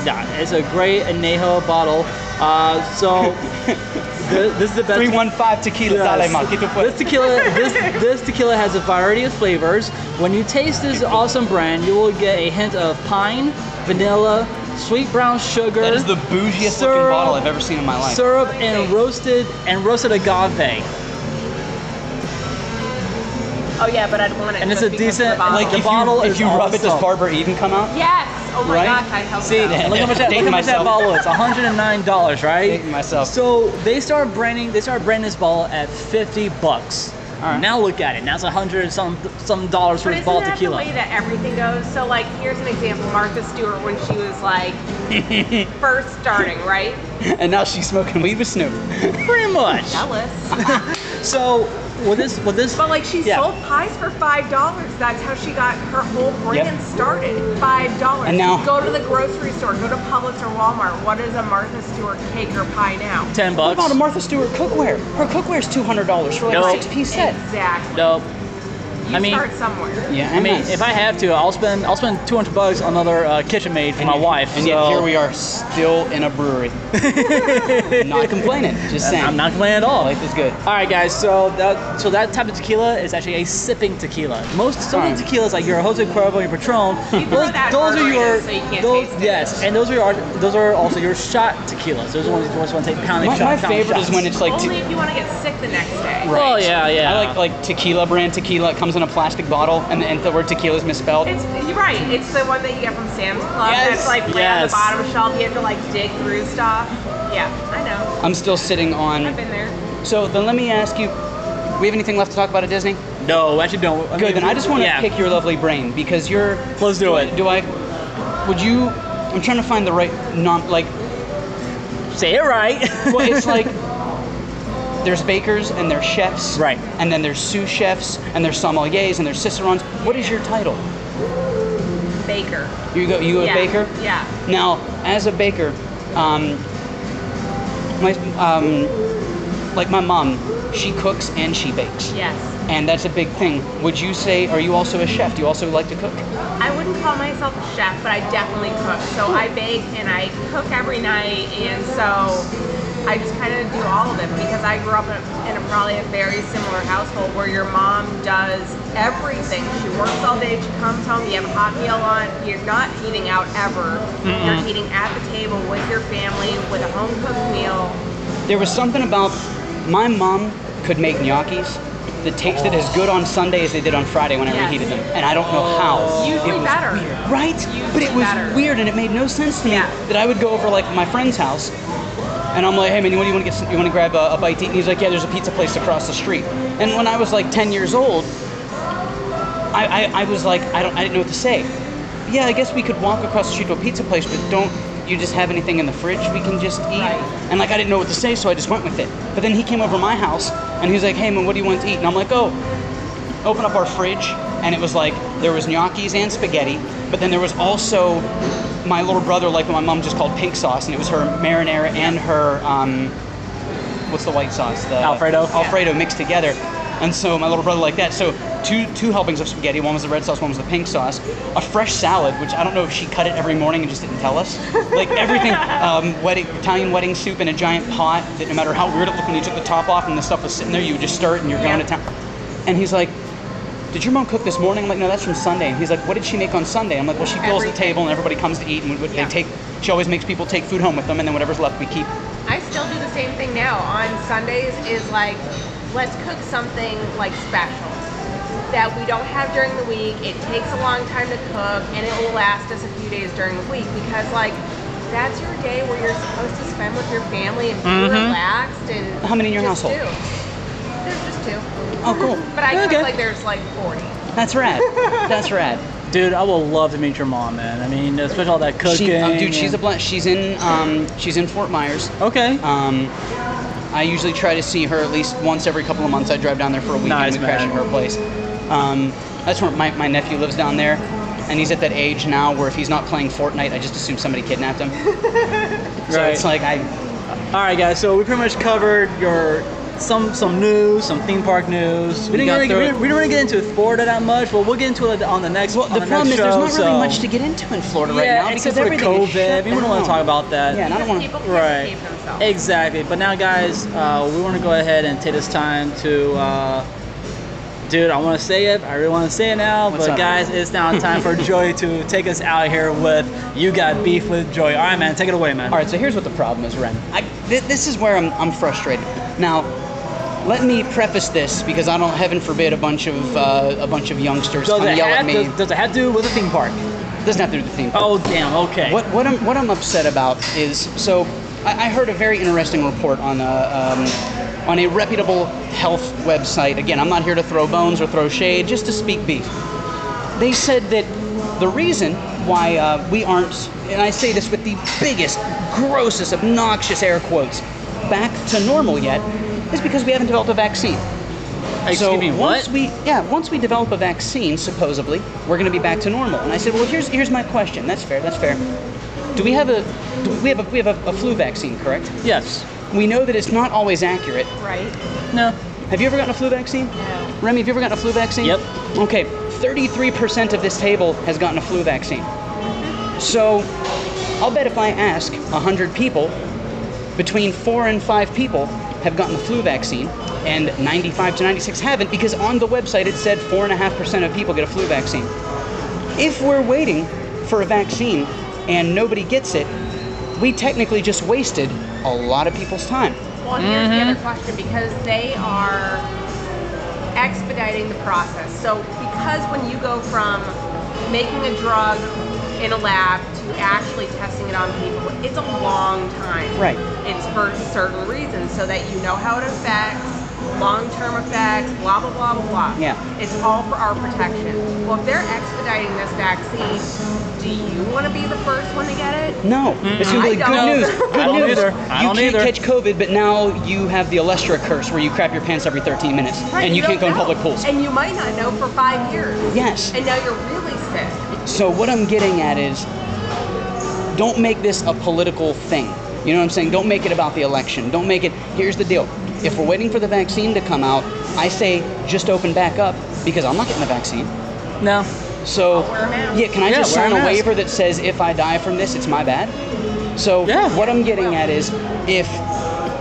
Speaker 2: Yeah, it's a great Anejo bottle. Uh, so th- this is the best.
Speaker 3: 315 tequila dale
Speaker 2: Yes.
Speaker 3: mojito
Speaker 2: This
Speaker 3: fuerte.
Speaker 2: tequila, this, this tequila has a variety of flavors. When you taste this awesome brand, you will get a hint of pine, vanilla, sweet brown sugar.
Speaker 3: That is the bougiest looking
Speaker 2: syrup-
Speaker 3: bottle I've ever seen in my life.
Speaker 2: Syrup and roasted and roasted agave,
Speaker 4: Oh yeah, but I'd want it.
Speaker 2: and it's
Speaker 4: just
Speaker 2: a
Speaker 4: because
Speaker 2: decent.
Speaker 4: of the bottle.
Speaker 2: Like
Speaker 3: Like
Speaker 2: the
Speaker 3: if
Speaker 2: bottle
Speaker 3: you, if
Speaker 2: is
Speaker 3: you rub it, does
Speaker 2: awesome.
Speaker 3: Barbara Eden come out?
Speaker 4: yes. Oh my
Speaker 3: Right?
Speaker 4: gosh, I hope
Speaker 3: See
Speaker 4: so.
Speaker 3: that?
Speaker 2: Look how much that, look
Speaker 3: Dating
Speaker 2: how much that
Speaker 3: myself.
Speaker 2: bottle is. $109, right?
Speaker 3: Dating myself.
Speaker 2: So they start branding they start branding this ball at 50 bucks.
Speaker 3: Alright.
Speaker 2: Now look at it. Now it's 100 and some some dollars for
Speaker 4: But
Speaker 2: this
Speaker 4: isn't
Speaker 2: ball of
Speaker 4: that
Speaker 2: tequila.
Speaker 4: the way that everything goes? So, like, here's an example: Martha Stewart when she was like first starting, right?
Speaker 3: And now she's smoking weed with Snoop.
Speaker 2: Pretty much.
Speaker 4: Ellis.
Speaker 2: So with this with this
Speaker 4: But like, she
Speaker 2: Yeah.
Speaker 4: sold pies for five dollars. That's how she got her whole brand started. Five dollars.
Speaker 3: And now-
Speaker 4: go to the grocery store, go to Publix or Walmart. What is a Martha Stewart cake or pie now?
Speaker 2: 10
Speaker 3: What
Speaker 2: bucks.
Speaker 3: about a Martha Stewart cookware? Her cookware's two hundred dollars for like
Speaker 2: No.
Speaker 3: a six piece set.
Speaker 4: Exactly.
Speaker 2: Nope.
Speaker 4: You
Speaker 2: I mean-
Speaker 4: start somewhere.
Speaker 3: Yeah,
Speaker 2: I mean, if I have to, I'll spend I'll spend 200 bucks on another uh, kitchen maid for my wife.
Speaker 3: And yet
Speaker 2: so
Speaker 3: here we are, still in a brewery. not complaining, just saying.
Speaker 2: I'm not complaining at all.
Speaker 3: Life is good.
Speaker 2: All right, guys. So that so that type of tequila is actually a sipping tequila. Most some of the
Speaker 3: Fine.
Speaker 2: tequilas like your Jose Cuervo, your Patron,
Speaker 4: throw
Speaker 2: those,
Speaker 4: that
Speaker 2: those are
Speaker 4: harder
Speaker 2: your
Speaker 4: in so you can't
Speaker 2: those
Speaker 4: taste it.
Speaker 2: yes, and those are your those are also your shot tequilas. Those are the ones you just want to take pounding
Speaker 3: My,
Speaker 2: shot.
Speaker 3: my
Speaker 2: pounding
Speaker 3: favorite is
Speaker 2: shots.
Speaker 3: when it's like te-
Speaker 4: Only if you want to get sick the next day.
Speaker 2: Oh, yeah, yeah.
Speaker 3: I like like tequila brand tequila. It comes in a plastic bottle, and the, and the word tequila is misspelled.
Speaker 4: It's you're right. It's the one that you get from Sam's Club.
Speaker 3: Yes,
Speaker 4: That's like way on
Speaker 2: yes.
Speaker 4: the bottom shelf. You have to like dig through stuff. Yeah, I know.
Speaker 3: I'm still sitting
Speaker 4: I've
Speaker 3: on.
Speaker 4: been there.
Speaker 3: So then let me ask you, we have anything left to talk about at Disney?
Speaker 2: no, actually don't. I mean,
Speaker 3: Good. Then I just want to
Speaker 2: yeah.
Speaker 3: pick your lovely brain because you're.
Speaker 2: Let's do it.
Speaker 3: Do I? Would you? I'm trying to find the right non like.
Speaker 2: Say it right.
Speaker 3: Well, it's like there's bakers and there's chefs,
Speaker 2: Right.
Speaker 3: And then there's sous chefs and there's sommeliers and there's cicerons. What is your title?
Speaker 4: Baker.
Speaker 3: You go. You a
Speaker 4: yeah.
Speaker 3: baker?
Speaker 4: Yeah.
Speaker 3: Now, as a baker, um, my um, like my mom, she cooks and she bakes.
Speaker 4: Yes.
Speaker 3: And that's a big thing. Would you say, are you also a chef? Do you also like to cook?
Speaker 4: I wouldn't call myself a chef, but I definitely cook. So I bake and I cook every night, and so I just kind of do all of it because I grew up in a, in a probably a very similar household where your mom does everything. She works all day, she comes home, you have a hot meal on, you're not eating out ever. You're eating at the table with your family with a home cooked meal.
Speaker 3: There was something about my mom could make gnocchis that tasted as good on Sunday as they did on Friday when I
Speaker 4: Yes.
Speaker 3: reheated them. And I don't know how.
Speaker 4: Usually better.
Speaker 3: Right? but it
Speaker 4: Usually
Speaker 3: was
Speaker 4: better.
Speaker 3: weird and it made no sense to me
Speaker 4: Yeah.
Speaker 3: that I would go over like my friend's house and I'm like, hey man, you want, you want to get some, you want to grab a, a bite to eat? And he's like, yeah, there's a pizza place across the street. And when I was like 10 years old, I, I, I was like, I don't I didn't know what to say. Yeah, I guess we could walk across the street to a pizza place, but don't you just have anything in the fridge we can just eat?
Speaker 4: Right.
Speaker 3: And like I didn't know what to say, so I just went with it. But then he came over to my house and he was like, hey man, what do you want to eat? And I'm like, oh, open up our fridge and it was like there was gnocchis and spaghetti but then there was also my little brother like what my mom just called pink sauce and it was her marinara and her um, what's the white sauce the
Speaker 2: Alfredo?
Speaker 3: alfredo mixed together and so my little brother like that so two two helpings of spaghetti one was the red sauce one was the pink sauce a fresh salad which i don't know if she cut it every morning and just didn't tell us like everything um, wedding italian wedding soup in a giant pot that no matter how weird it looked when you took the top off and the stuff was sitting there you would just stir it and you're going
Speaker 4: Yeah.
Speaker 3: to town and he's like did your mom cook this morning? I'm like, no, that's from Sunday. And he's like, what did she make on Sunday? I'm like, well, she fills the
Speaker 4: Everything.
Speaker 3: table and everybody comes to eat, and we- they
Speaker 4: Yeah.
Speaker 3: take. She always makes people take food home with them, and then whatever's left we keep.
Speaker 4: I still do the same thing now on Sundays is like let's cook something like special that we don't have during the week. It takes a long time to cook and it will last us a few days during the week because like that's your day where you're supposed to spend with your family and be relaxed and
Speaker 3: Mm-hmm. How many in your
Speaker 4: just
Speaker 3: household?
Speaker 4: Two. There's just two.
Speaker 3: Oh, cool.
Speaker 4: But I
Speaker 3: Okay.
Speaker 4: cook like there's like forty.
Speaker 3: That's rad. That's rad.
Speaker 2: Dude, I will love to meet your mom, man. I mean, especially all that cooking.
Speaker 3: She, oh, dude, she's a
Speaker 2: and-
Speaker 3: blunt. She's in. Um, she's in Fort Myers.
Speaker 2: Okay.
Speaker 3: Um, I usually try to see her at least once every couple of months. I drive down there for a weekend.
Speaker 2: Nice,
Speaker 3: we crash
Speaker 2: man.
Speaker 3: at her place. Um, that's where my, my nephew lives down there, and he's at that age now where if he's not playing Fortnite, I just assume somebody kidnapped him. So
Speaker 2: Right.
Speaker 3: it's like I
Speaker 2: All right, guys. So we pretty much covered your some some news, some theme park news. We
Speaker 3: We
Speaker 2: didn't,
Speaker 3: got
Speaker 2: really,
Speaker 3: through
Speaker 2: we,
Speaker 3: it.
Speaker 2: didn't, we didn't really get into Florida that much, but we'll get into it on the next.
Speaker 3: Well,
Speaker 2: on
Speaker 3: the
Speaker 2: next
Speaker 3: problem is there's
Speaker 2: show,
Speaker 3: not
Speaker 2: so-
Speaker 3: really much to get into in Florida right
Speaker 2: yeah,
Speaker 3: now
Speaker 2: except
Speaker 3: because
Speaker 2: for
Speaker 3: everything is
Speaker 2: COVID.
Speaker 3: shut
Speaker 2: We wouldn't want
Speaker 3: down.
Speaker 2: to talk about that.
Speaker 3: Yeah, and I don't want
Speaker 4: People
Speaker 3: to.
Speaker 4: can't
Speaker 2: Right.
Speaker 4: escape themselves.
Speaker 2: Exactly. But now, guys, uh, we want to go ahead and take this time to, uh, dude, I want to say it. I really want to say it now.
Speaker 3: What's
Speaker 2: but,
Speaker 3: up?
Speaker 2: guys, it's now time for Joy to take us out here with You Got Beef with Joy. All right, man, take it away, man.
Speaker 3: All right, so here's what the problem is, Ren. I, th- this is where I'm, I'm frustrated. Now, let me preface this because I don't, heaven forbid, a bunch of uh, a bunch of youngsters
Speaker 2: Does
Speaker 3: come
Speaker 2: it,
Speaker 3: yell at
Speaker 2: have,
Speaker 3: me.
Speaker 2: does, does it have to do with a theme park?
Speaker 3: Doesn't have to do with the theme.
Speaker 2: Oh, damn. Okay.
Speaker 3: What, what, I'm, what I'm upset about is so I, I heard a very interesting report on a, um, on a reputable health website. Again, I'm not here to throw bones or throw shade, just to speak beef. They said that the reason why uh, we aren't, and I say this with the biggest, grossest, obnoxious air quotes, back to normal yet, is because we haven't developed a vaccine.
Speaker 2: Excuse
Speaker 3: so
Speaker 2: me.
Speaker 3: once
Speaker 2: What?
Speaker 3: we yeah, once we develop a vaccine, supposedly, we're going to be back to normal. And I said, well, here's here's my question. That's fair. That's fair. Do we have a do we have a we have a, a flu vaccine, correct?
Speaker 2: yes.
Speaker 3: We know that it's not always accurate.
Speaker 4: Right?
Speaker 2: No.
Speaker 3: Have you ever gotten a flu vaccine?
Speaker 4: No.
Speaker 3: Remy, have you ever gotten a flu vaccine?
Speaker 2: Yep.
Speaker 3: Okay, 33% of this table has gotten a flu vaccine. So, I'll bet if I ask 100 people, between 4 and 5 people have gotten the flu vaccine, and 95 to 96 haven't because on the website it said 4.5% of people get a flu vaccine. If we're waiting for a vaccine and nobody gets it, we technically just wasted a lot of people's time.
Speaker 4: Well, here's the
Speaker 3: Mm-hmm.
Speaker 4: other question because they are expediting the process. So, because when you go from making a drug in a lab to actually testing it on people, it's a long time.
Speaker 3: Right.
Speaker 4: It's for certain reasons so that you know how it affects. Long term effects, blah blah blah blah blah.
Speaker 3: Yeah.
Speaker 4: It's all for our protection. Well, if they're expediting this vaccine, do you want to be the first one to get it?
Speaker 3: No, it's gonna be like,
Speaker 4: I
Speaker 3: good
Speaker 4: don't.
Speaker 3: news. Good
Speaker 2: I don't
Speaker 3: news.
Speaker 2: either. I
Speaker 3: you
Speaker 2: don't
Speaker 3: can't
Speaker 2: either.
Speaker 3: catch COVID, but now you have the Alestra curse where you crap your pants every 13 minutes
Speaker 4: Right,
Speaker 3: and you, can't go
Speaker 4: don't
Speaker 3: in
Speaker 4: know.
Speaker 3: public pools.
Speaker 4: And you might not know for five years.
Speaker 3: Yes.
Speaker 4: And now you're really sick.
Speaker 3: So what I'm getting at is, don't make this a political thing. You know what I'm saying? Don't make it about the election. Don't make it. Here's the deal. If we're waiting for the vaccine to come out, I say just open back up because I'm not getting the vaccine.
Speaker 2: No.
Speaker 3: So
Speaker 4: Wear a mask.
Speaker 3: yeah, can I
Speaker 2: Yeah,
Speaker 3: just
Speaker 2: wear a
Speaker 3: sign a
Speaker 2: mask.
Speaker 3: waiver that says if I die from this, it's my bad? So
Speaker 2: Yeah.
Speaker 3: what I'm getting at is if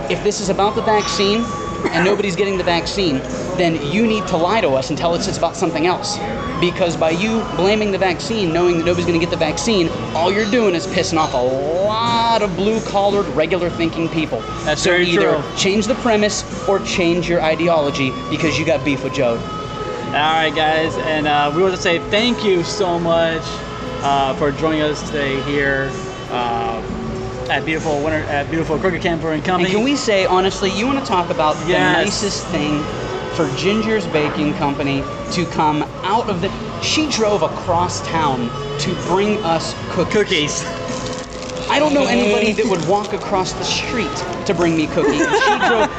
Speaker 3: if this is about the vaccine and nobody's getting the vaccine, then you need to lie to us and tell us it's about something else. Because by you blaming the vaccine, knowing that nobody's going to get the vaccine, all you're doing is pissing off a lot of blue-collared, regular-thinking people.
Speaker 2: That's
Speaker 3: so
Speaker 2: very
Speaker 3: either
Speaker 2: true.
Speaker 3: change the premise or change your ideology because you got beef with Joe.
Speaker 2: All right, guys, and uh, we want to say thank you so much uh, for joining us today here uh, at beautiful winter at beautiful Crooked Camp Brewing
Speaker 3: And
Speaker 2: Company.
Speaker 3: can we say honestly, you want to talk about the
Speaker 2: Yes.
Speaker 3: nicest thing for Ginger's Baking Company to come out of the? She drove across town to bring us cookies.
Speaker 2: cookies?
Speaker 3: I don't know anybody that would walk across the street to bring me cookies. And she drove,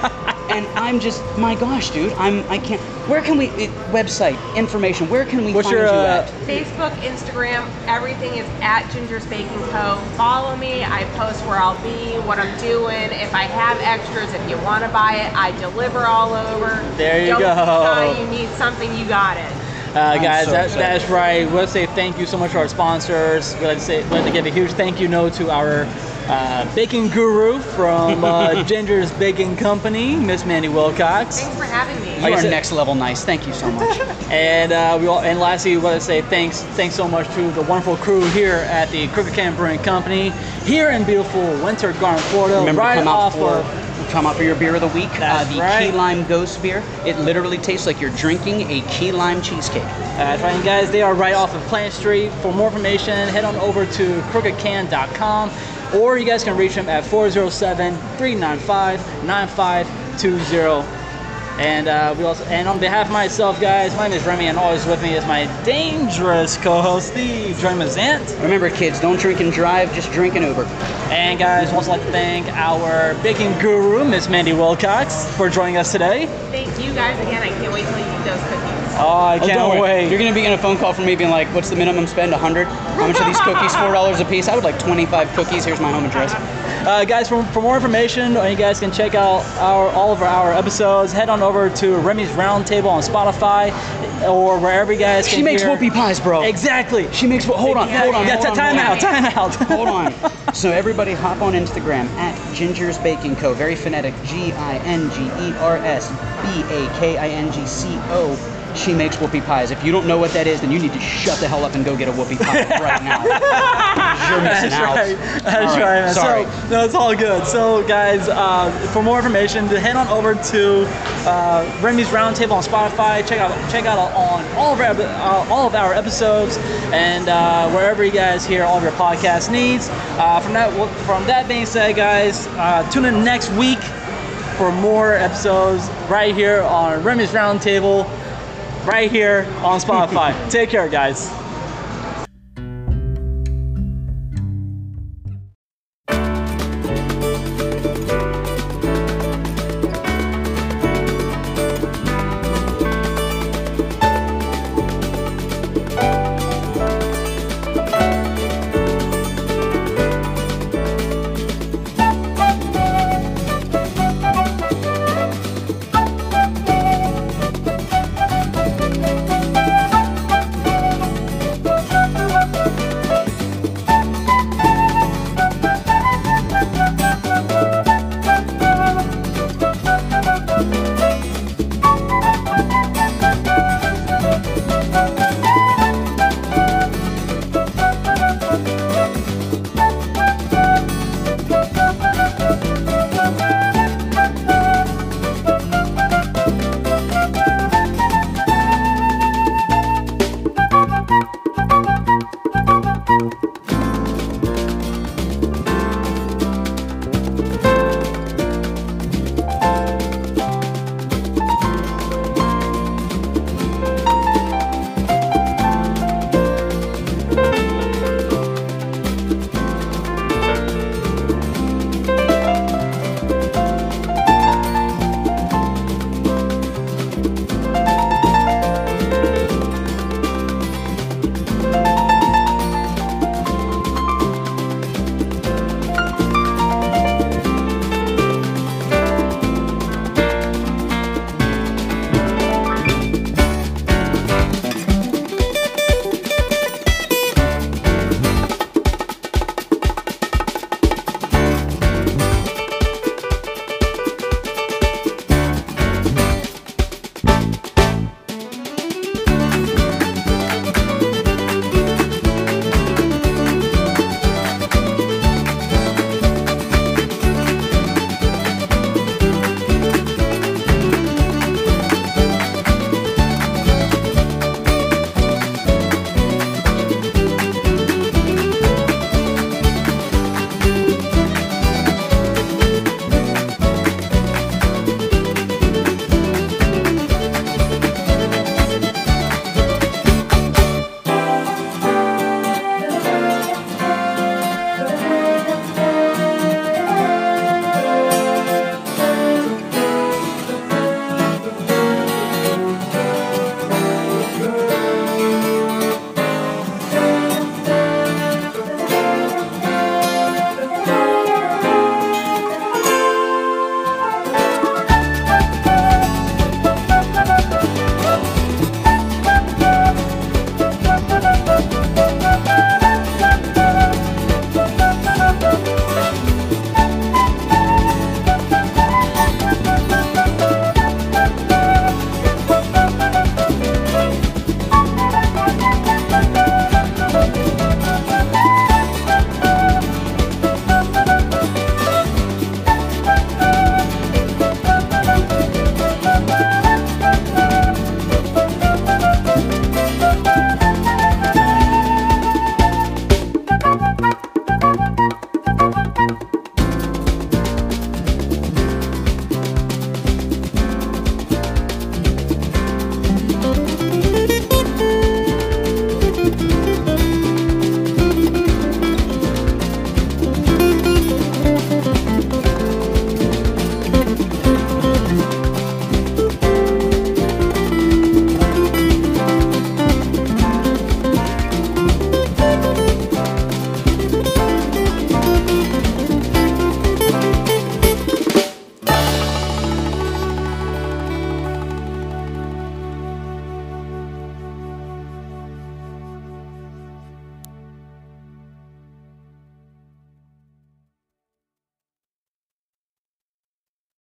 Speaker 3: and I'm just, my gosh, dude, I'm, I can't. Where can we? It, website information. Where can we
Speaker 2: What's
Speaker 3: find
Speaker 2: your,
Speaker 3: you
Speaker 2: uh,
Speaker 3: at?
Speaker 4: Facebook, Instagram, everything is at Ginger's Baking Co. Follow me. I post where I'll be, what I'm doing. If I have extras, if you want to buy it, I deliver all over.
Speaker 2: There you
Speaker 4: Don't
Speaker 2: go.
Speaker 4: Sigh, you need something, you got it.
Speaker 2: Uh, guys,
Speaker 3: so
Speaker 2: that,
Speaker 3: excited.
Speaker 2: that's right. We want to say thank you so much to our sponsors. We'd like to, say, we'd like to give a huge thank you note to our uh, baking guru from uh, Ginger's Baking Company, Miss Mandy Wilcox.
Speaker 4: Thanks for having me.
Speaker 3: You
Speaker 2: I
Speaker 3: are
Speaker 2: said-
Speaker 3: next level nice. Thank you so much.
Speaker 2: And uh, we all, and lastly, we want to say thanks, thanks so much to the wonderful crew here at the Crooked Can Brewing Company here in beautiful Winter Garden, Florida.
Speaker 3: Remember
Speaker 2: right
Speaker 3: to come out
Speaker 2: off
Speaker 3: for
Speaker 2: of
Speaker 3: come out for your beer of the week.
Speaker 2: That's
Speaker 3: uh, the
Speaker 2: right.
Speaker 3: key lime ghost beer. It literally tastes like you're drinking a key lime cheesecake.
Speaker 2: That's right, and guys, they are right off of Plant Street. For more information, head on over to crookedcan.com or you guys can reach them at 407 395 9520. oh. And uh, we also, and on behalf of myself, guys, my name is Remy, and always with me is my dangerous co-host, Steve Dremazant.
Speaker 3: Remember, kids, don't drink and drive. Just drink and Uber.
Speaker 2: And guys, also like to thank our baking guru, Miss Mandy Wilcox, for joining us today.
Speaker 4: Thank you guys again. I can't wait till you eat those cookies.
Speaker 2: Oh, I can't
Speaker 3: don't worry.
Speaker 2: wait.
Speaker 3: You're gonna be getting a phone call from me being like, "What's the minimum spend? 100? How much are these cookies? Four dollars a piece? I would like 25 cookies. Here's my home address."
Speaker 2: Uh, guys, for, for more information, or you guys can check out our all of our episodes. Head on over to Remy's Roundtable on Spotify or wherever you guys can
Speaker 3: She makes
Speaker 2: hear-
Speaker 3: whoopie pies, bro.
Speaker 2: Exactly.
Speaker 3: She makes whoop. Hold on, hold on.
Speaker 2: Yeah,
Speaker 3: hold on,
Speaker 2: time
Speaker 3: hold on.
Speaker 2: out, time out.
Speaker 3: Hold on. So everybody hop on Instagram at Ginger's Baking Co. Very phonetic. E G-I-N-G-E-R-S-B-A-K-I-N-G-C-O. She makes whoopie pies. If you don't know what that is, then you need to shut the hell up and go get a whoopie pie right now. You're missing
Speaker 2: That's
Speaker 3: out.
Speaker 2: right. That's
Speaker 3: All right,
Speaker 2: right. man.
Speaker 3: Sorry.
Speaker 2: So, no, it's all good. So, guys, uh, for more information, head on over to uh, Remy's Roundtable on Spotify. Check out check out on all of our uh, all of our episodes and uh, wherever you guys hear all of your podcast needs. Uh, from that from that being said, guys, uh, tune in next week for more episodes right here on Remy's Roundtable, right here on Spotify. Take care, guys.